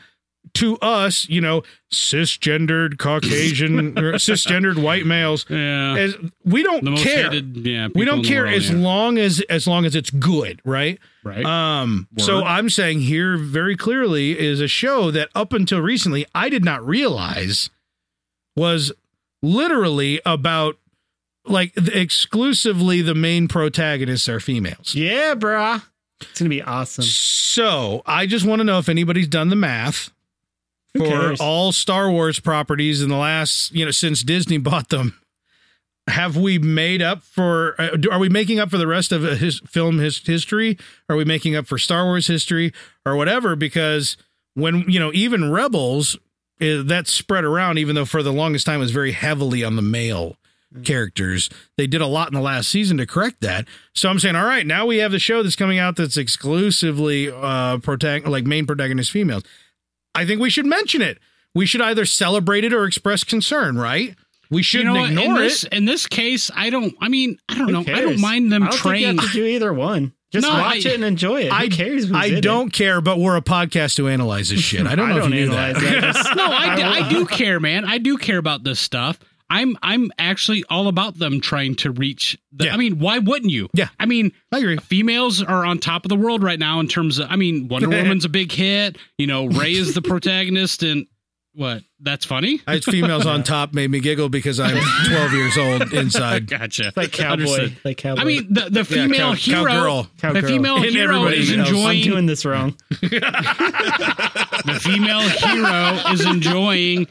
Speaker 7: To us, you know, cisgendered Caucasian, or cisgendered white males,
Speaker 6: Yeah.
Speaker 7: as, we don't
Speaker 6: the most
Speaker 7: care
Speaker 6: hated. Yeah,
Speaker 7: we
Speaker 6: people in
Speaker 7: don't
Speaker 6: the
Speaker 7: care
Speaker 6: world,
Speaker 7: as
Speaker 6: yeah.
Speaker 7: long as as long as it's good right
Speaker 6: Right.
Speaker 7: um so
Speaker 6: Word.
Speaker 7: i'm saying here very clearly is a show that up until recently i did not realize was literally about like th- exclusively the main protagonists are females
Speaker 8: Yeah, brah. It's gonna be awesome.
Speaker 7: so i just want to know if anybody's done the math
Speaker 8: Who
Speaker 7: for
Speaker 8: cares?
Speaker 7: all Star Wars properties in the last, you know, since Disney bought them. Have we made up for? Uh, do- are we making up for the rest of his film his history? Are we making up for Star Wars history or whatever? Because when you know, even Rebels uh, that's spread around, even though for the longest time it was very heavily on the male
Speaker 8: Mm.
Speaker 7: characters. They did a lot in the last season to correct that. So I'm saying, all right, now we have the show that's coming out that's exclusively uh protag- like main protagonist females. I think we should mention it. We should either celebrate it or express concern, right? We shouldn't
Speaker 6: what?
Speaker 7: ignore
Speaker 6: in
Speaker 7: it.
Speaker 6: this, In this case, I don't. I mean, I don't
Speaker 8: Who
Speaker 6: know. I don't
Speaker 8: cares?
Speaker 6: mind
Speaker 8: I
Speaker 6: them
Speaker 8: don't think
Speaker 6: train.
Speaker 8: you have to do either one. Just
Speaker 6: No,
Speaker 8: watch
Speaker 6: I-
Speaker 8: it and enjoy it. Who
Speaker 7: I-
Speaker 8: cares? Who's in
Speaker 7: I
Speaker 8: it?
Speaker 7: don't care, but we're a podcast to analyze this shit. I don't know if you knew that.
Speaker 8: analyze Just-
Speaker 6: no, I, d- I
Speaker 8: will-
Speaker 6: do care, man. I do care about this stuff. I'm I'm actually all about them trying to reach. The,
Speaker 7: Yeah.
Speaker 6: I mean, why wouldn't you?
Speaker 7: Yeah.
Speaker 6: I mean,
Speaker 7: I agree.
Speaker 6: females are on top of the world right now in terms of. I mean, Wonder Woman's a big hit. You know, Ray is the protagonist, and what? That's funny.
Speaker 7: I, females on top made me giggle because I'm 12 years old inside.
Speaker 6: Gotcha.
Speaker 8: Like cowboy.
Speaker 6: Understood.
Speaker 8: Like cowboy.
Speaker 6: I mean, the the
Speaker 7: Yeah,
Speaker 6: female
Speaker 7: cow-
Speaker 6: hero.
Speaker 7: cowgirl.
Speaker 8: Cowgirl.
Speaker 6: The female
Speaker 7: And
Speaker 6: hero
Speaker 7: everybody
Speaker 6: is
Speaker 7: else. I'm
Speaker 8: I'm
Speaker 6: enjoying
Speaker 8: doing this wrong.
Speaker 6: the female hero is enjoying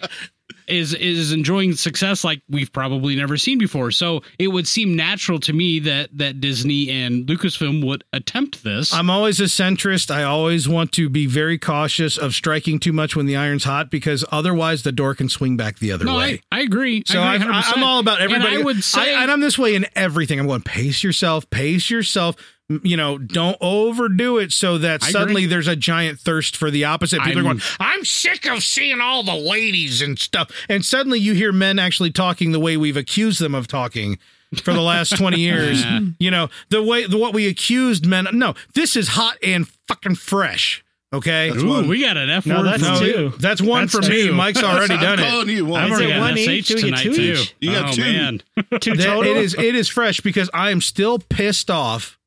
Speaker 6: is is enjoying success like we've probably never seen before. So it would seem natural to me that that Disney and Lucasfilm would attempt this.
Speaker 7: I'm always a centrist. I always want to be very cautious of striking too much when the iron's hot because otherwise the door can swing back the other
Speaker 6: no,
Speaker 7: way.
Speaker 6: I, I agree.
Speaker 7: So
Speaker 6: I
Speaker 7: I
Speaker 6: agree
Speaker 7: I,
Speaker 6: 100%.
Speaker 7: am all about
Speaker 6: And
Speaker 7: everybody.
Speaker 6: I would say
Speaker 7: and I'm this way in everything. I'm going pace yourself, pace yourself. M- You know, don't overdo it so that
Speaker 6: I
Speaker 7: suddenly
Speaker 6: agree.
Speaker 7: there's a giant thirst for the opposite. People are
Speaker 6: I'm-
Speaker 7: going, I'm sick of seeing all the ladies and stuff. And suddenly you hear men actually talking the way we've accused them of talking for the last 20 years.
Speaker 6: Yeah.
Speaker 7: You know, the way the, what we accused men. No, this is hot and fucking fresh. Okay.
Speaker 9: That's
Speaker 6: Ooh,
Speaker 9: one.
Speaker 6: we got an F
Speaker 8: No,
Speaker 6: word.
Speaker 8: that's
Speaker 6: from-
Speaker 7: No,
Speaker 8: two.
Speaker 7: That's one
Speaker 8: That's
Speaker 7: for me.
Speaker 8: two.
Speaker 7: Mike's already
Speaker 9: I'm
Speaker 7: done it.
Speaker 9: calling you
Speaker 6: I've
Speaker 9: one.
Speaker 8: Is
Speaker 6: already
Speaker 8: it
Speaker 6: got
Speaker 8: one
Speaker 6: an
Speaker 8: each?
Speaker 6: SH
Speaker 8: Do we get
Speaker 6: tonight
Speaker 8: two
Speaker 6: too.
Speaker 8: each?
Speaker 9: You got
Speaker 6: oh,
Speaker 9: two.
Speaker 6: Man.
Speaker 8: Two
Speaker 7: That-
Speaker 8: total.
Speaker 7: It is it is fresh because I am still pissed off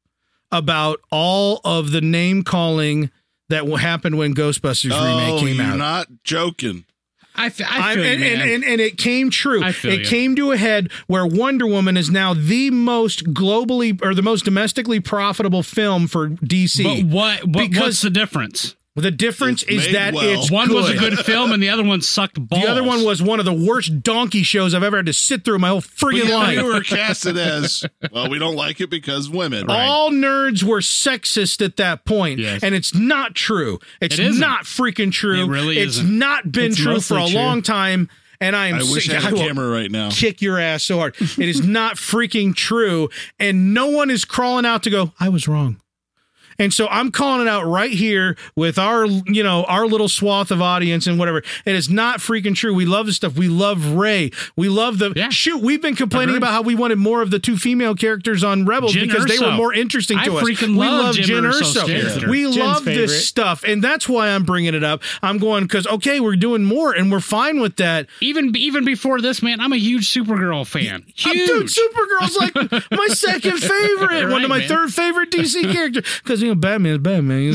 Speaker 7: about all of the name calling that wa- happened when Ghostbusters
Speaker 9: Oh,
Speaker 7: remake came
Speaker 9: you're
Speaker 7: out.
Speaker 9: not joking.
Speaker 6: I, fe- I
Speaker 7: I'm,
Speaker 6: feel you,
Speaker 7: and, and,
Speaker 6: man.
Speaker 7: and, and it came true.
Speaker 6: I feel
Speaker 7: It
Speaker 6: you.
Speaker 7: came to a head where Wonder Woman is now the most globally or the most domestically profitable film for
Speaker 6: but
Speaker 7: DC.
Speaker 6: what, what what's
Speaker 7: E. because-
Speaker 6: the difference?
Speaker 7: the difference
Speaker 9: It's
Speaker 7: is
Speaker 9: made
Speaker 7: that
Speaker 9: well.
Speaker 7: it's
Speaker 6: One
Speaker 7: good.
Speaker 6: was a good film and the other one sucked balls.
Speaker 7: The other one was one of the worst donkey shows I've ever had to sit through in my whole
Speaker 9: But
Speaker 7: friggin'
Speaker 9: yet
Speaker 7: life.
Speaker 9: we were casted as well. We don't like it because women.
Speaker 7: All nerds were sexist at that point,
Speaker 6: Yes.
Speaker 7: and it's not true. It's
Speaker 6: It isn't.
Speaker 7: not freaking true.
Speaker 6: It really
Speaker 7: it's
Speaker 6: isn't.
Speaker 7: not been
Speaker 8: It's
Speaker 7: true for
Speaker 8: mostly
Speaker 7: a
Speaker 8: true.
Speaker 7: long time. And I am
Speaker 9: I wish
Speaker 7: sick-
Speaker 9: I had a
Speaker 7: will
Speaker 9: camera right now.
Speaker 7: kick your ass so hard. It is not freaking true, and no one is crawling out to go. I was wrong. And so I'm calling it out right here with our, you know, our little swath of audience and whatever. It is not freaking true. We love this stuff. We love Ray. We love the
Speaker 6: Yeah.
Speaker 7: shoot. We've been complaining
Speaker 6: Agreed.
Speaker 7: about how we wanted more of the two female characters on Rebels
Speaker 6: Jyn
Speaker 7: because they
Speaker 6: Erso.
Speaker 7: were more interesting
Speaker 6: I
Speaker 7: to us.
Speaker 6: freaking
Speaker 7: we
Speaker 6: love
Speaker 7: love
Speaker 6: Jyn
Speaker 7: Jyn
Speaker 6: Erso's
Speaker 7: Erso.
Speaker 6: character.
Speaker 7: We
Speaker 8: Jyn's
Speaker 7: love
Speaker 8: favorite.
Speaker 7: this stuff, and that's why I'm bringing it up. I'm going because okay, we're doing more, and we're fine with that.
Speaker 6: even even before this, man. I'm a huge Supergirl fan.
Speaker 7: Uh,
Speaker 6: Huge.
Speaker 7: Dude, Supergirl's like my second favorite,
Speaker 6: You're
Speaker 7: one
Speaker 6: right,
Speaker 7: of my
Speaker 6: man.
Speaker 7: third favorite DC character. Because you know Batman's Batman,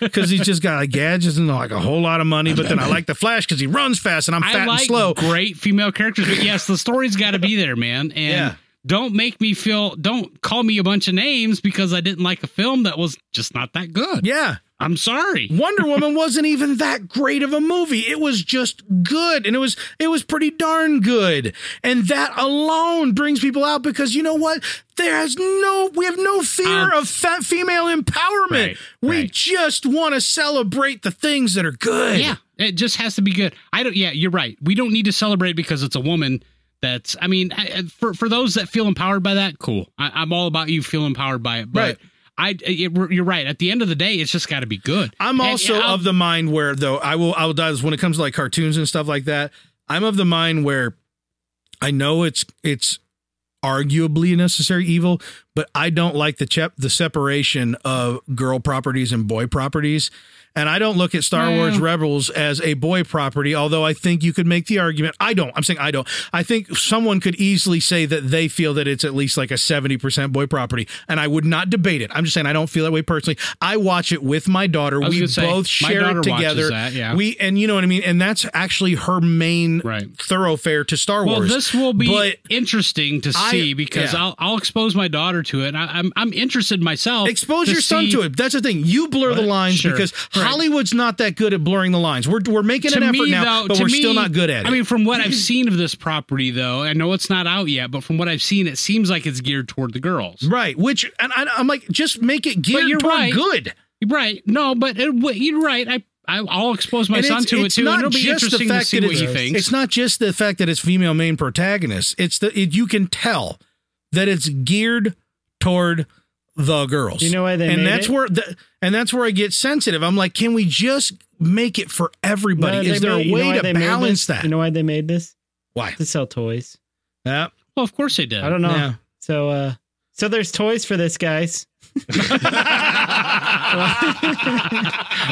Speaker 7: because he's just got like gadgets and like a whole lot of money. But then I like the Flash because he runs fast and I'm
Speaker 6: I
Speaker 7: fat
Speaker 6: like
Speaker 7: and slow.
Speaker 6: great female characters, but yes, the story's got to be there, man. And
Speaker 7: Yeah.
Speaker 6: don't make me feel. Don't call me a bunch of names because I didn't like a film that was just not that good.
Speaker 7: Yeah,
Speaker 6: I'm sorry.
Speaker 7: Wonder Woman wasn't even that great of a movie. It was just good and it was it was pretty darn good. And that alone brings people out because you know what? There has no we have no fear
Speaker 6: Um,
Speaker 7: of fe- female empowerment.
Speaker 6: right,
Speaker 7: we
Speaker 6: right.
Speaker 7: just want to celebrate the things that are good.
Speaker 6: Yeah, it just has to be good. I don't. Yeah, you're right. We don't need to celebrate because it's a woman. That's. I mean, I, I- for for those that feel empowered by that, cool. I, I'm all about you feel empowered by it. But
Speaker 7: Right.
Speaker 6: I, it, you're right. At the end of the day, it's just got to be good.
Speaker 7: I'm
Speaker 6: And-
Speaker 7: also
Speaker 6: and I'll-
Speaker 7: of the mind where though I will I will die this when it comes to like cartoons and stuff like that. I'm of the mind where I know it's it's arguably a necessary evil, but I don't like the chep the separation of girl properties and boy properties. And I don't look at Star
Speaker 6: Yeah.
Speaker 7: Wars Rebels as a boy property, although I think you could make the argument. I don't. I'm saying I don't. I think someone could easily say that they feel that it's at least like a 70% boy property, and I would not debate it. I'm just saying I don't feel that way personally. I watch it with my daughter.
Speaker 6: I was
Speaker 7: We
Speaker 6: gonna say,
Speaker 7: both
Speaker 6: my
Speaker 7: share
Speaker 6: daughter
Speaker 7: it
Speaker 6: watches
Speaker 7: together.
Speaker 6: that, yeah.
Speaker 7: We and you know what I mean? And that's actually her main
Speaker 6: Right.
Speaker 7: thoroughfare to Star
Speaker 6: Well,
Speaker 7: Wars.
Speaker 6: this will be
Speaker 7: But
Speaker 6: interesting to
Speaker 7: I-
Speaker 6: see because
Speaker 7: yeah.
Speaker 6: I'll I'll expose my daughter to it. I, I'm I'm interested myself.
Speaker 7: expose
Speaker 6: to
Speaker 7: your son
Speaker 6: see-
Speaker 7: to it. That's the thing. You blur the
Speaker 6: Right.
Speaker 7: lines
Speaker 6: Sure.
Speaker 7: because
Speaker 6: Right.
Speaker 7: Hollywood's not that good at blurring the lines. We're we're making an
Speaker 6: To
Speaker 7: effort
Speaker 6: me,
Speaker 7: now,
Speaker 6: though,
Speaker 7: but
Speaker 6: to
Speaker 7: we're still
Speaker 6: me-
Speaker 7: not good at it.
Speaker 6: I mean, from what I've seen of this property, though, I know it's not out yet, but from what I've seen, it seems like it's geared toward the girls.
Speaker 7: right? Which and I, I'm like, just make it geared
Speaker 6: you're
Speaker 7: toward
Speaker 6: right.
Speaker 7: good.
Speaker 6: Right? No, but it, w- you're right. I, I I'll expose my
Speaker 7: And
Speaker 6: son to it too, and it'll be interesting to see
Speaker 7: that
Speaker 6: what he
Speaker 7: it's-
Speaker 6: thinks.
Speaker 7: It's not just the fact that it's female main protagonist. It's the it, you can tell that it's geared toward the girls.
Speaker 8: You know why they
Speaker 7: and
Speaker 8: made
Speaker 7: that's
Speaker 8: it?
Speaker 7: where the, and that's where I get sensitive. I'm like, can we just make it for everybody?
Speaker 8: No,
Speaker 7: Is
Speaker 8: they
Speaker 7: there
Speaker 8: made-
Speaker 7: a
Speaker 8: you know
Speaker 7: way
Speaker 8: why
Speaker 7: to
Speaker 8: they made
Speaker 7: balance
Speaker 8: this?
Speaker 7: that?
Speaker 8: You know why they made this?
Speaker 7: Why?
Speaker 8: To sell toys.
Speaker 7: Yeah.
Speaker 6: well, of course they did.
Speaker 8: I don't know.
Speaker 7: Yeah.
Speaker 8: So uh so there's toys for this, guys.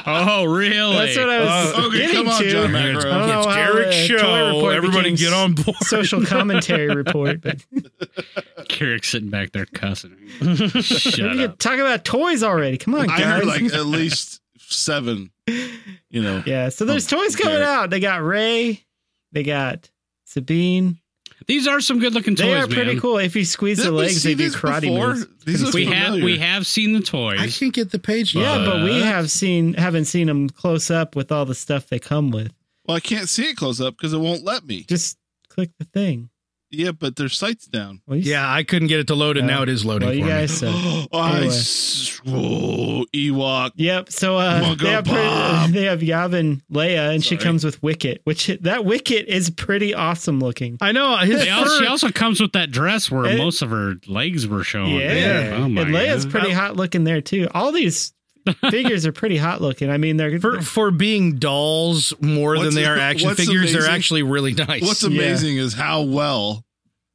Speaker 6: oh, really?
Speaker 8: That's what I was
Speaker 9: Oh, okay,
Speaker 8: getting
Speaker 9: come on,
Speaker 8: to.
Speaker 9: John
Speaker 8: I
Speaker 9: McEnroe.
Speaker 8: don't know
Speaker 7: It's
Speaker 8: how
Speaker 7: Derek's
Speaker 8: the
Speaker 7: show.
Speaker 8: toy report
Speaker 7: Everybody
Speaker 8: became
Speaker 7: get on board.
Speaker 8: Social commentary report, but
Speaker 6: Carrick sitting back there cussing. Shut
Speaker 8: we
Speaker 6: up.
Speaker 8: could talk about toys already. Come on,
Speaker 9: I
Speaker 8: guys.
Speaker 9: heard like at least seven. You know,
Speaker 8: yeah, so there's
Speaker 9: Oh,
Speaker 8: toys coming
Speaker 9: Derek.
Speaker 8: out. They got Ray, they got Sabine.
Speaker 6: These are some good looking toys.
Speaker 8: they are pretty
Speaker 6: man.
Speaker 8: cool. If you squeeze
Speaker 9: Didn't
Speaker 8: the
Speaker 9: we
Speaker 8: legs,
Speaker 9: see
Speaker 8: they do
Speaker 9: these
Speaker 8: karate
Speaker 9: before?
Speaker 8: moves.
Speaker 9: These look
Speaker 6: We have
Speaker 9: familiar.
Speaker 6: we have seen the toys.
Speaker 7: can't get the page.
Speaker 8: Yeah, but we
Speaker 6: But-
Speaker 8: have seen haven't seen them close up with all the stuff they come with.
Speaker 9: Well, I can't see it close up because it won't let me.
Speaker 8: Just click the thing.
Speaker 9: Yeah, but their sights down.
Speaker 8: Well, you-
Speaker 7: Yeah, I couldn't get it to load, and
Speaker 8: Yeah.
Speaker 7: now it is loading
Speaker 8: Well, you
Speaker 7: for me.
Speaker 8: guys suck.
Speaker 9: Oh, I
Speaker 8: Anyway.
Speaker 9: s- whoa, Ewok.
Speaker 8: Yep. So uh,
Speaker 9: Mungo
Speaker 8: they have
Speaker 9: Bob.
Speaker 8: they have Yavin Leia, and she
Speaker 9: Sorry.
Speaker 8: comes with Wicket, which that Wicket is pretty awesome looking.
Speaker 7: I know his
Speaker 6: They also, she
Speaker 7: fur.
Speaker 6: also comes with that dress where
Speaker 8: It-
Speaker 6: most of her legs were shown.
Speaker 8: Yeah.
Speaker 6: Oh my
Speaker 8: and Leia's
Speaker 6: God.
Speaker 8: pretty hot looking there too. All these figures are pretty hot looking. I mean, they're
Speaker 7: For, for being dolls more
Speaker 9: What's-
Speaker 7: than they are action
Speaker 9: what's
Speaker 7: figures, they're
Speaker 9: amazing-
Speaker 7: actually really nice.
Speaker 9: What's amazing is how well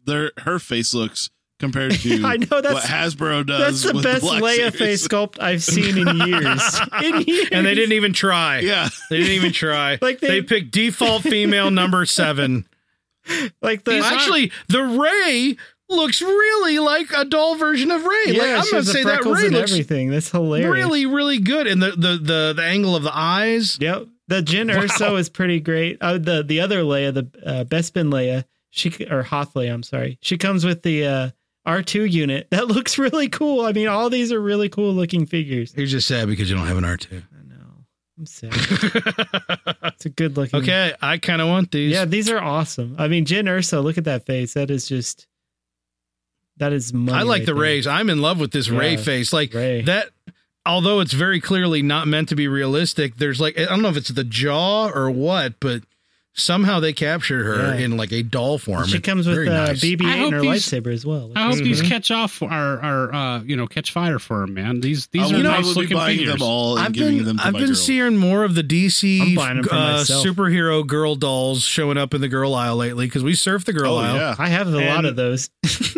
Speaker 9: their her face looks compared to
Speaker 8: I know, that's-
Speaker 9: what Hasbro does.
Speaker 8: that's the
Speaker 9: with
Speaker 8: best
Speaker 9: Black
Speaker 8: Leia
Speaker 9: Series.
Speaker 8: face sculpt I've seen in years. in years.
Speaker 7: and they didn't even try.
Speaker 9: Yeah,
Speaker 7: They didn't even try.
Speaker 8: Like they-
Speaker 7: they, picked default female number seven.
Speaker 8: like the
Speaker 7: Well, actually, the Ray looks really like a doll version of Ray.
Speaker 8: Yeah,
Speaker 7: like, I'm
Speaker 8: she
Speaker 7: gonna
Speaker 8: has the
Speaker 7: say that
Speaker 8: freckles
Speaker 7: Ray
Speaker 8: and
Speaker 7: looks
Speaker 8: everything. That's hilarious.
Speaker 7: really, really good, and the the the, the angle of the eyes.
Speaker 8: Yep. The Jin Urso is pretty great. Oh, the the other Leia, the uh, Bespin Leia, she c- or Hoth Leia, I'm sorry. She comes with the uh, R2 unit. That looks really cool. I mean, all these are really cool looking figures.
Speaker 7: You're just sad because you don't have an R2.
Speaker 8: I know. I'm sad. it's a good looking.
Speaker 7: Okay, I kind of want these.
Speaker 8: Yeah, these are awesome. I mean, Jin Urso, look at that face. That is just that is money.
Speaker 7: I like
Speaker 8: right
Speaker 7: the
Speaker 8: there.
Speaker 7: rays. I'm in love with this ray
Speaker 8: Yeah,
Speaker 7: face. Like
Speaker 8: Ray.
Speaker 7: that. Although it's very clearly not meant to be realistic, there's like I don't know if it's the jaw or what, but somehow they captured her
Speaker 8: Yeah.
Speaker 7: in like a doll form.
Speaker 8: She
Speaker 7: It's
Speaker 8: comes with
Speaker 7: very
Speaker 8: uh,
Speaker 7: nice.
Speaker 6: I
Speaker 8: BB-8
Speaker 6: hope
Speaker 8: and her
Speaker 6: these-
Speaker 8: lightsaber as well.
Speaker 6: I hope these
Speaker 8: Mhm.
Speaker 6: catch off or, or uh, you know catch fire for him, man. These these are
Speaker 9: I will
Speaker 6: nice
Speaker 9: probably be
Speaker 6: looking
Speaker 9: buying
Speaker 6: figures.
Speaker 9: them all and
Speaker 7: I've
Speaker 9: giving
Speaker 7: been,
Speaker 9: them to
Speaker 7: I've
Speaker 9: my
Speaker 7: been
Speaker 9: girl.
Speaker 7: seeing more of the
Speaker 8: I'm
Speaker 7: DC
Speaker 8: buying 'em for
Speaker 7: uh,
Speaker 8: myself.
Speaker 7: superhero girl dolls showing up in the girl aisle lately because we surf the girl
Speaker 9: oh
Speaker 7: aisle.
Speaker 9: yeah,
Speaker 8: I have a lot
Speaker 7: And-
Speaker 8: of those.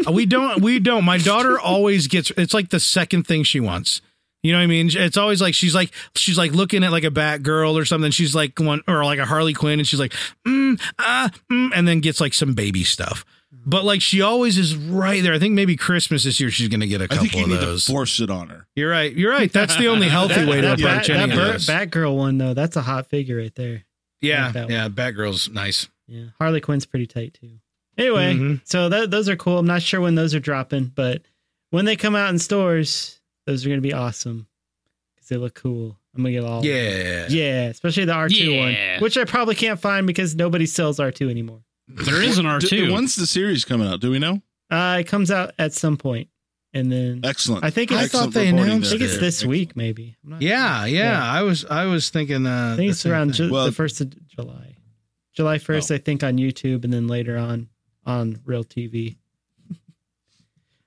Speaker 7: Uh, we don't we don't my daughter always gets it's like the second thing she wants you know what i mean it's always like she's like she's like looking at like a batgirl or something she's like one or like a harley quinn and she's like mm, ah, mm, and then gets like some baby stuff but like she always is right there i think maybe christmas this year she's gonna get a
Speaker 9: I
Speaker 7: couple
Speaker 9: think you
Speaker 7: of
Speaker 9: need
Speaker 7: those
Speaker 9: to force it on her.
Speaker 7: you're right you're right that's the only healthy way to
Speaker 8: that, that,
Speaker 7: approach
Speaker 8: that,
Speaker 7: any of
Speaker 8: Bat-
Speaker 7: this.
Speaker 8: Batgirl one though, that's a hot figure right there.
Speaker 7: yeah
Speaker 8: like that one.
Speaker 7: yeah batgirl's nice
Speaker 8: Yeah, Harley Quinn's pretty tight too. Anyway,
Speaker 7: Mhm.
Speaker 8: so tho- those are cool. I'm not sure when those are dropping, but when they come out in stores, those are going to be awesome because they look cool. I'm gonna get all
Speaker 7: yeah
Speaker 8: yeah, especially the R2
Speaker 6: Yeah.
Speaker 8: one, which I probably can't find because nobody sells R2 anymore.
Speaker 6: There is an R
Speaker 9: Do-
Speaker 6: two.
Speaker 9: When's the series coming out? Do we know?
Speaker 8: Uh, it comes out at some point, and then
Speaker 9: Excellent.
Speaker 8: I think
Speaker 7: I
Speaker 8: it's, I
Speaker 7: thought they
Speaker 9: reporting
Speaker 7: announced
Speaker 9: there.
Speaker 8: think it's this week maybe. I'm not
Speaker 7: yeah, yeah, I was, I was thinking. Uh,
Speaker 8: I think
Speaker 7: the
Speaker 8: it's
Speaker 7: same
Speaker 8: around
Speaker 7: thing.
Speaker 8: ju-
Speaker 9: Well-
Speaker 8: the first of July, July first, I think, on YouTube, and then later on on real TV.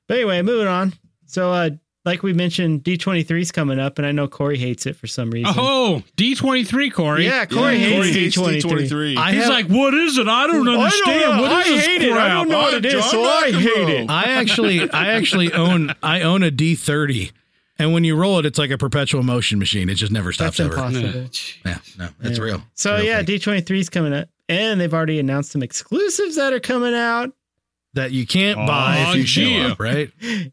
Speaker 8: but anyway, moving on. So, uh, like we mentioned, D 23s coming up, and I know Corey hates it for some reason.
Speaker 6: Oh, D twenty three, Corey.
Speaker 8: yeah, Corey
Speaker 9: Yeah,
Speaker 8: hates D twenty three.
Speaker 9: D23.
Speaker 7: I
Speaker 6: He's
Speaker 7: have-
Speaker 6: like, what is it? I don't understand. What is this crap?
Speaker 9: what it is, so I hate it.
Speaker 7: I actually I actually own I own a D thirty. And when you roll it, it's like a perpetual motion machine. It just never stops
Speaker 8: That's
Speaker 7: ever.
Speaker 8: impossible.
Speaker 7: Yeah, no, it's
Speaker 8: Yeah.
Speaker 7: real. It's a
Speaker 8: So
Speaker 7: real
Speaker 8: yeah,
Speaker 7: thing.
Speaker 8: D 23s coming up, and they've already announced some exclusives that are coming out.
Speaker 7: that you can't buy
Speaker 6: Oh,
Speaker 7: if you
Speaker 6: gee.
Speaker 7: show up, right?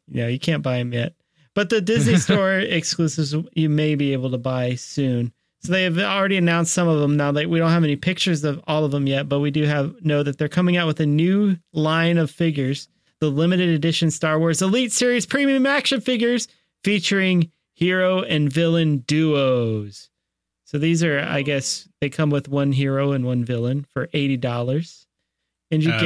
Speaker 8: no, you can't buy them yet. But the Disney Store exclusives you may be able to buy soon. So they have already announced some of them. Now that we don't have any pictures of all of them yet, but we do have know that they're coming out with a new line of figures, the limited edition Star Wars Elite Series premium action figures featuring hero and villain duos. So these are, I guess, they come with one hero and one villain for eighty dollars, and you
Speaker 6: Oh.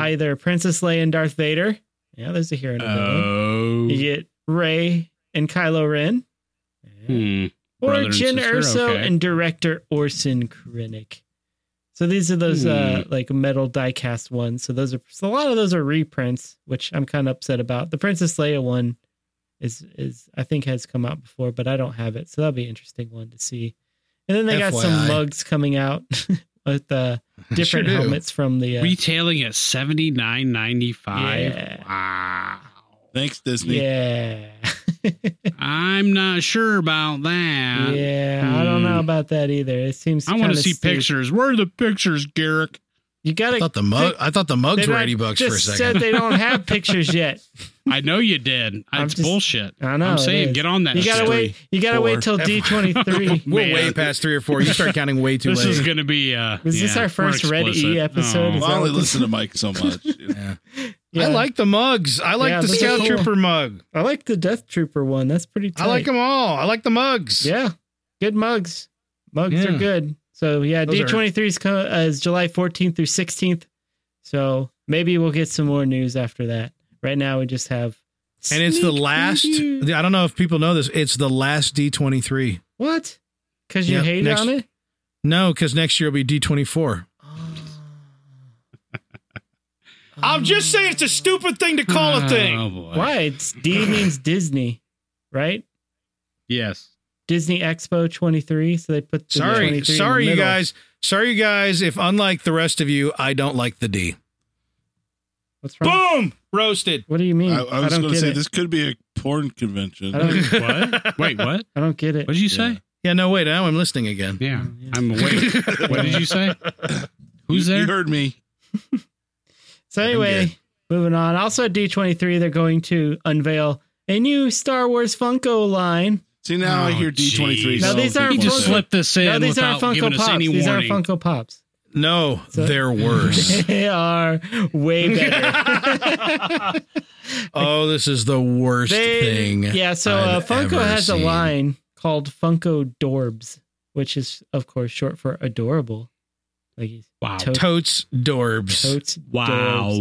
Speaker 8: get either Princess Leia and Darth Vader. Yeah, there's a hero and a villain.
Speaker 6: Oh.
Speaker 8: You get Ray and Kylo Ren,
Speaker 6: Hmm.
Speaker 8: or
Speaker 6: Brother and
Speaker 8: Jin
Speaker 6: sister,
Speaker 8: Urso
Speaker 6: okay.
Speaker 8: and director Orson Krennic. So these are those
Speaker 6: Hmm.
Speaker 8: uh, like metal diecast ones. So those are so a lot of those are reprints, which I'm kind of upset about. The Princess Leia one is is I think has come out before, but I don't have it, so that'll be an interesting one to see. And then they got some
Speaker 7: FYI.
Speaker 8: mugs coming out with uh, different
Speaker 7: do.
Speaker 8: helmets from the uh,
Speaker 6: Retailing at seventy nine ninety five.
Speaker 8: Yeah.
Speaker 6: Wow.
Speaker 9: Thanks, Disney.
Speaker 8: yeah.
Speaker 6: I'm not sure about that.
Speaker 8: yeah, I don't know about that either. It seems
Speaker 6: I want
Speaker 8: kinda
Speaker 6: to see
Speaker 8: steep.
Speaker 6: pictures. Where are the pictures, Garrick?
Speaker 8: You
Speaker 7: I
Speaker 8: gotta
Speaker 7: thought the mug I thought the mugs
Speaker 8: They
Speaker 7: were
Speaker 8: not-
Speaker 7: eighty bucks for a
Speaker 8: just Said
Speaker 7: second.
Speaker 8: they don't have pictures yet.
Speaker 6: I know you did. It's
Speaker 8: I'm just-
Speaker 6: bullshit.
Speaker 8: I know,
Speaker 6: I'm
Speaker 8: it
Speaker 6: saying
Speaker 8: is.
Speaker 6: get on that.
Speaker 8: You gotta
Speaker 6: shit.
Speaker 8: wait. You gotta wait till D twenty three.
Speaker 7: We're
Speaker 6: Man.
Speaker 7: way past three or four. You start counting way too
Speaker 6: This
Speaker 7: late.
Speaker 6: is gonna be. Uh,
Speaker 8: Is this
Speaker 6: yeah,
Speaker 8: our first
Speaker 6: more
Speaker 8: Red E
Speaker 6: explicit.
Speaker 8: episode?
Speaker 6: Oh.
Speaker 8: Is
Speaker 9: I
Speaker 8: that
Speaker 9: only
Speaker 8: what this-
Speaker 9: listen to Mike so much.
Speaker 7: I like the mugs. I like
Speaker 8: Yeah,
Speaker 7: the
Speaker 8: those are
Speaker 7: Scout
Speaker 8: cool.
Speaker 7: Trooper mug.
Speaker 8: I like the Death Trooper one. That's pretty. Tight.
Speaker 7: I like them all. I like the mugs.
Speaker 8: Yeah, good mugs. Mugs
Speaker 7: Yeah.
Speaker 8: are good. So yeah,
Speaker 7: Those
Speaker 8: D
Speaker 7: are-
Speaker 8: twenty three is co- uh, is July fourteenth through sixteenth. So maybe we'll get some more news after that. Right now we just have.
Speaker 7: And it's the
Speaker 8: sneak
Speaker 7: last.
Speaker 8: preview.
Speaker 7: I don't know if people know this. It's the last D twenty three.
Speaker 8: What? Because you
Speaker 7: Yeah,
Speaker 8: hated
Speaker 7: next-
Speaker 8: on it. Oh.
Speaker 7: No, because next year will be D twenty four.
Speaker 1: I'm just saying it's a stupid thing to call a
Speaker 6: Oh
Speaker 1: thing.
Speaker 6: boy.
Speaker 8: Why? It's D means Disney, right?
Speaker 6: Yes.
Speaker 8: Disney Expo 23. So they put the
Speaker 7: Sorry,
Speaker 8: 23 in the
Speaker 7: sorry, you
Speaker 8: middle.
Speaker 7: guys. Sorry, you guys. If unlike the rest of you, I don't like the D.
Speaker 8: What's wrong?
Speaker 1: Boom! Roasted.
Speaker 8: What do you mean?
Speaker 9: I, I was
Speaker 8: don't
Speaker 9: going to
Speaker 8: get
Speaker 9: say
Speaker 8: it.
Speaker 9: this could be a porn convention.
Speaker 8: I don't.
Speaker 6: What? Wait. What?
Speaker 8: I don't get it.
Speaker 6: What did you say?
Speaker 7: Yeah, no, wait. Now I'm listening again.
Speaker 6: Yeah.
Speaker 8: Oh, yeah.
Speaker 6: I'm awake. what did you say? Who's
Speaker 9: You
Speaker 6: there?
Speaker 9: heard me.
Speaker 8: So anyway, moving on. Also at D23, they're going to unveil a new Star Wars Funko line.
Speaker 9: See now I
Speaker 6: Oh,
Speaker 9: hear D twenty three.
Speaker 6: geez. No,
Speaker 8: these aren't
Speaker 6: He just
Speaker 8: Funko-
Speaker 6: slipped this in
Speaker 8: no, these
Speaker 6: without
Speaker 8: aren't Funko
Speaker 6: giving
Speaker 8: Pops.
Speaker 6: us any
Speaker 8: these aren't
Speaker 6: warning.
Speaker 8: Funko Pops.
Speaker 7: No, they're worse.
Speaker 8: They are way better.
Speaker 7: oh, this is the worst
Speaker 8: They-
Speaker 7: thing.
Speaker 8: yeah, so uh,
Speaker 7: I've
Speaker 8: Funko
Speaker 7: ever
Speaker 8: has
Speaker 7: seen.
Speaker 8: a line called Funko Dorbs, which is of course short for adorable. Like he's
Speaker 6: wow.
Speaker 8: totes,
Speaker 7: Totes Dorbs.
Speaker 8: totes, dorbs.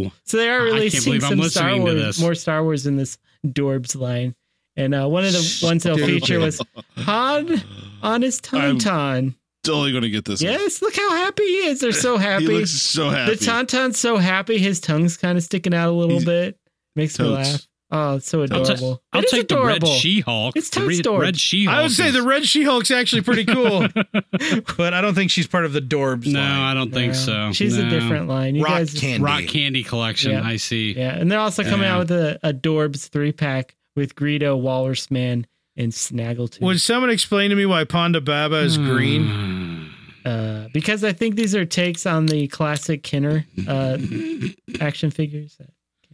Speaker 6: Wow.
Speaker 8: So they are
Speaker 6: I can't
Speaker 8: releasing
Speaker 6: believe I'm
Speaker 8: some Star
Speaker 6: listening to
Speaker 8: Wars,
Speaker 6: this.
Speaker 8: more Star Wars in this Dorbs line, and uh, one of the ones they'll
Speaker 7: Stupid.
Speaker 8: feature was Han on his
Speaker 9: I'm-
Speaker 8: tauntaun.
Speaker 9: Totally gonna get this. one.
Speaker 8: Yes, look how happy he is. They're so happy.
Speaker 9: He looks so happy.
Speaker 8: The tauntaun's so happy. His tongue's kind of sticking out a little
Speaker 9: He's-
Speaker 8: bit. Makes me
Speaker 9: Totes.
Speaker 8: laugh. Oh, it's so
Speaker 6: I'll, ta-
Speaker 8: adorable.
Speaker 6: I'll
Speaker 8: It is
Speaker 6: take the red
Speaker 8: adorable.
Speaker 6: She-Hulk.
Speaker 8: It's
Speaker 6: The
Speaker 8: totes
Speaker 6: red,
Speaker 8: Dorbs.
Speaker 6: red She-Hulk.
Speaker 7: I would say
Speaker 6: is-
Speaker 7: the Red She Hulk's actually pretty cool, but I don't think she's part of the Dorbs.
Speaker 6: No,
Speaker 7: line.
Speaker 6: I don't think
Speaker 8: No,
Speaker 6: so.
Speaker 8: She's
Speaker 6: No.
Speaker 8: a different line. You
Speaker 7: Rock
Speaker 8: guys,
Speaker 7: candy.
Speaker 6: rock candy collection.
Speaker 8: Yeah.
Speaker 6: I see.
Speaker 8: yeah, and they're also coming
Speaker 6: Yeah.
Speaker 8: out with a, a Dorbs three pack with Greedo, Walrus Man, and Snaggletooth.
Speaker 7: Would someone explain to me why Ponda Baba is green?
Speaker 8: uh, because I think these are takes on the classic Kenner uh,
Speaker 9: Mm-hmm.
Speaker 8: action figures.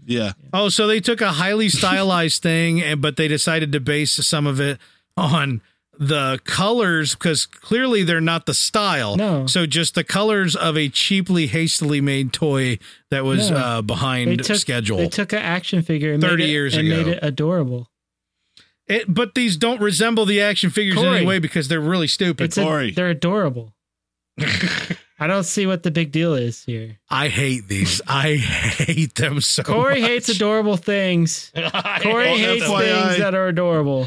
Speaker 9: Yeah.
Speaker 7: Oh, so they took a highly stylized thing, and but they decided to base some of it on the colors because clearly they're not the style.
Speaker 8: No.
Speaker 7: So just the colors of a cheaply, hastily made toy that was
Speaker 8: No.
Speaker 7: uh,
Speaker 8: They
Speaker 7: behind
Speaker 8: took
Speaker 7: schedule.
Speaker 8: They took an action figure and
Speaker 7: 30
Speaker 8: made it,
Speaker 7: years
Speaker 8: and
Speaker 7: ago.
Speaker 8: made it adorable.
Speaker 7: It, but these don't resemble the action figures in
Speaker 8: Corey.
Speaker 7: any way because they're really stupid.
Speaker 8: It's a-
Speaker 9: Corey.
Speaker 8: they're adorable. I don't see what the big deal is here.
Speaker 7: I hate these. I hate them so.
Speaker 8: Corey
Speaker 7: much.
Speaker 8: hates adorable things. Corey
Speaker 9: Oh,
Speaker 8: hates
Speaker 9: FYI.
Speaker 8: things that are adorable.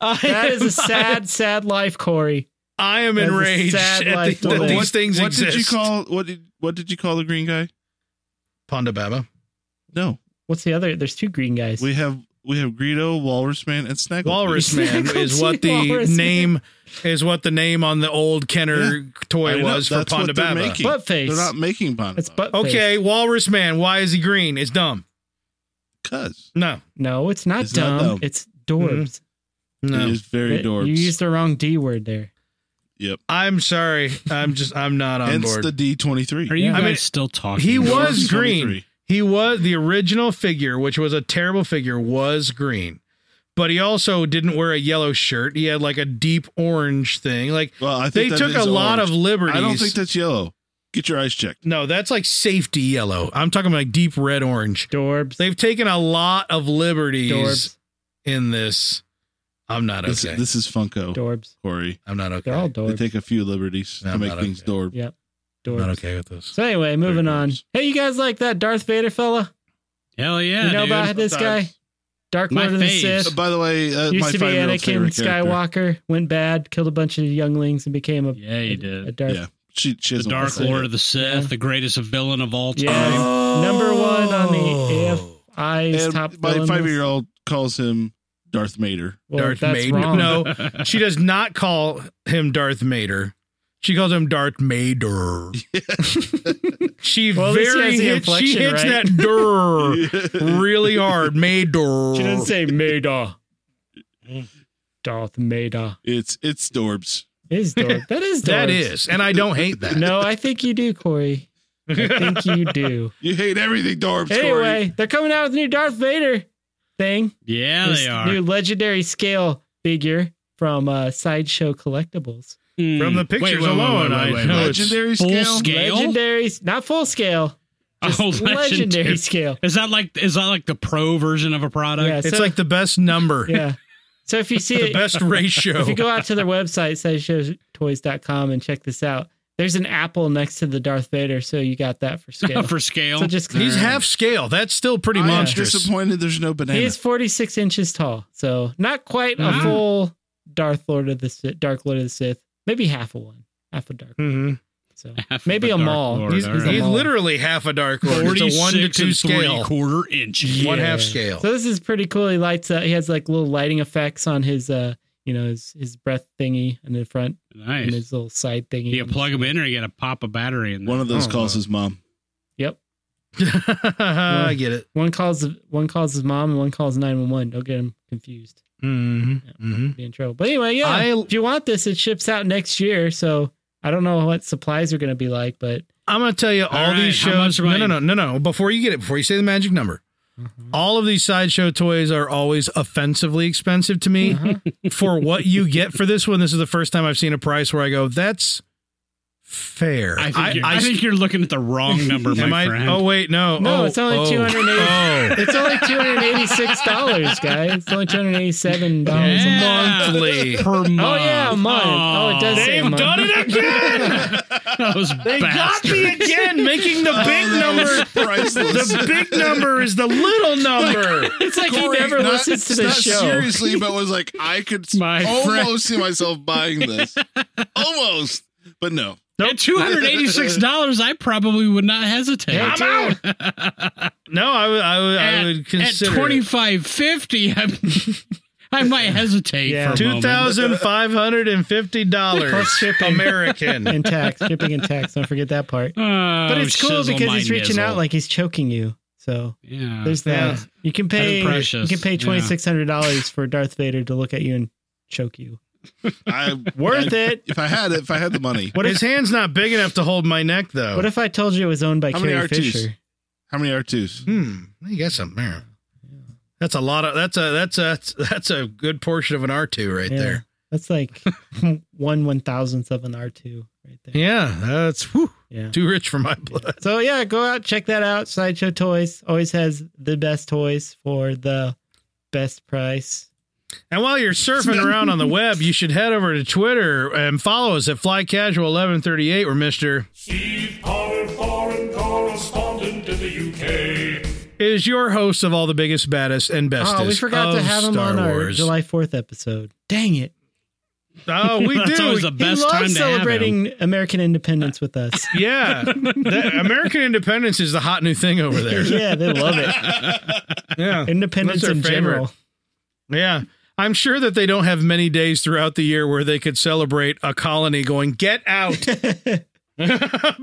Speaker 8: That is a sad, sad life, Corey.
Speaker 7: I am
Speaker 8: That's a
Speaker 7: enraged
Speaker 8: sad
Speaker 7: at
Speaker 8: life
Speaker 7: the,
Speaker 8: to
Speaker 7: that
Speaker 8: live.
Speaker 7: these
Speaker 9: What-
Speaker 7: things
Speaker 9: what
Speaker 7: exist.
Speaker 9: did you call what did what did you call the green guy?
Speaker 7: Ponda Baba?
Speaker 9: No,
Speaker 8: What's the other? There's two green guys.
Speaker 9: we have we have Greedo, Walrus Man, and Snaggle.
Speaker 7: Walrus Man
Speaker 8: Snuggle
Speaker 7: is what
Speaker 8: Tea
Speaker 7: the
Speaker 8: Walrus Man.
Speaker 7: name is what the name on the old Kenner
Speaker 9: I
Speaker 7: toy
Speaker 9: know,
Speaker 7: was for
Speaker 9: that's
Speaker 7: Ponda
Speaker 9: what they're
Speaker 7: Baba.
Speaker 9: making.
Speaker 8: butt face.
Speaker 9: They're not making Ponda.
Speaker 8: it's butt face.
Speaker 7: Okay, Walrus Man. Why is he green? It's dumb.
Speaker 9: because
Speaker 7: No,
Speaker 8: No, it's not
Speaker 9: It's
Speaker 8: dumb.
Speaker 9: not dumb.
Speaker 8: It's dorbs.
Speaker 9: it
Speaker 7: no.
Speaker 9: is very
Speaker 8: That-
Speaker 9: dorks.
Speaker 8: You used the wrong D word there.
Speaker 7: I'm sorry. I'm just. I'm not on
Speaker 9: Hence
Speaker 7: board.
Speaker 9: the D twenty three.
Speaker 6: Are you
Speaker 7: I
Speaker 6: guys
Speaker 7: mean,
Speaker 6: still talking?
Speaker 7: he
Speaker 6: about
Speaker 7: was
Speaker 9: Dorbs
Speaker 7: green.
Speaker 9: 23.
Speaker 7: He was the original figure, which was a terrible figure, was green. But he also didn't wear a yellow shirt. He had like a deep orange thing. Like
Speaker 9: Well, I
Speaker 7: they
Speaker 9: think that
Speaker 7: took a
Speaker 9: is
Speaker 7: lot of
Speaker 9: orange.
Speaker 7: liberties.
Speaker 9: I don't think that's yellow. Get your eyes checked.
Speaker 7: No, that's like safety yellow. I'm talking like deep red orange.
Speaker 8: Dorbs.
Speaker 7: They've taken a lot of liberties
Speaker 8: Dorbs.
Speaker 7: in this. I'm not okay.
Speaker 9: This, this is Funko,
Speaker 8: Dorbs.
Speaker 9: Corey.
Speaker 7: I'm not okay.
Speaker 8: They're all
Speaker 9: They
Speaker 8: dorbs.
Speaker 9: take a few liberties
Speaker 7: No,
Speaker 9: to
Speaker 7: I'm
Speaker 9: make
Speaker 7: not
Speaker 9: things
Speaker 7: okay.
Speaker 9: dorb.
Speaker 8: yep.
Speaker 7: I'm
Speaker 8: Dorbs.
Speaker 7: not okay with this.
Speaker 8: So anyway, moving on.
Speaker 9: dorbs.
Speaker 8: Hey, you guys like that Darth Vader fella?
Speaker 6: Hell yeah,
Speaker 8: you know
Speaker 6: dude.
Speaker 8: about this guy? Dark
Speaker 6: My
Speaker 8: Lord of the
Speaker 6: faves.
Speaker 8: Sith.
Speaker 9: By the way, uh,
Speaker 8: Used to
Speaker 9: my
Speaker 8: be
Speaker 9: five year old
Speaker 8: Anakin
Speaker 9: favorite character.
Speaker 8: Skywalker. Went bad, killed a bunch of younglings, and became a,
Speaker 6: Yeah,
Speaker 8: a,
Speaker 6: he
Speaker 8: a
Speaker 6: did.
Speaker 8: Darth
Speaker 9: Yeah, she, she
Speaker 6: The
Speaker 9: doesn't
Speaker 6: Dark
Speaker 9: wanna say
Speaker 6: Lord
Speaker 9: it.
Speaker 6: of the Sith, the greatest villain of all time.
Speaker 8: Yeah. Number one on
Speaker 7: Oh,
Speaker 8: the AFI's top
Speaker 9: And my
Speaker 8: villain
Speaker 9: five
Speaker 8: list.
Speaker 9: year old calls him Darth Mater.
Speaker 8: Well,
Speaker 7: Darth
Speaker 8: that's
Speaker 7: Mader.
Speaker 8: wrong.
Speaker 7: No, she does not call him Darth Mater. She calls him Darth Mater. she
Speaker 8: Well,
Speaker 7: very
Speaker 8: at least he has the
Speaker 7: hit, she
Speaker 8: inflection,
Speaker 7: hits
Speaker 8: right?
Speaker 7: that dur really hard. Mater.
Speaker 8: She didn't say Maida. Darth Maida
Speaker 9: It's it's Dorbs.
Speaker 8: is Darth. That is Darth.
Speaker 7: That is, and I don't hate that.
Speaker 8: No, I think you do, Corey. I think you do.
Speaker 9: You hate everything Dorbs.
Speaker 8: anyway,
Speaker 9: Corey.
Speaker 8: they're coming out with a new Darth Vader thing.
Speaker 6: Yeah,
Speaker 8: This
Speaker 6: they are.
Speaker 8: New legendary scale figure from uh, Sideshow Collectibles.
Speaker 6: Mm.
Speaker 7: From the
Speaker 6: Wait,
Speaker 7: pictures
Speaker 6: wait, wait,
Speaker 7: alone,
Speaker 6: wait,
Speaker 7: I
Speaker 6: wait, wait,
Speaker 7: know
Speaker 6: wait.
Speaker 7: it's-
Speaker 9: legendary
Speaker 6: full
Speaker 9: scale.
Speaker 6: scale.
Speaker 8: Legendary, not full scale. Just
Speaker 6: Oh,
Speaker 8: legendary.
Speaker 6: legendary.
Speaker 8: scale.
Speaker 6: Is that like is that like the pro version of a product?
Speaker 8: Yeah,
Speaker 7: It's
Speaker 8: so-
Speaker 7: like the best number,
Speaker 8: yeah. So if you see
Speaker 7: the
Speaker 8: it,
Speaker 7: best ratio.
Speaker 8: if you go out to their website, sideshowtoys.com, and check this out, there's an apple next to the Darth Vader, so you got that for scale.
Speaker 6: For scale.
Speaker 8: so just
Speaker 7: He's half scale. That's still pretty
Speaker 9: I am
Speaker 7: monstrous.
Speaker 9: disappointed there's no banana.
Speaker 8: he is 46 inches tall, so not quite a
Speaker 6: Wow.
Speaker 8: full Darth Lord of the Sith, Dark Lord of the Sith, maybe half a one, half a dark.
Speaker 7: Mhm.
Speaker 8: So
Speaker 6: Mm-hmm. Half of
Speaker 8: maybe
Speaker 6: a
Speaker 8: a
Speaker 6: Dark
Speaker 8: mall.
Speaker 6: Lord,
Speaker 7: He's,
Speaker 6: all
Speaker 7: he's
Speaker 6: right.
Speaker 8: a-
Speaker 7: literally half a dark lord. It's a one to
Speaker 6: 46
Speaker 7: two
Speaker 6: and
Speaker 7: scale.
Speaker 6: Three quarter inches.
Speaker 7: One
Speaker 8: Yeah.
Speaker 7: half scale.
Speaker 8: So this is pretty cool. He lights up. He has like little lighting effects on his, uh, you know, his his breath thingy in the front and
Speaker 6: Nice.
Speaker 8: his little side thingy.
Speaker 6: You plug them in, or you got to pop a battery in. There.
Speaker 9: One of those calls his mom.
Speaker 8: Yep.
Speaker 7: I get it.
Speaker 8: One calls one calls his mom and one calls nine one one. Don't get him confused.
Speaker 7: Mm-hmm. Mm-hmm.
Speaker 8: Be in trouble. But anyway, yeah.
Speaker 7: I-
Speaker 8: if you want this, it ships out next year. So I don't know what supplies are going to be like, but
Speaker 7: I'm gonna tell you all,
Speaker 6: right,
Speaker 7: these
Speaker 6: how
Speaker 7: shows.
Speaker 6: much am
Speaker 7: No, no,
Speaker 6: I-
Speaker 7: no, no, no. Before you get it, before you say the magic number, All of these sideshow toys are always offensively expensive to me. for what you get for this one, this is the first time I've seen a price where I go, "That's fair."
Speaker 6: I think, you're, I, think you're looking at the wrong number,
Speaker 7: Am
Speaker 6: my
Speaker 7: I-
Speaker 6: friend.
Speaker 7: Oh wait, no.
Speaker 8: No,
Speaker 7: oh,
Speaker 8: it's only
Speaker 7: oh,
Speaker 8: 280.
Speaker 7: Oh.
Speaker 8: It's only two hundred eighty-six dollars, guys. It's only two hundred eighty-seven dollars a month.
Speaker 7: monthly.
Speaker 6: per month.
Speaker 8: Oh yeah, a month. Oh, it does say a
Speaker 1: They've
Speaker 8: month.
Speaker 1: done it again.
Speaker 6: Those
Speaker 1: They got
Speaker 6: bastards.
Speaker 1: me again, making the big
Speaker 7: Oh,
Speaker 1: number.
Speaker 9: priceless.
Speaker 1: The big number is the little number.
Speaker 8: It's like
Speaker 9: Corey,
Speaker 8: he never
Speaker 9: not-
Speaker 8: listens to the
Speaker 9: not
Speaker 8: show.
Speaker 9: Seriously, but was like, I could
Speaker 6: My
Speaker 9: almost
Speaker 6: friend.
Speaker 9: see myself buying this. almost. But no.
Speaker 6: At two hundred eighty-six dollars, I probably would not hesitate.
Speaker 8: Yeah, dude.
Speaker 7: No, I would. I would, I would consider.
Speaker 6: at
Speaker 7: it.
Speaker 6: twenty-five fifty, I might hesitate
Speaker 8: Yeah.
Speaker 6: for a
Speaker 7: Two
Speaker 6: moment.
Speaker 7: thousand five hundred and fifty
Speaker 8: Plus
Speaker 7: dollars
Speaker 8: shipping
Speaker 7: American.
Speaker 8: and tax, shipping and tax. Don't forget that part.
Speaker 6: Oh,
Speaker 8: But it's cool
Speaker 6: shizzle
Speaker 8: because
Speaker 6: my
Speaker 8: he's reaching out
Speaker 6: nizzle.
Speaker 8: like he's choking you. So
Speaker 6: yeah.
Speaker 8: there's that.
Speaker 7: Yeah.
Speaker 8: You can pay.
Speaker 6: Kinda precious,
Speaker 8: You can pay
Speaker 6: yeah.
Speaker 8: twenty six hundred dollars for Darth Vader to look at you and choke you.
Speaker 9: I,
Speaker 8: Worth
Speaker 9: I-
Speaker 8: it.
Speaker 9: If I had it, if I had the money,
Speaker 7: What His hand's not big enough to hold my neck, though.
Speaker 8: What if I told you it was owned by
Speaker 9: How many
Speaker 8: Carrie
Speaker 9: R2s?
Speaker 8: Fisher?
Speaker 9: how many R2s?
Speaker 7: hmm. You got something there. That's a lot of. That's a. That's a. That's a good portion of an R two right
Speaker 8: Yeah.
Speaker 7: there.
Speaker 8: That's like one one thousandth of an R two right there.
Speaker 7: Yeah, that's whew,
Speaker 8: Yeah.
Speaker 7: too rich for my blood.
Speaker 8: So yeah, go out check that out. Sideshow Toys always has the best toys for the best price.
Speaker 7: And while you're surfing around on the web, you should head over to Twitter and follow us at Fly Casual 1138 or Mister
Speaker 13: Steve Pollard, foreign correspondent in the UK.
Speaker 7: is your host of all the biggest, baddest, and bestest.
Speaker 8: Oh, we forgot to
Speaker 7: of
Speaker 8: have him
Speaker 7: Star
Speaker 8: on our
Speaker 7: Wars.
Speaker 8: July Fourth episode. Dang it!
Speaker 7: Oh, we
Speaker 6: That's
Speaker 7: do.
Speaker 6: always the best
Speaker 8: he
Speaker 6: time
Speaker 8: loves
Speaker 6: to have him.
Speaker 8: celebrating American independence with us.
Speaker 7: Yeah, That- American independence is the hot new thing over there.
Speaker 8: yeah, they love it.
Speaker 7: Yeah,
Speaker 8: Independence
Speaker 7: That's our
Speaker 8: in general.
Speaker 7: yeah. I'm sure that they don't have many days throughout the year where they could celebrate a colony going get out because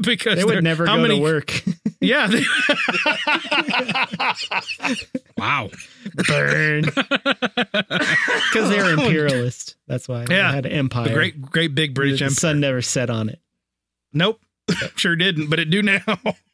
Speaker 8: They
Speaker 7: they're-
Speaker 8: would never
Speaker 7: how
Speaker 8: go
Speaker 7: many,
Speaker 8: to work.
Speaker 7: Yeah, they-
Speaker 6: Wow.
Speaker 8: Burn. Because they're imperialist. That's why
Speaker 7: Oh, Yeah.
Speaker 8: they had an empire.
Speaker 7: the great, great big
Speaker 8: The
Speaker 7: British Empire.
Speaker 8: sun never set on it.
Speaker 7: Nope. sure didn't, but it do now.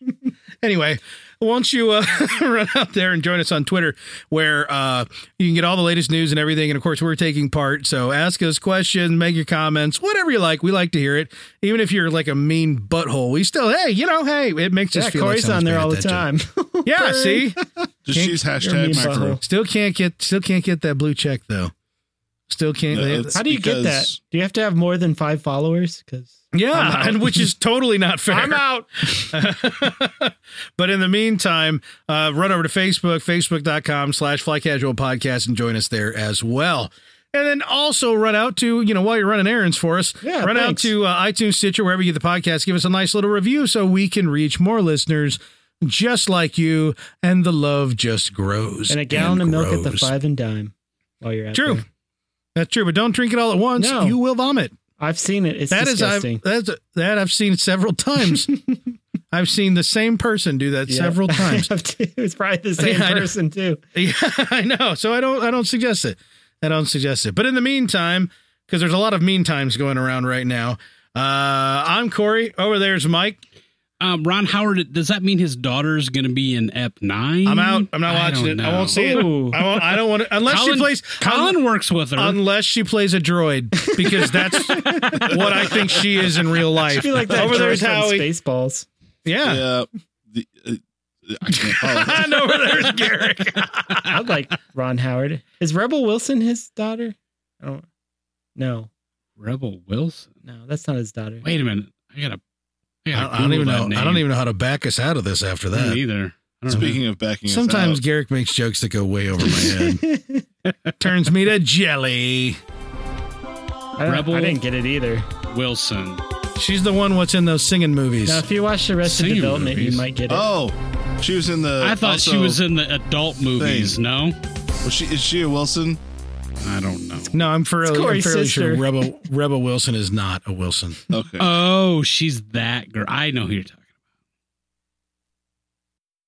Speaker 7: anyway, once you uh, run out there and join us on Twitter, where uh, you can get all the latest news and everything. And of course, we're taking part. So ask us questions, make your comments, whatever you like. We like to hear it. Even if you're like a mean butthole, we still, hey, you know, hey, it makes us
Speaker 8: Yeah,
Speaker 7: feel like
Speaker 8: Corey's
Speaker 7: someone's
Speaker 8: on there
Speaker 7: paying
Speaker 8: all the
Speaker 7: attention.
Speaker 8: time.
Speaker 7: Yeah, see?
Speaker 9: Just
Speaker 7: Kink,
Speaker 9: use
Speaker 8: you're a mean
Speaker 9: hashtag macro.
Speaker 8: butthole.
Speaker 7: Still can't get, still can't get that blue check though. Still can't.
Speaker 9: No,
Speaker 7: they-
Speaker 9: it's-
Speaker 8: How do you get that?
Speaker 9: because-
Speaker 8: Do you have to have more than five followers? Because
Speaker 7: Yeah, and which is totally not fair. I'm out. but in the meantime, uh, run over to Facebook, facebook.com slash fly casual podcast and join us there as well. And then also run out to, you know, while you're running errands for us,
Speaker 8: Yeah,
Speaker 7: run
Speaker 8: thanks.
Speaker 7: out to uh, iTunes, Stitcher, wherever you get the podcast. Give us a nice little review so we can reach more listeners just like you. And the love just grows.
Speaker 8: and a gallon
Speaker 7: and
Speaker 8: of milk at the
Speaker 7: grows.
Speaker 8: five and dime while you're out
Speaker 7: True.
Speaker 8: there.
Speaker 7: That's true. But don't drink it all at once.
Speaker 8: No.
Speaker 7: You will vomit.
Speaker 8: I've seen it. It's
Speaker 7: That is I've,
Speaker 8: disgusting.
Speaker 7: that's that I've seen several times. I've seen the same person do that
Speaker 8: Yeah.
Speaker 7: several times.
Speaker 8: I have to- it's probably the same
Speaker 7: Yeah, I know.
Speaker 8: person too.
Speaker 7: yeah, I know. So I don't I don't suggest it. I don't suggest it. But in the meantime, because there's a lot of mean times going around right now. Uh, I'm Corey. Over there's Mike.
Speaker 6: Um, Ron Howard, does that mean his daughter's going to be in Ep 9?
Speaker 7: I'm out. I'm not watching
Speaker 6: don't
Speaker 7: it. I
Speaker 6: know.
Speaker 7: won't see it. I,
Speaker 8: Ooh.
Speaker 7: won't, I don't want to. Unless
Speaker 6: Colin,
Speaker 7: she plays.
Speaker 6: Colin works with her.
Speaker 7: Unless she plays a droid, because that's what I think she is in real
Speaker 8: I
Speaker 7: life.
Speaker 8: feel like that
Speaker 7: Over there's
Speaker 8: George from
Speaker 7: Howie.
Speaker 8: Spaceballs.
Speaker 7: Yeah.
Speaker 9: Yeah. The, uh, I can't follow.
Speaker 7: And over there's Garrick.
Speaker 8: I'd like Ron Howard. Is Rebel Wilson his daughter? I don't. No,
Speaker 6: Rebel Wilson.
Speaker 8: no, that's not his daughter.
Speaker 6: Wait a minute. I got to. I, gotta
Speaker 7: I, I don't even
Speaker 6: Google
Speaker 7: know.
Speaker 6: that
Speaker 7: I don't
Speaker 6: name.
Speaker 7: even know how to back us out of this after
Speaker 6: Me
Speaker 7: that.
Speaker 6: either. I don't know.
Speaker 9: Speaking of backing us
Speaker 7: Sometimes
Speaker 9: out,
Speaker 7: Garrick makes jokes that go way over my head. Turns me to jelly.
Speaker 8: I, don't-
Speaker 6: Rebel-
Speaker 8: I didn't get it either.
Speaker 6: Wilson.
Speaker 7: She's the one what's in those singing movies.
Speaker 8: Now, if you watch the rest of
Speaker 6: Singing
Speaker 8: Development,
Speaker 6: movies.
Speaker 8: you might get it.
Speaker 9: Oh, she was in the.
Speaker 6: I thought she
Speaker 9: also-
Speaker 6: was in the adult movies.
Speaker 9: Thing.
Speaker 6: No,
Speaker 9: Was she, is she a Wilson?
Speaker 6: I don't know.
Speaker 7: no, I'm fairly, I'm
Speaker 8: Corey's
Speaker 7: fairly sure
Speaker 8: sister.
Speaker 7: Rebel Rebel Wilson is not a Wilson.
Speaker 9: Okay.
Speaker 6: Oh, she's that girl. I know who you're talking.